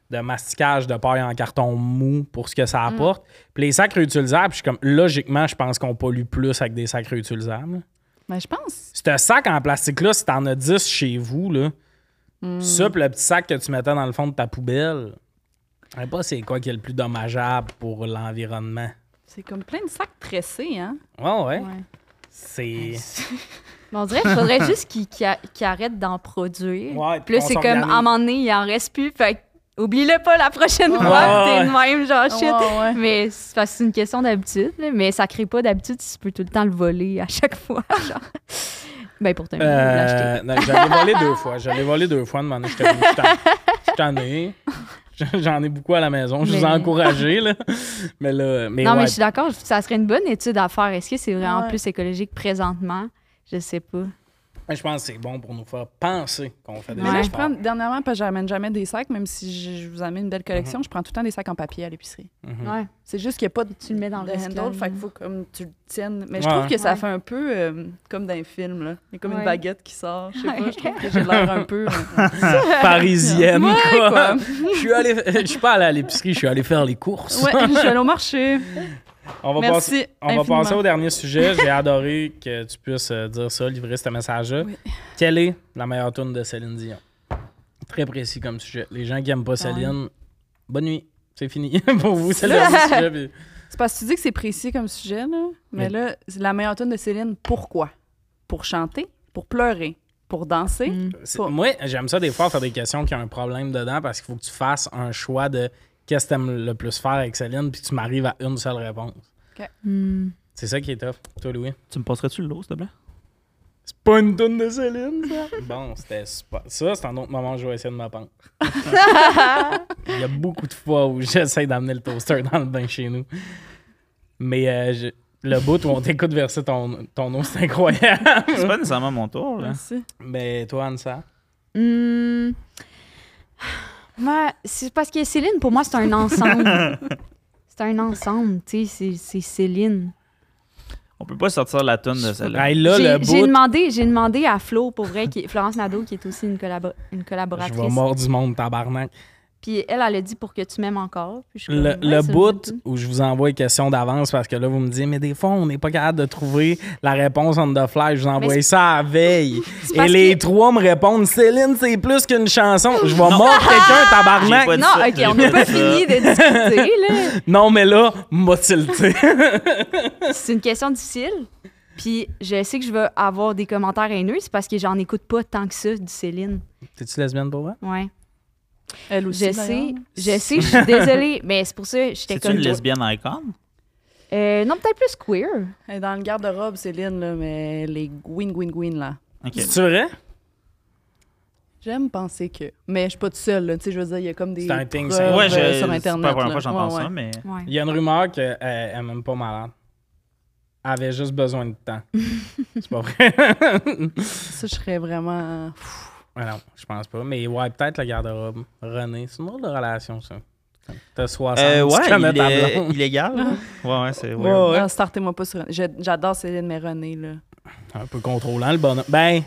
S1: de masticage de paille en carton mou pour ce que ça apporte. Puis les sacs réutilisables, je suis comme logiquement, je pense qu'on pollue plus avec des sacs réutilisables.
S3: Mais je pense.
S1: Ce sac en plastique-là, si t'en as 10 chez vous, là, ça, puis le petit sac que tu mettais dans le fond de ta poubelle, je sais pas c'est quoi qui est le plus dommageable pour l'environnement.
S3: C'est comme plein de sacs tressés, hein?
S1: Ouais, ouais.
S4: Ouais.
S1: C'est.
S4: Mais on dirait qu'il faudrait juste qu'il qu'il a- qu'il arrête d'en produire.
S1: Ouais,
S4: Puis là,
S1: qu'on
S4: c'est comme,
S1: s'organise.
S4: à un moment donné, il en reste plus. Fait que, oublie-le pas la prochaine
S3: Ouais.
S4: fois.
S1: Ouais,
S4: T'es
S1: ouais.
S4: de même, genre, Ah, shit.
S3: Ouais,
S4: [laughs]
S3: ouais.
S4: Mais c'est parce que c'est une question d'habitude. là. Mais ça crée pas d'habitude si tu peux tout le temps le voler à chaque fois. [laughs] Genre. ben, pour t'amuser, l'acheter.
S1: Euh, [laughs] non, J'allais voler deux fois. J'allais voler deux fois de mon J'étais venu, je t'en- je t'en ai. [laughs] J'en ai beaucoup à la maison. Je vous ai
S4: Mais-
S1: encouragé, là. Mais là, mais
S4: Non,
S1: ouais.
S4: mais je suis d'accord. Ça serait une bonne étude à faire. Est-ce que c'est vraiment
S3: Ouais.
S4: plus écologique présentement? Je sais pas.
S1: je pense que c'est bon pour nous faire penser qu'on fait des
S3: Mais là, je
S1: efforts.
S3: prends dernièrement, parce que j'amène jamais des sacs, même si je, je vous amène une belle collection, je prends tout le temps des sacs en papier à l'épiperie.
S1: Mhm.
S4: Ouais.
S3: C'est juste qu'il n'y a pas de,
S4: Tu le mets dans le
S3: de handle,
S4: recyclage,
S3: fait qu'il
S4: là.
S3: faut comme tu le tiennes. Mais je
S1: Ouais,
S3: trouve
S1: hein.
S3: que ça
S4: Ouais.
S3: fait un peu euh, comme dans un film, là. Il y a comme une
S4: Ouais.
S3: baguette qui sort. Je sais pas,
S4: Ouais.
S3: je trouve que j'ai l'air un peu.
S1: [laughs]
S3: euh,
S1: Parisienne,
S3: Ouais,
S1: quoi.
S3: quoi.
S1: [laughs] Je suis allé, je suis pas allé à l'épicerie, je suis allé faire les courses.
S3: Ouais, je suis allée au marché.
S1: On va passer.
S3: Merci.
S1: On va
S3: infiniment.
S1: passer au dernier
S3: [laughs]
S1: sujet. J'ai adoré que tu puisses euh, dire ça, livrer ce message-là.
S3: Oui.
S1: Quelle est la meilleure tune de Céline Dion? Très précis comme sujet. Les gens qui aiment pas Céline, bonne nuit. C'est fini [laughs] pour vous. C'est le
S3: [laughs]
S1: dernier sujet. puis-
S3: C'est parce que tu dis que c'est précis comme sujet, là. Mais,
S1: Mais-
S3: là, c'est la meilleure tune de Céline, pourquoi? Pour chanter, pour pleurer, pour danser.
S4: Mm.
S1: C'est-
S3: Pas-
S1: Moi, j'aime ça des fois faire des questions qui ont un problème dedans parce qu'il faut que tu fasses un choix de qu'est-ce que t'aimes le plus faire avec Céline puis tu m'arrives à une seule réponse.
S4: Hmm.
S1: C'est ça qui est tough. Toi, Louis.
S2: Tu me passerais-tu l'eau, s'il te plaît?
S1: C'est pas une tune de Céline, ça? [laughs] bon, c'était super. Ça, c'est un autre moment où je vais essayer de [laughs] m'appendre. Il y a beaucoup de fois où j'essaie d'amener le toaster dans le bain chez nous. Mais euh, je- le bout où on t'écoute verser ton, ton eau, c'est incroyable. [laughs]
S2: C'est pas nécessairement mon tour, là.
S3: Merci.
S1: Mais toi, Ansa?
S4: Hmm. Moi, c'est parce que Céline, pour moi, c'est un ensemble. c'est un ensemble, tu sais, c'est- c'est Céline.
S2: On peut pas sortir la tonne de celle-là.
S1: Hey, là, le
S4: J'ai j'ai
S1: bout,
S4: demandé, j'ai demandé à Flo, pour vrai, qui est- Florence Nadeau, qui est aussi une, collabo- une
S1: je
S4: collaboratrice.
S1: vais mordre du monde, tabarnak.
S4: Puis elle, elle a dit pour que tu m'aimes encore. Puis je suis
S1: Le,
S4: comme,
S1: le
S4: ouais, ça,
S1: bout
S4: je le dis.
S1: où je vous envoie une question d'avance parce que là, vous me dites, mais des fois, on n'est pas capable de trouver la réponse on the fly. Je vous envoie
S4: c'est-
S1: ça à la veille.
S4: [laughs]
S1: Et
S4: parce
S1: les
S4: que-
S1: trois me répondent, Céline, c'est plus qu'une chanson. Je vais mordre
S4: [laughs]
S1: quelqu'un, tabarnak.
S2: J'ai pas dit
S4: Non,
S2: ça,
S4: ok,
S2: j'ai
S4: on n'a
S1: [laughs]
S2: pas
S4: pas
S2: dit ça.
S4: fini de discuter,
S1: Non, mais là, m'a
S4: [laughs]
S1: tilté.
S4: là. C'est une question difficile. Puis je sais que je vais avoir des commentaires haineux, c'est parce que j'en écoute pas tant que ça du Céline.
S1: T'es-tu lesbienne pour vrai?
S4: Ouais.
S3: Elle aussi.
S4: Je
S3: d'ailleurs.
S4: sais, je
S3: [laughs]
S4: sais, je suis désolée, mais c'est pour ça que j'étais
S2: C'est-tu
S4: comme.
S2: une lesbienne icône?
S4: Euh, non, peut-être plus queer.
S3: Elle est dans le garde-robe, Céline, là, mais elle est gwin, gwin, gwin, là.
S2: OK.
S1: C'est vrai?
S3: J'aime penser que. Mais je suis pas toute seule, là. Tu sais, je veux dire, il y a comme des.
S1: C'est un thing,
S3: preuves,
S1: c'est-
S2: Ouais,
S3: euh,
S2: je,
S3: sur
S2: c'est
S3: Internet.
S2: pas la première
S3: là.
S2: fois que j'entends
S3: Ouais,
S2: ça,
S3: ouais.
S1: euh,
S2: mais...
S4: Ouais.
S1: Il y a une rumeur qu'elle elle m'aime pas malade. avait juste besoin de
S4: [laughs]
S1: temps. c'est pas vrai. [laughs]
S3: Ça, je serais vraiment. euh, Pfff.
S1: Ouais, non, je pense pas. Mais ouais, peut-être la garde-robe. René, c'est une autre relation, ça. T'as 60,
S2: Euh, ouais,
S1: tu connais
S2: il
S1: ta
S2: est
S1: blonde.
S2: illégal. là. Ouais, ouais, c'est.
S1: Ouais,
S2: weird.
S1: ouais.
S3: Non, startez-moi pas sur René. Je- J'adore Céline, mais René, là.
S1: Un peu contrôlant, le bonhomme. Ben,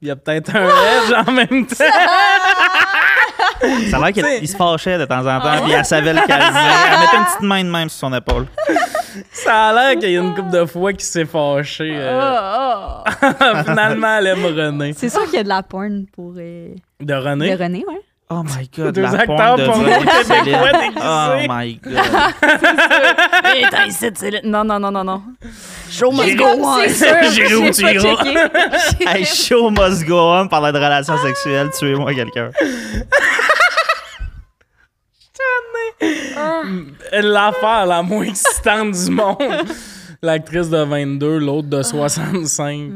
S1: il y a peut-être un edge en même temps.
S2: Ça a l'air qu'il il se fâchait de temps en temps, puis elle savait le calmer. Elle mettait une petite main de même sur son épaule.
S1: Ça a l'air qu'il y a une couple de fois qui s'est fâché. euh.
S4: Ah, ah.
S1: [laughs] Finalement, elle aime René.
S4: C'est sûr qu'il y a de la porn pour euh,
S1: De René?
S4: de René, ouais.
S2: Oh my god.
S1: Deux
S2: la
S1: acteurs
S2: pointe de
S1: pour
S2: René
S1: nous, Québécois
S2: Céline.
S1: déguisés.
S2: Oh my god.
S3: Hé, t'as ici, Céline. Non, non, non, non, non. Show must go
S4: Comme
S3: on.
S4: c'est sûr,
S1: J'ai
S4: j'ai
S1: où
S4: pas
S1: tu iras.
S4: checké.
S2: [laughs] Hey, show must go on. Parler de relations sexuelles, tuez-moi quelqu'un.
S1: L'affaire la moins excitante du monde. L'actrice de 22, l'autre de 65.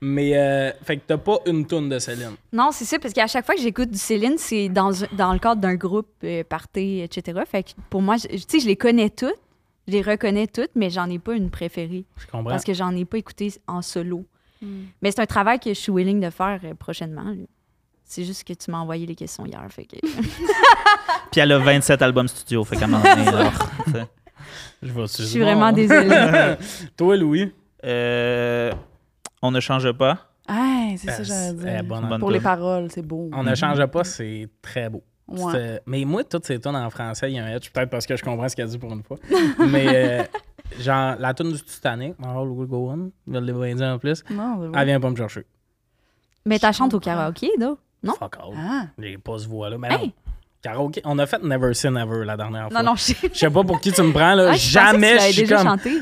S1: Mais, euh, fait que t'as pas une toune de Céline.
S4: Non, c'est ça, parce qu'à chaque fois que j'écoute du Céline, c'est dans, un- dans le cadre d'un groupe, euh, party, etc. Fait que pour moi, je- tu sais, je les connais toutes, je les reconnais toutes, mais j'en ai pas une préférée.
S1: Je comprends.
S4: Parce que j'en ai pas écouté en solo.
S3: Hmm.
S4: Mais c'est un travail que je suis willing de faire euh, prochainement. là. C'est juste que tu m'as envoyé les questions hier. Fait que...
S2: Puis elle a 27 albums studio. Fait qu'à un moment donné,
S1: [laughs]
S2: là, tu sais.
S1: Je, vais
S4: je
S1: [laughs]
S4: suis vraiment désolée.
S1: Toi, Louis.
S2: Euh, on ne change pas.
S3: Hey, c'est ça,
S1: Euh,
S3: que j'allais
S1: c'est-
S3: dire.
S1: eh, bonne
S2: Bonne
S3: Pour les
S2: tune.
S3: paroles, c'est beau.
S4: Mhm.
S1: On ne change pas, c'est très beau.
S3: Ouais.
S1: C'est- Mais moi, toutes ces tunes en français, il y a un edge, peut-être parce que je comprends ce qu'elle dit pour une
S4: [laughs]
S1: fois. Mais, euh, genre, la tune du Titanic, All Will Go On, je l'ai bien dit en plus,
S3: Non, c'est beau.
S1: elle vient pas me chercher.
S4: Mais t'as chante au karaoké, non? Non?
S1: Fuck all.
S3: Ah.
S1: J'ai pas ce voix-là. Mais
S4: Oh. Hey!
S1: non. Karaoké, on a fait Never Say Never la dernière fois.
S4: Non, non, je
S1: Je sais pas pour qui tu me prends, là.
S4: [laughs] Ah, je pensais que
S1: Jamais
S4: tu l'avais
S1: je suis
S4: déjà
S1: comme.
S4: chanté.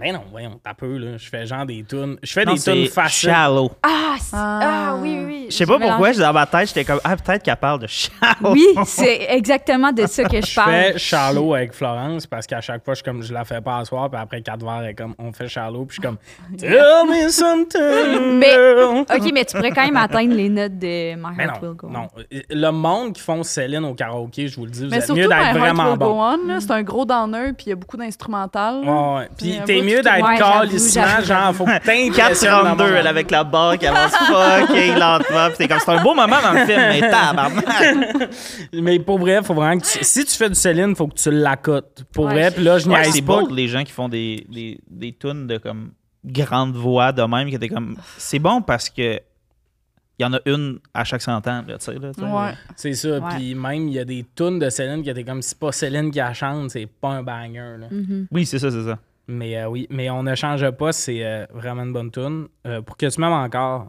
S1: Mais non, voyons, t'as peu, là. Je fais genre des tunes. Je fais
S2: Non,
S1: des tunes
S2: c'est
S1: faciles.
S2: Shallow.
S4: Ah, c'est-
S3: Ah.
S4: ah, oui, oui, oui.
S2: Je sais pas
S4: J'ai
S2: pourquoi,
S4: mélangé.
S2: dans ma tête, j'étais comme, ah, peut-être qu'elle parle de Shallow.
S4: Oui, c'est exactement de ça que je
S1: [laughs] Je
S4: parle.
S1: fais Shallow avec Florence parce qu'à chaque fois, je, suis comme, je la fais pas asseoir, puis après quatre verres, elle est comme, on fait Shallow, puis je suis
S4: [laughs]
S1: comme, Tell me something,
S4: Mais-
S1: girl.
S4: OK, mais tu pourrais quand même atteindre les notes de My
S1: Mais
S4: Heart
S1: non,
S4: Will Go. On.
S1: non. Le monde qui font Céline au karaoké, je vous le dis, vous
S3: Mais
S1: êtes
S3: surtout,
S1: mieux d'être
S3: My Heart
S1: vraiment
S3: Will Go
S1: bon.
S3: On, là, c'est un gros downer, puis il y a beaucoup d'instrumental. là.
S1: Ouais, ouais. Puis
S3: Mais
S1: t'es
S3: moi,
S1: mieux
S3: tout-
S1: d'être
S4: Ouais, j'avoue,
S1: calissement,
S4: j'avoue,
S1: genre, faut
S4: [laughs]
S1: que t'impressionnes le
S2: 432,
S1: monde.
S2: elle avec la barre qui avance fucking lentement. Puis t'es comme, c'est un beau moment dans le film,
S1: [laughs]
S2: mais tabarnak.
S1: Mais pour vrai, faut vraiment que tu- si tu fais du Céline, faut que tu l'accotes. Pour
S4: Ouais,
S1: vrai,
S4: je-
S1: puis là, je
S2: Ouais,
S1: niaise
S2: c'est
S1: pas.
S2: bon les gens qui font des, des, des tunes de comme grande voix de même, qui étaient comme, c'est bon parce que il y en a une à chaque 100 ans, là, tu sais. là, tu sais.
S3: Ouais.
S1: C'est ça.
S4: Ouais.
S1: Puis même, il y a des tunes de Céline qui étaient comme si pas Céline qui la chante, c'est pas un banger.
S4: Mm.
S1: là.
S2: Oui, c'est ça, c'est ça.
S1: Mais euh, oui, mais on ne change pas, c'est euh, vraiment une bonne tune. Euh, pour que tu m'aimes encore,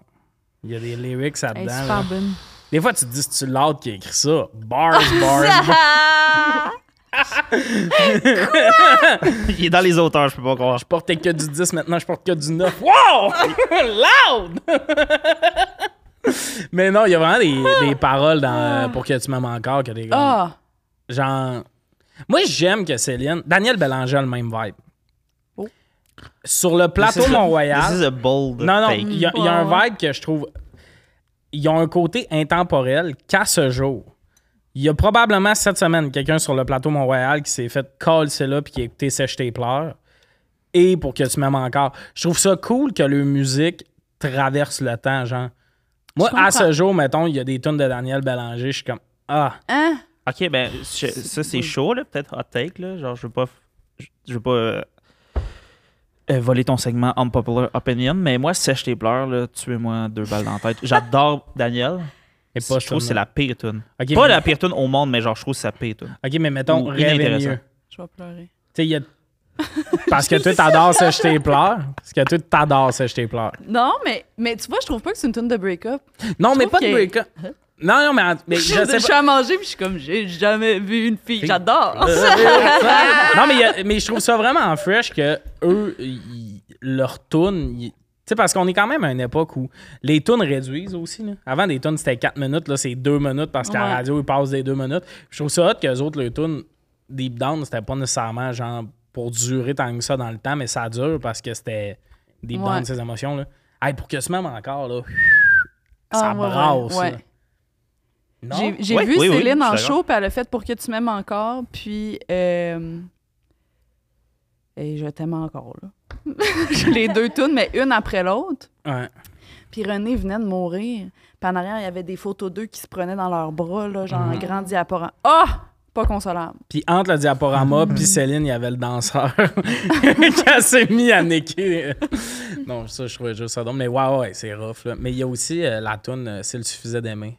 S1: il y a des lyrics
S4: Elle est
S1: là-dedans. là.
S4: super bonne.
S1: Des fois, tu te dis, c'est-tu l'autre qui a écrit ça?
S3: [laughs]
S1: Bars, bars, bars.
S4: [laughs] Ah!
S2: Il est dans les auteurs, je peux pas croire.
S1: Je portais que du 10, maintenant je porte que du 9. Wow! [laughs] Loud! [laughs] mais non, il y a vraiment des, des paroles dans euh, Pour que tu m'aimes encore que des gars.
S3: Ah!
S1: Genre. Moi, j'aime que Céline. Daniel Bélanger a le même vibe.
S3: Oh.
S1: Sur le plateau
S2: This is a- This
S1: Mont-Royal.
S2: is a bold
S1: Non, non,
S2: take.
S1: il y, a il y a
S3: Ouais,
S1: un
S3: ouais.
S1: vibe que je trouve. Ils ont un côté intemporel qu'à ce jour. Il y a probablement cette semaine quelqu'un sur le plateau Mont-Royal qui s'est fait call c'est là puis qui a écouté Sèche tes pleurs et pour que tu m'aimes encore. Je trouve ça cool que leur musique traverse le temps, genre. Moi,
S3: Je
S1: à
S3: comprends.
S1: ce jour, mettons, il y a des tunes de Daniel Bélanger, je suis comme Ah,
S3: Hein?
S2: Ok, ben, je- ça c'est chaud, là, peut-être hot take, là. Genre, je veux pas. Je je veux pas. euh, euh, voler ton segment Unpopular Opinion, mais moi, sèche tes pleurs, là, tuez-moi deux balles dans la tête. J'adore Daniel.
S1: et
S2: je trouve que c'est la pire tune.
S1: Ok,
S2: Pas
S1: mais-
S2: la pire tune au monde, mais genre, je trouve que c'est la pire tune.
S1: OK, mais mettons,
S2: Ou
S1: rêve est
S2: inintéressant.
S1: mieux.
S3: Je vais pleurer.
S1: Tu sais, il y a. Parce que toi, t'adores sécher tes pleurs. Parce que toi, t'adores sécher tes pleurs.
S3: Non, mais, mais tu vois, je trouve pas que c'est une tune de break-up.
S1: Non, mais
S3: trouves
S1: pas de
S3: que-
S1: break-up. Non, non, mais, en- mais
S3: Je,
S1: je sais
S3: suis
S1: pas.
S3: à manger, puis je suis comme, j'ai jamais vu une fille,
S1: Fille.
S3: j'adore.
S2: Euh,
S1: [laughs] non, mais, il y a- mais je trouve ça vraiment fresh que eux, ils- leur tune. ils- Tu sais, parce qu'on est quand même à une époque où les tunes réduisent aussi. là. Avant, des tunes, c'était 4 minutes. Là, c'est 2 minutes parce qu'à la
S3: Ouais.
S1: radio, ils passent des 2 minutes. Je trouve ça hot qu'eux autres, les tunes, deep down, c'était pas nécessairement genre pour durer tant que ça dans le temps, mais ça dure parce que c'était deep down
S3: Ouais.
S1: ces émotions. Là. Hey, pour que ce même encore, là, ça
S3: Ah, ouais, ouais,
S1: brasse.
S3: ouais.
S1: là. Non?
S3: J'ai j'ai
S2: Ouais,
S3: vu
S2: oui, oui, je
S3: Céline
S2: suis
S3: en
S2: d'accord.
S3: show, puis elle a fait Pour que tu m'aimes encore, puis. euh, Et je t'aime encore, là. [laughs] les deux tunes, mais une après l'autre.
S1: Ouais.
S3: Puis René venait de mourir. Puis en arrière, il y avait des photos d'eux qui se prenaient dans leurs bras, là, genre
S2: Mm-hmm.
S3: en grand diaporama. Ah! Pas consolable.
S1: Puis entre le diaporama
S3: Mm-hmm.
S1: puis Céline, il y avait le danseur [laughs] qui s'est mis à niquer. non, ça, je trouvais juste ça drôle. Mais ouais, ouais, c'est rough. Là. Mais il y a aussi euh, la toune euh, S'il suffisait d'aimer ».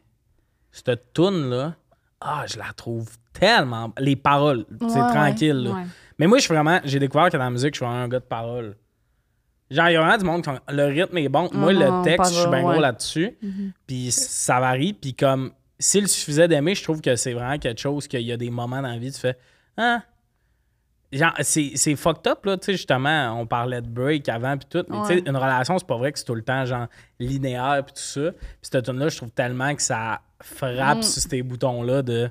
S1: Cette toune-là, ah, je la trouve tellement... Les paroles, c'est
S3: Ouais, ouais,
S1: tranquille. là.
S4: ouais.
S1: Mais moi, je suis vraiment... J'ai découvert que dans la musique, je suis vraiment un gars de paroles. Genre, il y a vraiment du monde qui ont- Le rythme est bon. Moi,
S3: Mhm,
S1: le texte, je suis
S3: paroles,
S1: bien gros
S3: ouais. Mm-hmm.
S1: là-dessus. Puis ça varie. Puis comme, s'il suffisait d'aimer, je trouve que c'est vraiment quelque chose qu'il y a des moments dans la vie, tu fais Ah! Genre, c'est c'est fucked up, là. Tu sais, justement, on parlait de break avant, puis tout. Mais tu sais,
S3: Ouais.
S1: une relation, c'est pas vrai que c'est tout le temps, genre, linéaire, puis tout ça. Puis cette tune là je trouve tellement que ça frappe
S3: Mm.
S1: sur ces boutons-là de.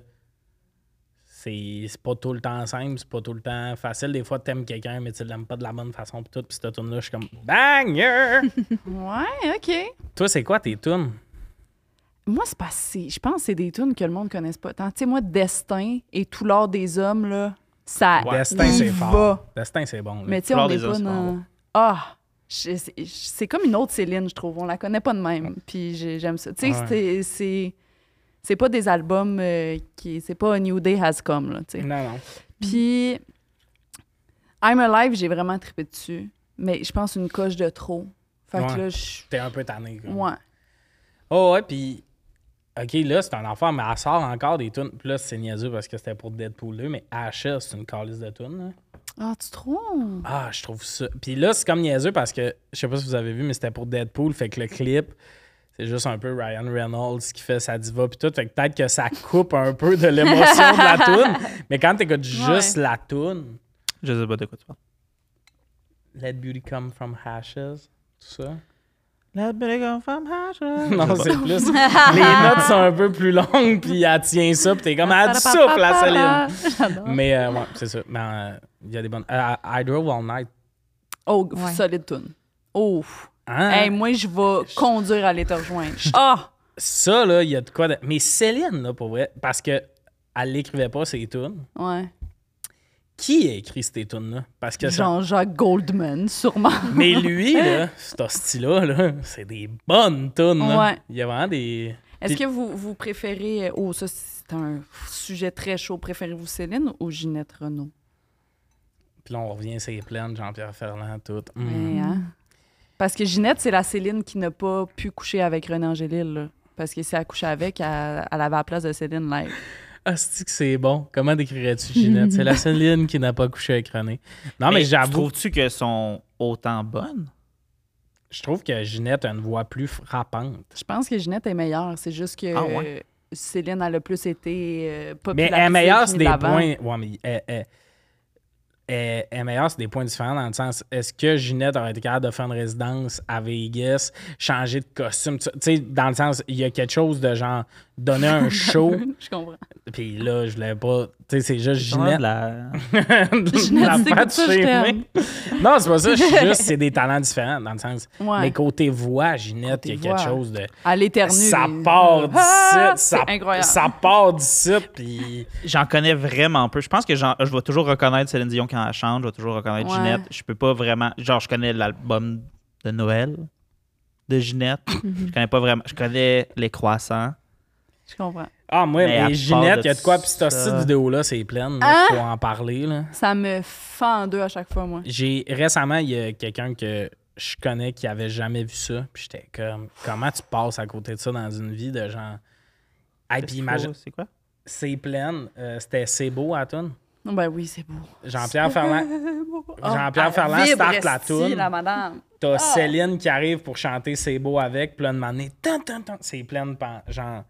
S1: C'est c'est pas tout le temps simple, c'est pas tout le temps facile. Des fois, t'aimes quelqu'un, mais tu l'aimes pas de la bonne façon, puis tout. Puis cette tune là je suis comme Banger!
S3: Ouais, OK.
S1: Toi, c'est quoi tes tunes?
S3: Moi, c'est pas si. Je pense que c'est des tunes que le monde connaisse pas tant. Tu sais, moi, Destin et tout l'or des hommes, là, ça.
S1: Destin,
S3: y
S1: c'est
S3: va.
S1: fort. Destin, c'est bon. là.
S3: Mais tu sais,
S2: Fleur
S3: on
S2: des
S3: n'est pas
S2: Oscars.
S3: dans... Ah! je- C'est je- c'est comme une autre Céline, je trouve. On la connaît pas de même. Puis j'ai- j'aime ça. Tu sais,
S1: Ouais.
S3: c'est- c'est... C'est pas des albums euh, qui... C'est pas A New Day Has Come, là, tu sais.
S1: Non, non.
S3: Puis... I'm Alive, j'ai vraiment trippé dessus. Mais je pense une coche de trop. Fait
S1: Ouais.
S3: que là, je...
S1: T'es un peu tanné. quoi.
S3: Ouais.
S1: Oh, ouais, puis. Ok, là, c'est un enfant, mais elle sort encore des tunes. Puis là, c'est niaiseux parce que c'était pour Deadpool 2, mais HL, c'est une calice de tunes. là.
S3: Ah, tu trouves?
S1: Ah, je trouve ça. Puis là, c'est comme niaiseux parce que, je sais pas si vous avez vu, mais c'était pour Deadpool. Fait que le clip, c'est juste un peu Ryan Reynolds qui fait sa diva puis tout. Fait que peut-être que ça coupe un peu de l'émotion de la tune. Mais quand t'écoutes juste la tune,
S2: Je sais pas de quoi tu parles.
S1: Let Beauty Come From Ashes, tout ça.
S2: La belle gomme femme hein, hache.
S1: Non, c'est plus. Les notes sont un peu plus longues, puis elle tient ça, puis t'es comme, elle a du souffle, la Céline.
S3: J'adore.
S1: Mais euh, ouais, c'est ça. Mais euh, il y a des bonnes. Euh, I drove all night.
S3: Oh,
S4: Ouais.
S3: solide tune. Ouf.
S1: Hein?
S3: Hey, moi, Euh, je vais conduire à aller te rejoindre. Ah!
S1: Ça, là, il y a de quoi. De... Mais Céline, là, pour vrai, parce que elle l'écrivait pas ses tunes.
S3: Ouais.
S1: Qui a écrit ces tunes-là? Parce que ça-
S3: Jean-Jacques Goldman, sûrement.
S1: Mais lui, là, cet hostie-là, là, c'est des bonnes tunes. là.
S3: Ouais.
S1: Il y a vraiment des.
S3: Est-ce
S1: Puis-
S3: que vous, vous préférez. Oh, ça, c'est un sujet très chaud. Préférez-vous Céline ou Ginette Renault?
S1: Puis là, on revient, c'est plein, Jean-Pierre Ferland, tout. Hmm.
S3: Mm. hein? Parce que Ginette, c'est la Céline qui n'a pas pu coucher avec René Angélil. là. Parce que si elle couchait avec, elle, elle avait la place de Céline live.
S1: Ah, c'est que c'est bon. Comment décrirais-tu Ginette? c'est la Céline qui n'a pas couché avec René. Non, Ah, mais, j'avoue,
S2: Trouves-tu qu'elles sont autant bonnes?
S1: je trouve que Ginette a une voix plus frappante.
S3: Je pense que Ginette est meilleure. C'est juste que.
S2: Ah ouais?
S3: euh, Céline, elle a plus été euh,
S1: Mais
S3: popularisée.
S1: elle est meilleure,
S3: puis
S1: c'est
S3: mise
S1: des
S3: de l'avant.
S1: points. Ouais, mais elle, elle- elle- elle est meilleure, c'est des points différents dans le sens est-ce que Ginette aurait été capable de faire une résidence à Vegas, changer de costume? Tu tu sais, dans le sens, il y a quelque chose de genre donner un
S3: [laughs]
S1: show,
S3: [laughs] Je comprends.
S1: puis là, je l'ai pas. Tu sais, c'est juste
S2: Ginette.
S1: Ginette.
S2: La...
S1: [laughs] de
S3: Ginette, c'est comme ça, je
S1: chez
S3: t'aime.
S1: moi. Non, c'est pas ça, je suis juste, c'est
S3: [laughs]
S1: des talents différents dans le sens.
S3: Ouais.
S1: Mais côté voix, Ginette, il y a
S3: Côté
S1: quelque
S3: voix.
S1: chose de.
S3: Elle éternue.
S1: Ça
S3: les-
S1: part d'ici.
S3: Ah,
S1: ça,
S3: c'est incroyable.
S1: ça part d'ici, puis.
S2: J'en connais vraiment peu. Je pense que j'en- je vais toujours reconnaître Céline Dion quand elle chante. Je vais toujours reconnaître
S3: Ouais.
S2: Ginette. Je peux pas vraiment. Genre, je connais l'album de Noël de Ginette. je connais pas vraiment. Je connais les croissants.
S3: Je comprends.
S1: Ah, moi,
S2: Mais
S1: mais,
S2: à part
S1: Ginette,
S2: de
S1: il y a de quoi, puis cette
S2: ça-
S1: petite vidéo-là, c'est pleine, là,
S3: Hein?
S1: faut en parler. là.
S3: Ça me fend en deux à chaque fois, moi.
S1: J'ai récemment, il y a quelqu'un que je connais qui avait jamais vu ça, puis j'étais comme, comment tu passes à côté de ça dans une vie de genre. Hey, puis imagine,
S2: C'est quoi?
S1: c'est pleine, euh, c'était C'est beau à tune.
S3: Non, ben oui, c'est beau.
S1: Jean-Pierre
S3: [laughs]
S1: Ferland, Jean-Pierre
S3: Ah,
S1: Ferland
S3: vibre,
S1: start la
S3: esti,
S1: toune.
S3: la madame.
S1: t'as Céline qui arrive pour chanter C'est beau avec, plein de manées, tan, tan, tan, c'est plein genre.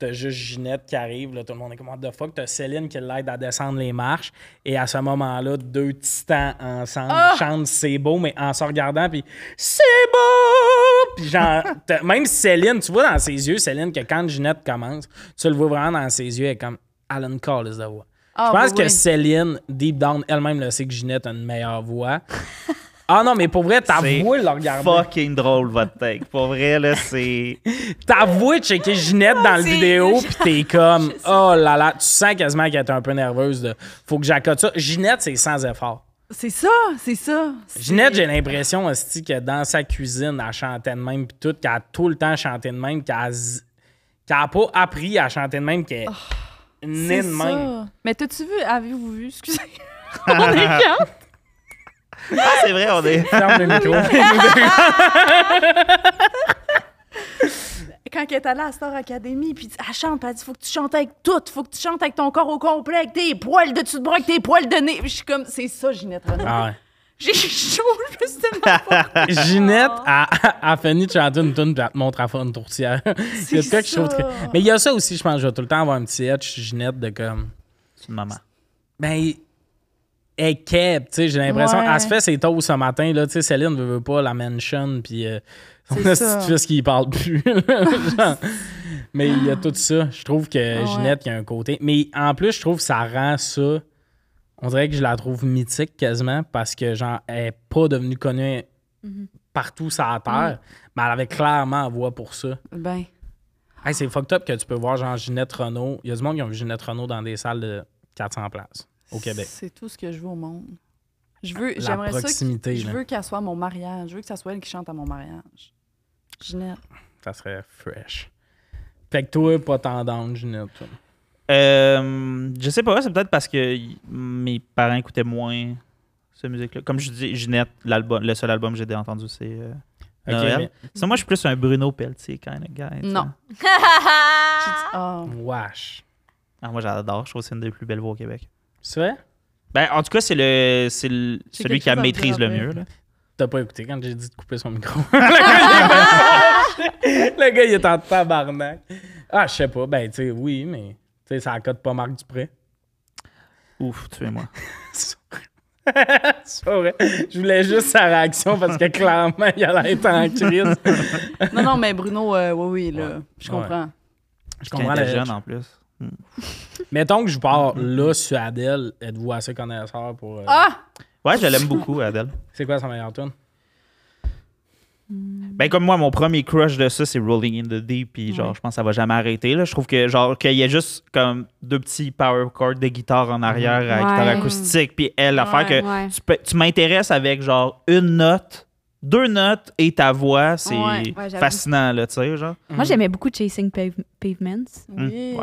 S1: T'as juste Ginette qui arrive, là, tout le monde est comme What the fuck. T'as Céline qui l'aide à descendre les marches. Et à ce moment-là, deux titans ensemble
S3: Ah.
S1: chantent C'est beau, mais en se regardant, puis C'est beau! Puis
S3: [laughs]
S1: genre, t'as- même Céline, tu vois dans ses yeux, Céline, que quand Ginette commence, tu le vois vraiment dans ses yeux, elle est comme Alan Cole, de voix.
S3: Ah,
S1: Je pense
S3: oui,
S1: que
S3: oui.
S1: Céline, deep down, elle-même le sait que Ginette a une meilleure voix. ah non, mais pour vrai, t'as
S2: C'est
S1: voué le regarder.
S2: Fucking drôle, votre take. Pour vrai, là, c'est.
S1: T'as voué checker Ginette dans la
S4: c'est-
S1: vidéo, pis t'es
S3: [laughs]
S1: comme, oh là là, tu sens quasiment qu'elle est un peu nerveuse de, faut que j'accote ça. Ginette, c'est sans effort.
S3: C'est ça, c'est ça. C'est-
S1: Ginette, j'ai l'impression aussi que dans sa cuisine, elle chantait de même, puis tout, qu'elle a tout le temps chanté de même, qu'elle a z- qu'elle a pas appris à chanter de même, qu'elle est née
S3: Oh, C'est
S1: de même.
S3: ça. Mais t'as-tu vu, avez-vous vu,
S1: [laughs]
S3: excusez, on est quatre.
S2: Ah, c'est vrai, on est.
S1: Ferme le
S3: [laughs]
S1: micro.
S3: Quand elle est allée à Star Academy, puis elle chante, puis elle dit Faut que tu chantes avec tout, faut que tu chantes avec ton corps au complet, avec tes poils de dessus de bras, avec tes poils de nez. Puis je suis comme C'est ça, Ginette Renaud.
S1: Ah
S3: J'ai chaud, je me suis tellement
S1: [laughs]
S3: pas.
S1: ouais. Ginette a, a, a fini de chanter une tune puis elle te montre à faire une tourtière. [laughs] C'est ça que je trouve
S3: ça.
S1: très- Mais il y a ça aussi, je pense. Je vais tout le temps avoir un petit edge, Ginette, de comme.
S2: C'est une maman.
S1: Ben, elle est keb, tu sais, j'ai l'impression.
S3: Ouais.
S1: Elle se fait ses taux ce matin, là. Tu sais, Céline ne veut pas la mansion, puis euh, on
S3: C'est
S1: a
S3: ça.
S1: ce fils qui y parle plus.
S3: [laughs]
S1: Genre. mais il y a tout ça. Je trouve que
S3: ouais.
S1: Ginette, il y a un côté. Mais en plus, je trouve que ça rend ça. On dirait que je la trouve mythique quasiment parce que, genre, elle n'est pas devenue connue
S3: Mm-hmm.
S1: partout sur la terre,
S3: Mm.
S1: mais elle avait clairement la voix pour ça.
S3: Ben,
S1: Hey, c'est fucked up que tu peux voir, genre, Ginette Renault. Il y a du monde qui a vu Ginette Renault dans des salles de 400 places au Québec.
S3: C'est tout ce que je veux au monde. Je veux,
S1: Ah, La
S3: j'aimerais ça.
S1: proximité,
S3: que- je
S1: là.
S3: veux qu'elle soit à mon mariage. Je veux que ça soit elle qui chante à mon mariage. Ginette.
S1: Ça serait fresh. Fait que toi, pas tendance, Ginette. toi.
S2: Euh, je sais pas, c'est peut-être parce que y- mes parents écoutaient moins cette musique-là. Comme je dis, Ginette, l'album, le seul album que j'ai entendu, c'est euh,
S1: Ok,
S2: Noël. Sinon, moi, je suis plus un Bruno Pelletier kind of guy. tu sais.
S3: Non. J'ai dit, Ah,
S1: mais- Wesh.
S2: Ah, moi, j'adore. Je trouve que c'est une des plus belles voix au Québec.
S1: C'est vrai?
S2: Ben, en tout cas, c'est le, c'est le-
S3: J'ai
S2: celui
S3: quelque
S2: qui la
S3: chose à me dire
S2: maîtrise le
S3: après.
S2: mieux. là.
S1: T'as pas écouté quand j'ai dit de couper son
S2: [laughs]
S1: micro. le gars, il est en tabarnak. Ah, je sais pas. Ben, tu sais, oui, mais tu sais, ça accote pas Marc Dupré. [laughs]
S2: Ouf, tuez-moi.
S1: C'est pas vrai. Je voulais juste sa réaction parce que clairement, il allait être en crise.
S3: Non, non, mais Bruno, euh, oui, oui, là, je
S1: Ouais.
S3: comprends.
S1: Je
S2: Quand
S1: comprends
S2: il
S1: la
S2: était jeune, en plus. Mm.
S1: Mettons que je pars là sur Adèle. Êtes-vous assez connaisseur pour. euh,
S3: Ah!
S2: Ouais, je l'aime beaucoup, Adèle.
S1: C'est quoi son meilleur tune?
S2: Ben, comme moi, mon premier crush de ça, c'est Rolling in the Deep. Puis, genre, je pense que ça va jamais arrêter. Là. Je trouve que, genre, qu'il y a juste comme deux petits power chords de guitare en arrière à
S4: Ouais.
S2: guitare acoustique. Puis, elle, l'affaire
S3: Ouais.
S2: que
S4: Ouais.
S2: tu, peux- tu m'intéresses avec, genre, une note, deux notes et ta voix, c'est
S3: Ouais.
S4: Ouais, j'avoue.
S2: fascinant, là, tu sais, genre.
S4: Moi, j'aimais beaucoup Chasing Pave- Pavements.
S3: Oui.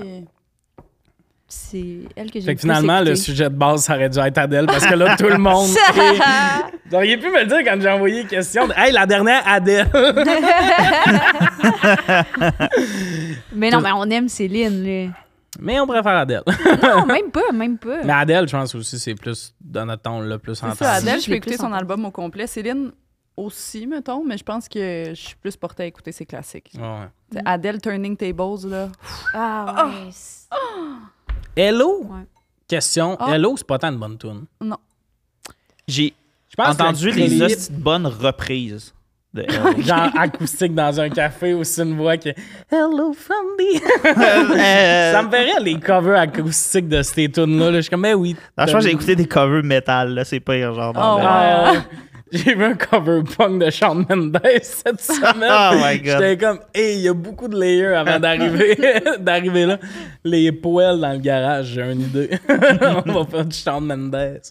S4: C'est elle que j'ai
S1: Fait que
S4: le plus
S1: finalement, le
S4: écoutée. [laughs]
S1: sujet [laughs] de base, ça aurait dû être Adèle parce que là, tout le
S3: [laughs]
S1: monde. est- Vous auriez pu me le dire quand j'ai envoyé une question. de, Hey, la dernière, Adèle.
S2: [laughs]
S4: Mais non, mais on aime Céline, là.
S1: Mais on préfère Adèle.
S4: Non, même pas, même
S1: [laughs]
S4: pas.
S1: Mais Adèle, je pense aussi, c'est plus dans notre temps, on l'a plus
S3: C'est
S1: entendu.
S3: ça,
S4: C'est
S3: Adèle,
S4: juste
S3: je peux
S4: les plus
S3: écouter son
S4: entendus.
S3: album au complet. Céline aussi, mettons, mais je pense que je suis plus portée à écouter ses classiques.
S4: Mm.
S1: Ouais.
S3: T'sais, Adèle, Turning Tables, là.
S4: Ah, ouais. c'est-
S1: Hello,
S4: Ouais.
S1: question.
S3: Ah.
S1: Hello, c'est pas tant une bonne tune.
S3: Non.
S2: J'ai
S1: Je pense
S2: entendu
S1: que-
S2: les hosties de bonnes reprises [laughs] de Hello.
S1: Genre acoustique dans un café aussi une voix qui Hello Fundy.
S2: Euh,
S1: ça me ferait les covers acoustiques de ces tunes-là. là. Je suis comme, mais oui.
S2: Franchement, j'ai écouté des covers métal, là, c'est pire, genre. dans
S3: Oh,
S2: le-
S3: ouais.
S1: Ah, ouais. [laughs] J'ai vu un cover punk de Shawn Mendes cette semaine.
S2: Oh my God.
S1: J'étais comme, hey, il y a beaucoup de layers avant d'arriver, d'arriver là. Les poêles dans le garage, j'ai une idée. [laughs] On va faire du Shawn Mendes.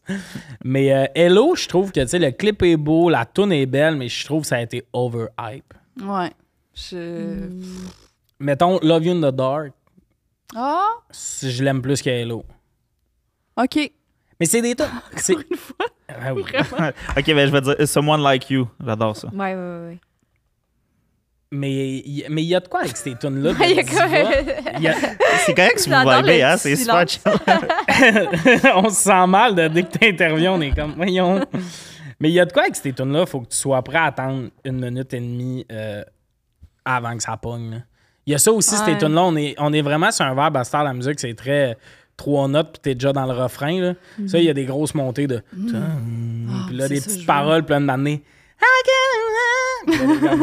S1: Mais euh, Hello, je trouve que tu sais, le clip est beau, la tune est belle, mais je trouve que ça a été overhype.
S3: Ouais. Je.
S4: Mm.
S1: Mettons Love You in the Dark,
S3: Ah!
S1: si je l'aime plus que Hello.
S3: OK.
S1: Mais c'est des tunes. C'est...
S3: Une fois.
S1: Ah oui.
S2: [laughs] ok, ben je vais dire Someone Like You. J'adore ça.
S4: Ouais, ouais, ouais.
S1: Mais il mais il y a de quoi avec ces tunes-là? de
S4: ouais. [laughs] [laughs] Il
S1: diva. Il y
S4: y a comme-
S1: a-
S2: C'est correct si vous
S4: J'adore
S2: vibez,
S4: le
S2: hein? C'est super
S4: silence.
S2: chill.
S1: [laughs] on se sent mal de- dès que t'interviens, on est comme voyons. Mais il y a de quoi avec ces tunes-là, faut que tu sois prêt à attendre une minute et demie euh, avant que ça pogne. là. Il y a ça aussi, ces
S3: Ouais.
S1: tunes-là, on est, on est vraiment sur un verbe à star la musique, c'est très euh, trois notes puis t'es déjà dans le refrain. Là. Ça, il y a des grosses montées de puis là
S3: Mm-hmm. Ah, c'est
S1: des
S3: ça, je
S1: petites
S3: veux.
S1: paroles pleines d'années.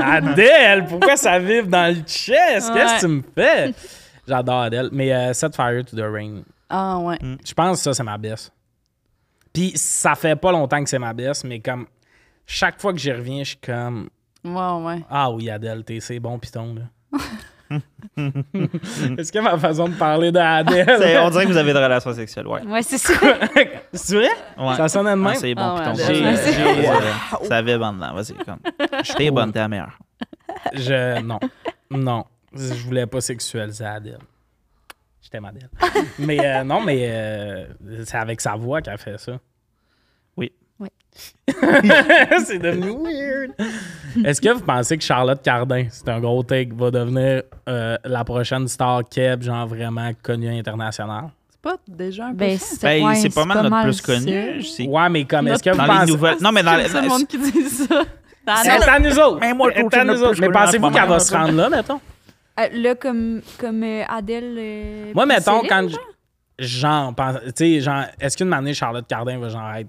S1: Adèle, pourquoi ça vibre dans le chest? Qu'est-ce que tu me fais? J'adore Adèle. Mais euh, Set Fire to the Rain,
S3: Ah, ouais.
S1: je pense que ça, c'est ma baisse. Puis ça fait pas longtemps que c'est ma baisse, mais comme chaque fois que j'y reviens, je suis comme
S3: Ouais, ouais.
S1: [laughs] Ah oui, Adèle, t'es c'est bon piton là. Est-ce que ma façon de parler d'Adèle.
S2: [laughs] C'est- On dirait que vous avez une relation sexuelle, ouais.
S4: Ouais, c'est ça.
S2: [laughs]
S1: C'est vrai?
S2: Ouais.
S1: Ça sonne de même.
S2: Ah, c'est bon,
S3: Ah ouais,
S2: puis ton
S3: Adèle.
S2: j'ai-
S1: Ouais,
S2: j'ai-
S1: c'est-
S2: j'ai- euh, Ça avait bon dedans, vas-y. Comme. J'étais bonne, t'es la meilleure.
S1: Je. Non. Non. Je voulais pas sexualiser Adèle. Je t'aime, Adèle. mais euh, non, mais euh, c'est avec sa voix qu'elle fait ça.
S2: Oui.
S4: Oui.
S1: [laughs] c'est devenu weird. Est-ce que vous pensez que Charlotte Cardin, c'est un gros take, va devenir euh, la prochaine star keb, genre vraiment connue internationale?
S3: C'est pas déjà un peu
S4: Ben,
S3: ça?
S4: c'est
S2: Ben,
S4: ouais,
S2: c'est pas mal notre plus
S4: ça. Ben, Ah,
S2: connu. c'est-
S1: Ouais, mais comme, est-ce que vous
S2: Dans les
S1: pensez.
S2: nouvelles. Non, mais dans les.
S3: C'est le monde qui dit ça. Dans
S1: C'est à nous autres!
S2: Mais moi, je trouve
S1: C'est à
S2: que c'est
S1: nous
S2: notre
S1: autres.
S2: plus
S1: Mais
S2: connu en ce
S1: pensez-vous
S2: moment,
S1: qu'elle va
S2: là,
S1: se rendre là, mettons?
S4: Euh, là, comme, comme euh, Adèle. euh,
S1: Moi,
S4: puis
S1: mettons,
S4: Céline,
S1: quand.
S4: genre.
S1: je- Genre, pense- tu sais, genre, est-ce qu'une année, Charlotte Cardin va genre être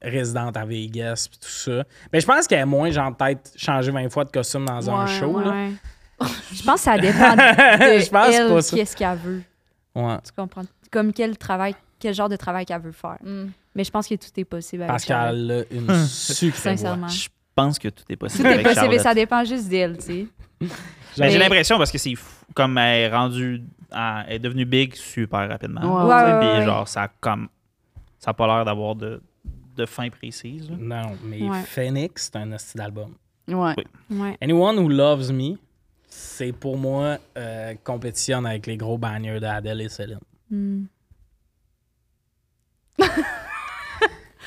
S1: résidente à Vegas pis tout ça? Mais je pense qu'elle est moins, genre, peut-être changer 20 fois de costume dans un
S4: Ouais,
S1: show,
S4: ouais,
S1: là.
S4: ouais. Je pense que ça dépend
S2: [laughs]
S1: [laughs]
S4: de
S1: Je pense
S4: elle,
S1: pas ça.
S4: qu'est-ce qu'elle veut.
S1: Ouais.
S4: Tu comprends? Comme quel travail, quel genre de travail qu'elle veut faire. Mais je pense que tout est possible avec
S1: Parce
S4: Charlotte,
S1: qu'elle a une sucrée voix.
S4: sincèrement.
S2: Je pense que tout est possible.
S4: Tout est
S2: avec
S4: possible et
S2: Charlotte.
S4: ça dépend juste d'elle, tu sais.
S2: Ben, J'ai
S4: Mais-
S2: l'impression parce que c'est fou, comme elle est rendue, elle est devenue big super rapidement.
S3: Ouais,
S2: Tu sais,
S4: ouais,
S2: puis
S4: ouais, ouais.
S2: genre ça a comme ça a pas l'air d'avoir de, de fin précise. là.
S1: Non, mais
S4: Ouais.
S1: Phoenix, c'est un esti d'album.
S3: Ouais.
S4: Ouais.
S2: Ah,
S1: Anyone Who Loves Me, c'est pour moi euh, compétitionne avec les gros bangers d'Adèle et Céline.
S4: Hmm.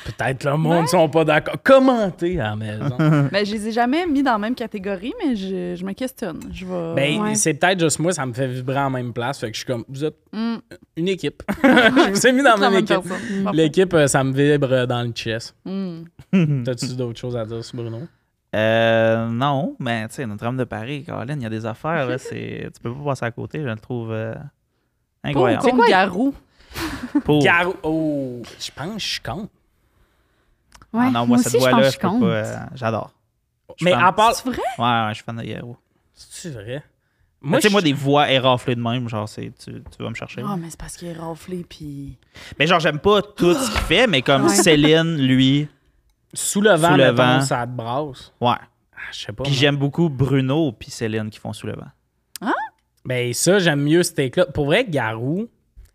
S1: Peut-être le monde ne sont pas d'accord. Commentez à la maison.
S3: Ben, je les ai jamais mis dans la même catégorie, mais je, je me questionne. Je vais.
S1: Ben,
S4: Ouais.
S1: c'est peut-être juste moi, ça me fait vibrer en même place. Fait que je suis comme, vous êtes
S3: Mm.
S1: une
S3: [laughs]
S1: équipe. [laughs] je vous ai mis dans
S3: Toute
S1: la même équipe.
S3: personne. Parfait.
S1: L'équipe, euh, ça me vibre euh, dans le chest.
S3: Mm.
S2: Mm-hmm.
S1: T'as-tu d'autres choses à dire sur Bruno?
S2: Euh, non, mais tu sais, Notre-Dame de Paris, Caroline, il y a des affaires, là, c'est, tu peux pas passer à côté, je le trouve euh,
S3: Pour ou
S2: incroyable.
S3: contre Garou?
S2: Pour.
S1: Caro- oh, je pense que je suis contre.
S4: Ouais,
S2: Ah non, moi,
S4: moi
S2: cette
S4: aussi, je pense
S2: voix-là,
S4: que
S2: je
S4: je
S2: peux
S4: compte.
S2: pas, euh, j'adore. Je suis
S1: Mais
S2: fan.
S1: à part.
S3: C'est vrai?
S2: Ouais, ouais, je suis fan de Hero.
S1: C'est vrai.
S2: Moi, Ben, tu sais,
S1: je-
S2: moi, des voix éraflées de même, genre, c'est, tu, tu vas me chercher.
S3: Ah, mais c'est parce qu'il est raflé, puis.
S2: Mais genre, j'aime pas tout ce qu'il fait, mais comme Céline, lui,
S1: sous le vent,
S2: Sous le
S1: mettons,
S2: vent.
S1: ça te brasse.
S2: ouais.
S1: Ah, je sais pas.
S2: Puis
S1: moi.
S2: j'aime beaucoup Bruno puis Céline qui font sous le vent.
S1: Ben, ça, j'aime mieux ce take-là. Pour vrai, Garou.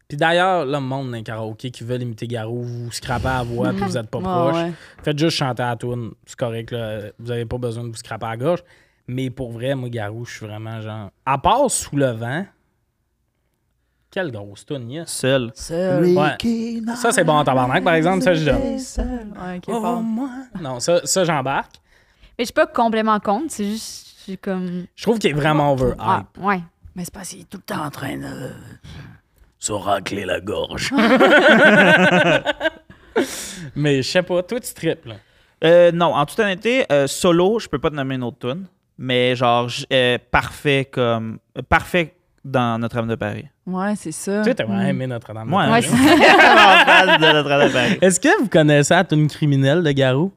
S1: Puis d'ailleurs, là, le monde d'un karaoké qui veut imiter Garou, vous scrapez à la voix, puis vous êtes pas
S3: Ouais,
S1: proche.
S3: Ah, ouais.
S1: Faites juste chanter à la toune. C'est correct, là. Vous avez pas besoin de vous scraper à la gorge. Mais pour vrai, moi, Garou, je suis vraiment genre. À part sous le vent, quelle grosse toune, yes.
S2: Seul.
S3: Seul.
S1: Ouais. Ça, c'est bon en tabarnak, par exemple. Ça, je donne.
S3: Ouais, ok,
S1: Oh,
S3: fort.
S1: moi. Non, ça, ça j'embarque.
S4: Mais je suis pas complètement contre, c'est juste, je suis comme.
S1: Je trouve qu'il est vraiment over
S4: Ah,
S1: hype.
S4: ouais.
S3: Mais c'est parce qu'il est tout le temps en train de.
S1: Ça racler la gorge. [laughs] Mais je sais pas, toi, tu triples.
S2: Euh, non, en toute honnêteté, euh, solo, je peux pas te nommer une autre tune, mais genre j- euh, parfait comme euh, parfait dans Notre-Dame de Paris.
S3: Ouais, c'est ça.
S1: Toi, t'as vraiment aimé Notre-Dame.
S2: Moi,
S4: Ouais,
S2: je-
S4: c'est-
S2: en face de Notre-Dame de Paris.
S1: Est-ce que vous connaissez la tune criminelle de Garou?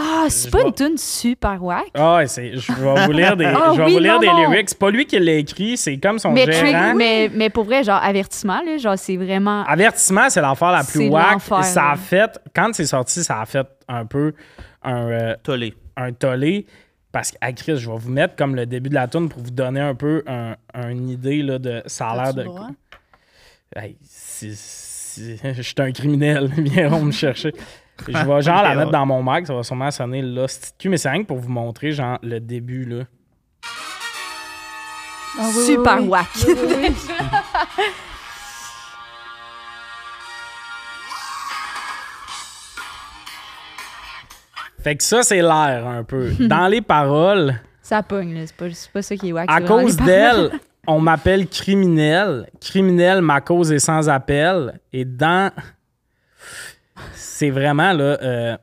S4: Ah,
S1: Je
S4: c'est pas
S1: vois.
S4: une tune super wack.
S1: Ah, ouais, c'est, je vais vous lire des,
S4: [laughs] Ah
S1: je vais
S4: oui,
S1: vous lire
S4: non,
S1: des
S4: non.
S1: lyrics. C'est pas lui qui l'a écrit, c'est comme son
S4: Mais,
S1: gérant.
S4: Trigger- mais, mais pour vrai, genre, avertissement, là, genre, c'est vraiment.
S1: Ah, Avertissement, c'est l'affaire la plus
S4: C'est
S1: wack.
S4: l'enfer,
S1: Ça a
S4: là.
S1: fait, quand c'est sorti, ça a fait un peu un, euh,
S2: Tollé.
S1: un tollé. Parce que, ah, Chris, je vais vous mettre comme le début de la tune pour vous donner un peu un- une idée là, de. Ça a l'air
S3: As-tu
S1: de.
S3: le droit?
S1: Hey, si- si- [laughs] je suis un criminel, [laughs] viens on me chercher. Je vais genre la
S2: Ok,
S1: mettre
S2: ouais.
S1: dans mon Mac, ça va sûrement sonner là, c'est cul, mais c'est rien que pour vous montrer genre le début là.
S3: Ah oui, oui,
S4: super
S3: oui.
S4: wack. [laughs]
S1: Fait que ça c'est l'air un
S4: [laughs]
S1: peu. Dans les paroles,
S4: ça pogne, là. C'est pas, c'est pas ça qui est wack.
S1: à
S4: c'est vraiment
S1: cause
S4: les paroles.
S1: d'elle, on m'appelle criminel. Criminel, ma cause est sans appel. Et dans. C'est vraiment là. euh,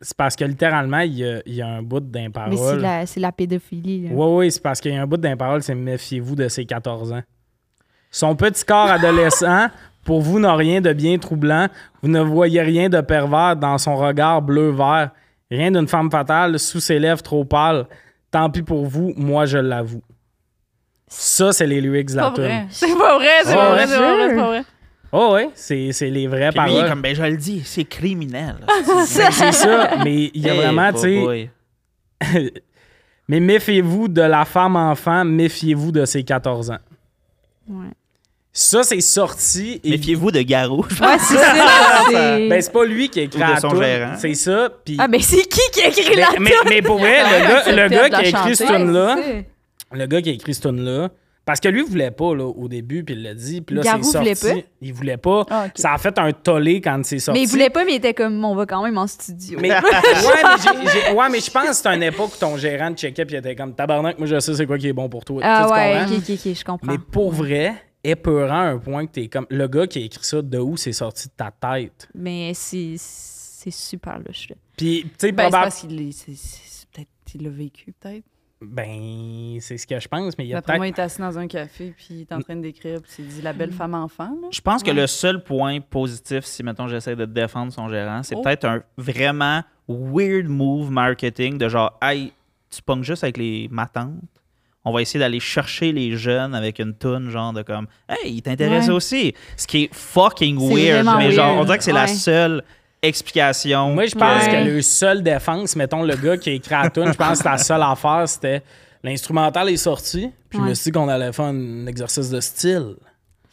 S1: C'est parce que littéralement, il y, a- il y a un bout d'un
S4: Mais c'est
S1: parole.
S4: la, c'est la pédophilie, là.
S1: Oui, oui, c'est parce qu'il y a un bout d'imparole, c'est méfiez-vous de ses 14 ans. Son petit corps adolescent, [laughs] pour vous, n'a rien de bien troublant. Vous ne voyez rien de pervers dans son regard bleu-vert. Rien d'une femme fatale sous ses lèvres trop pâles. Tant pis pour vous, moi je l'avoue. Ça, c'est les lyrics de
S3: Pas
S1: la tune.
S3: vrai. C'est pas vrai, c'est
S1: Ah
S3: pas
S1: ouais.
S3: vrai, c'est pas vrai, c'est pas vrai.
S1: Oh oui, c'est c'est les vraies
S2: Puis lui, il est
S1: paroles.
S2: comme ben je le dis, c'est
S4: [laughs]
S2: criminel.
S1: C'est ça, mais il y a
S2: [laughs] Hey,
S1: vraiment,
S2: boy,
S1: tu sais,
S2: boy.
S1: Mais méfiez-vous de la femme enfant, méfiez-vous de ses 14 ans.
S4: Ouais.
S1: Ça, c'est sorti. et-
S2: Méfiez-vous de Garou.
S4: Ouais, Ah,
S1: [laughs]
S4: c'est ça. c'est-
S1: Ben, c'est pas lui qui a écrit
S2: Ou de
S1: la
S2: son
S1: toune,
S2: gérant.
S1: C'est ça. Puis
S4: ah, ben c'est qui qui a écrit
S1: mais,
S4: la
S1: mais, mais pour vrai,
S3: Il a
S1: le gars,
S3: quand même
S1: le
S3: accepté
S1: gars
S3: de
S1: qui a
S3: la
S1: écrit ce
S3: chanter.
S1: tune-là,
S4: Ouais,
S1: le gars qui a écrit ce tune-là, parce que lui, voulait pas là, au début, puis il l'a dit, puis là, c'est
S4: Garou
S1: sorti.
S4: voulait
S1: Il voulait pas.
S3: Ah, ok.
S1: Ça a fait un tollé quand c'est
S4: c'est ça.
S1: sorti.
S4: Mais il voulait pas, mais il était comme, on va quand même en studio.
S1: Mais- [laughs] ouais, mais j'ai- j'ai- ouais, mais je pense que c'était une époque où ton gérant te checkait puis il était comme tabarnak, moi je sais c'est quoi qui est bon pour toi. Tu
S4: ah
S1: sais, tu
S4: ouais,
S1: comprends?
S4: ok, ok, ok, je comprends.
S1: Mais pour vrai, épeurant à un point que t'es comme le gars qui a écrit ça, de où c'est sorti de ta tête?
S4: Mais c'est c'est super louche, là.
S1: Puis, tu sais,
S3: Ben, c'est
S1: probable-
S3: parce qu'il est- c'est- c'est- c'est peut-être il l'a vécu, peut-être.
S1: Ben, c'est ce que je pense, mais il y a
S3: D'après moi, il
S1: peut-être. Mm.
S3: est assis dans un café, puis il est en train d'écrire, puis il dit la belle femme enfant. Là.
S2: Je pense que le seul point positif, si mettons j'essaie de défendre son gérant, c'est
S3: Oh.
S2: peut-être un vraiment weird move marketing de genre Hey, tu pognes juste avec les matantes. On va essayer d'aller chercher les jeunes avec une toune genre de comme Hey, il t'intéresse
S3: Ouais.
S2: aussi. Ce qui est fucking
S4: C'est
S2: weird.
S4: vraiment
S2: Mais genre, on
S4: weird.
S2: dirait que c'est la
S4: Ouais.
S2: seule explication.
S1: Moi, je pense
S4: Ouais.
S1: que le seul défense, mettons le gars qui a écrit la tune, je pense que la seule affaire, c'était l'instrumental est sorti, puis je me
S4: Ouais.
S1: suis dit qu'on allait faire un exercice de style.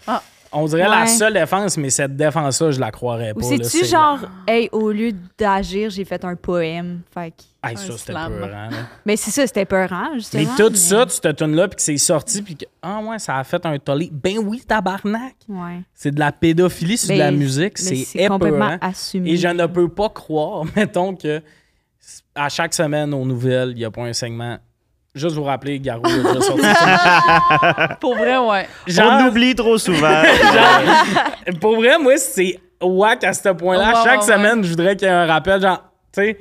S3: Ah.
S1: On dirait la
S4: Ouais.
S1: seule défense, mais cette défense-là, je la croirais pas.
S4: Ou
S1: là,
S4: c'est-tu
S1: c'est-
S4: genre, hey, au lieu d'agir, j'ai fait un poème. Fait que-
S1: Hey, ça,
S3: Un
S1: c'était
S3: slam.
S1: peurant, là.
S4: Mais c'est ça, c'était peurant,
S1: Mais
S4: justement.
S1: tout ça, tu te tournes là, puis que c'est sorti, puis que, ah ouais, ça a fait un tollé. Ben oui, tabarnak!
S4: Ouais.
S1: C'est de la pédophilie sur de la
S4: Ben,
S1: musique,
S4: mais
S1: c'est épeurant.
S4: complètement assumé.
S3: Mhm.
S1: Et je ne peux pas croire, [laughs] mettons, que à chaque semaine aux nouvelles, il n'y a pas un segment. Juste vous rappeler, Garou a déjà
S3: [laughs]
S1: sorti ça.
S3: Pour vrai, ouais.
S2: On
S1: Genre,
S2: oublie trop souvent.
S1: pour vrai, moi, c'est whack à ce point-là.
S3: Ouais,
S1: chaque
S3: ouais, ouais.
S1: semaine, je voudrais qu'il y ait un rappel, genre, tu sais,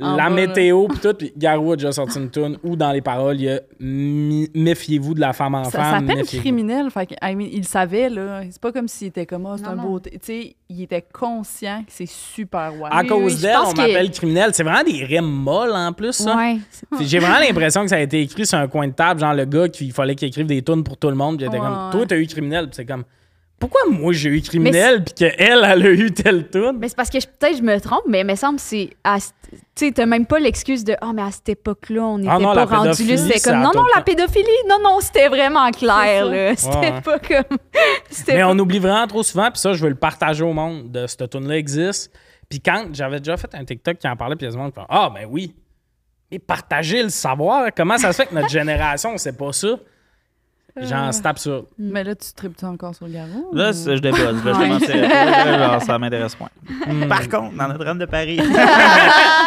S3: En
S1: la
S3: bas, là.
S1: météo, puis tout. Puis Garou a déjà sorti une tune où, dans les paroles, il y a mi- Méfiez-vous de la femme enfant.
S3: Ça s'appelle
S1: méfiez-vous.
S3: criminel. Fait que, I mean, il savait, là. C'est pas comme s'il était comme, ah, c'est
S4: Non,
S3: un
S4: non.
S3: beau. Tu sais, il était conscient que c'est super wack.
S1: À
S4: Oui,
S1: cause
S4: oui, je
S1: d'elle,
S4: pense
S1: on
S4: que-
S1: m'appelle criminel. C'est vraiment des rimes molles en plus, ça.
S4: Ouais.
S1: Puis J'ai vraiment l'impression que ça a été écrit sur un coin de table, genre le gars qui il fallait qu'il écrive des tunes pour tout le monde, puis il était
S3: Ouais,
S1: comme
S3: ouais.
S1: toi t'as eu criminel, puis c'est comme pourquoi moi j'ai eu criminel puis que elle elle a eu telle tune.
S4: Mais c'est parce que je- peut-être je me trompe, mais il me semble que c'est. à ce- Tu sais, t'as même pas l'excuse de Ah, mais à cette époque-là, on n'était
S1: Ah non, la
S4: pas rendu
S1: pédophilie,
S4: là. C'était
S1: ça
S4: comme
S1: a
S4: Non,
S1: tout
S4: non,
S1: le
S4: la
S1: temps.
S4: pédophilie, non, non, c'était vraiment clair. là. [laughs] C'était
S1: Ouais, ouais.
S4: pas comme. [laughs] c'était
S1: Mais
S4: pas-
S1: on oublie vraiment trop souvent, puis ça je veux le partager au monde de cette tune là existe. Puis quand j'avais déjà fait un TikTok qui en parlait, puis il y a du monde qui fait, ah ben oui, mais partagez le savoir. Comment ça se fait que notre génération c'est pas ça? Genre c'est absurde.
S3: Mais là, tu tripes encore sur le garou?
S2: Là, c'est- je débose. Là, je te mentirais pas, là, genre, ça m'intéresse moins.
S1: Hmm.
S2: Par contre, dans notre drame de Paris,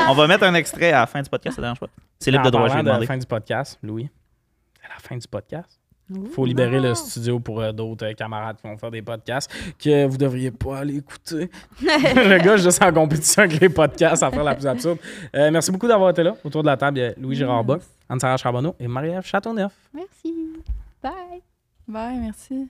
S2: on va mettre un extrait à la fin du podcast, ça dérange pas. C'est libre
S1: En
S2: de droit, je
S1: parlant
S2: vais
S1: de la
S2: demander.
S1: fin du podcast, Louis. C'est la fin du podcast.
S4: Ouh.
S1: faut libérer le studio pour euh, d'autres euh, camarades qui vont faire des podcasts que vous devriez pas aller écouter. le gars, je suis en compétition avec les podcasts, à faire la plus absurde. Euh, merci beaucoup d'avoir été là. Autour de la table, il y a Louis Gérard Bock, Anne-Sarah Charbonneau et Marie-Ève Châteauneuf.
S4: Merci. Bye.
S3: Bye, merci.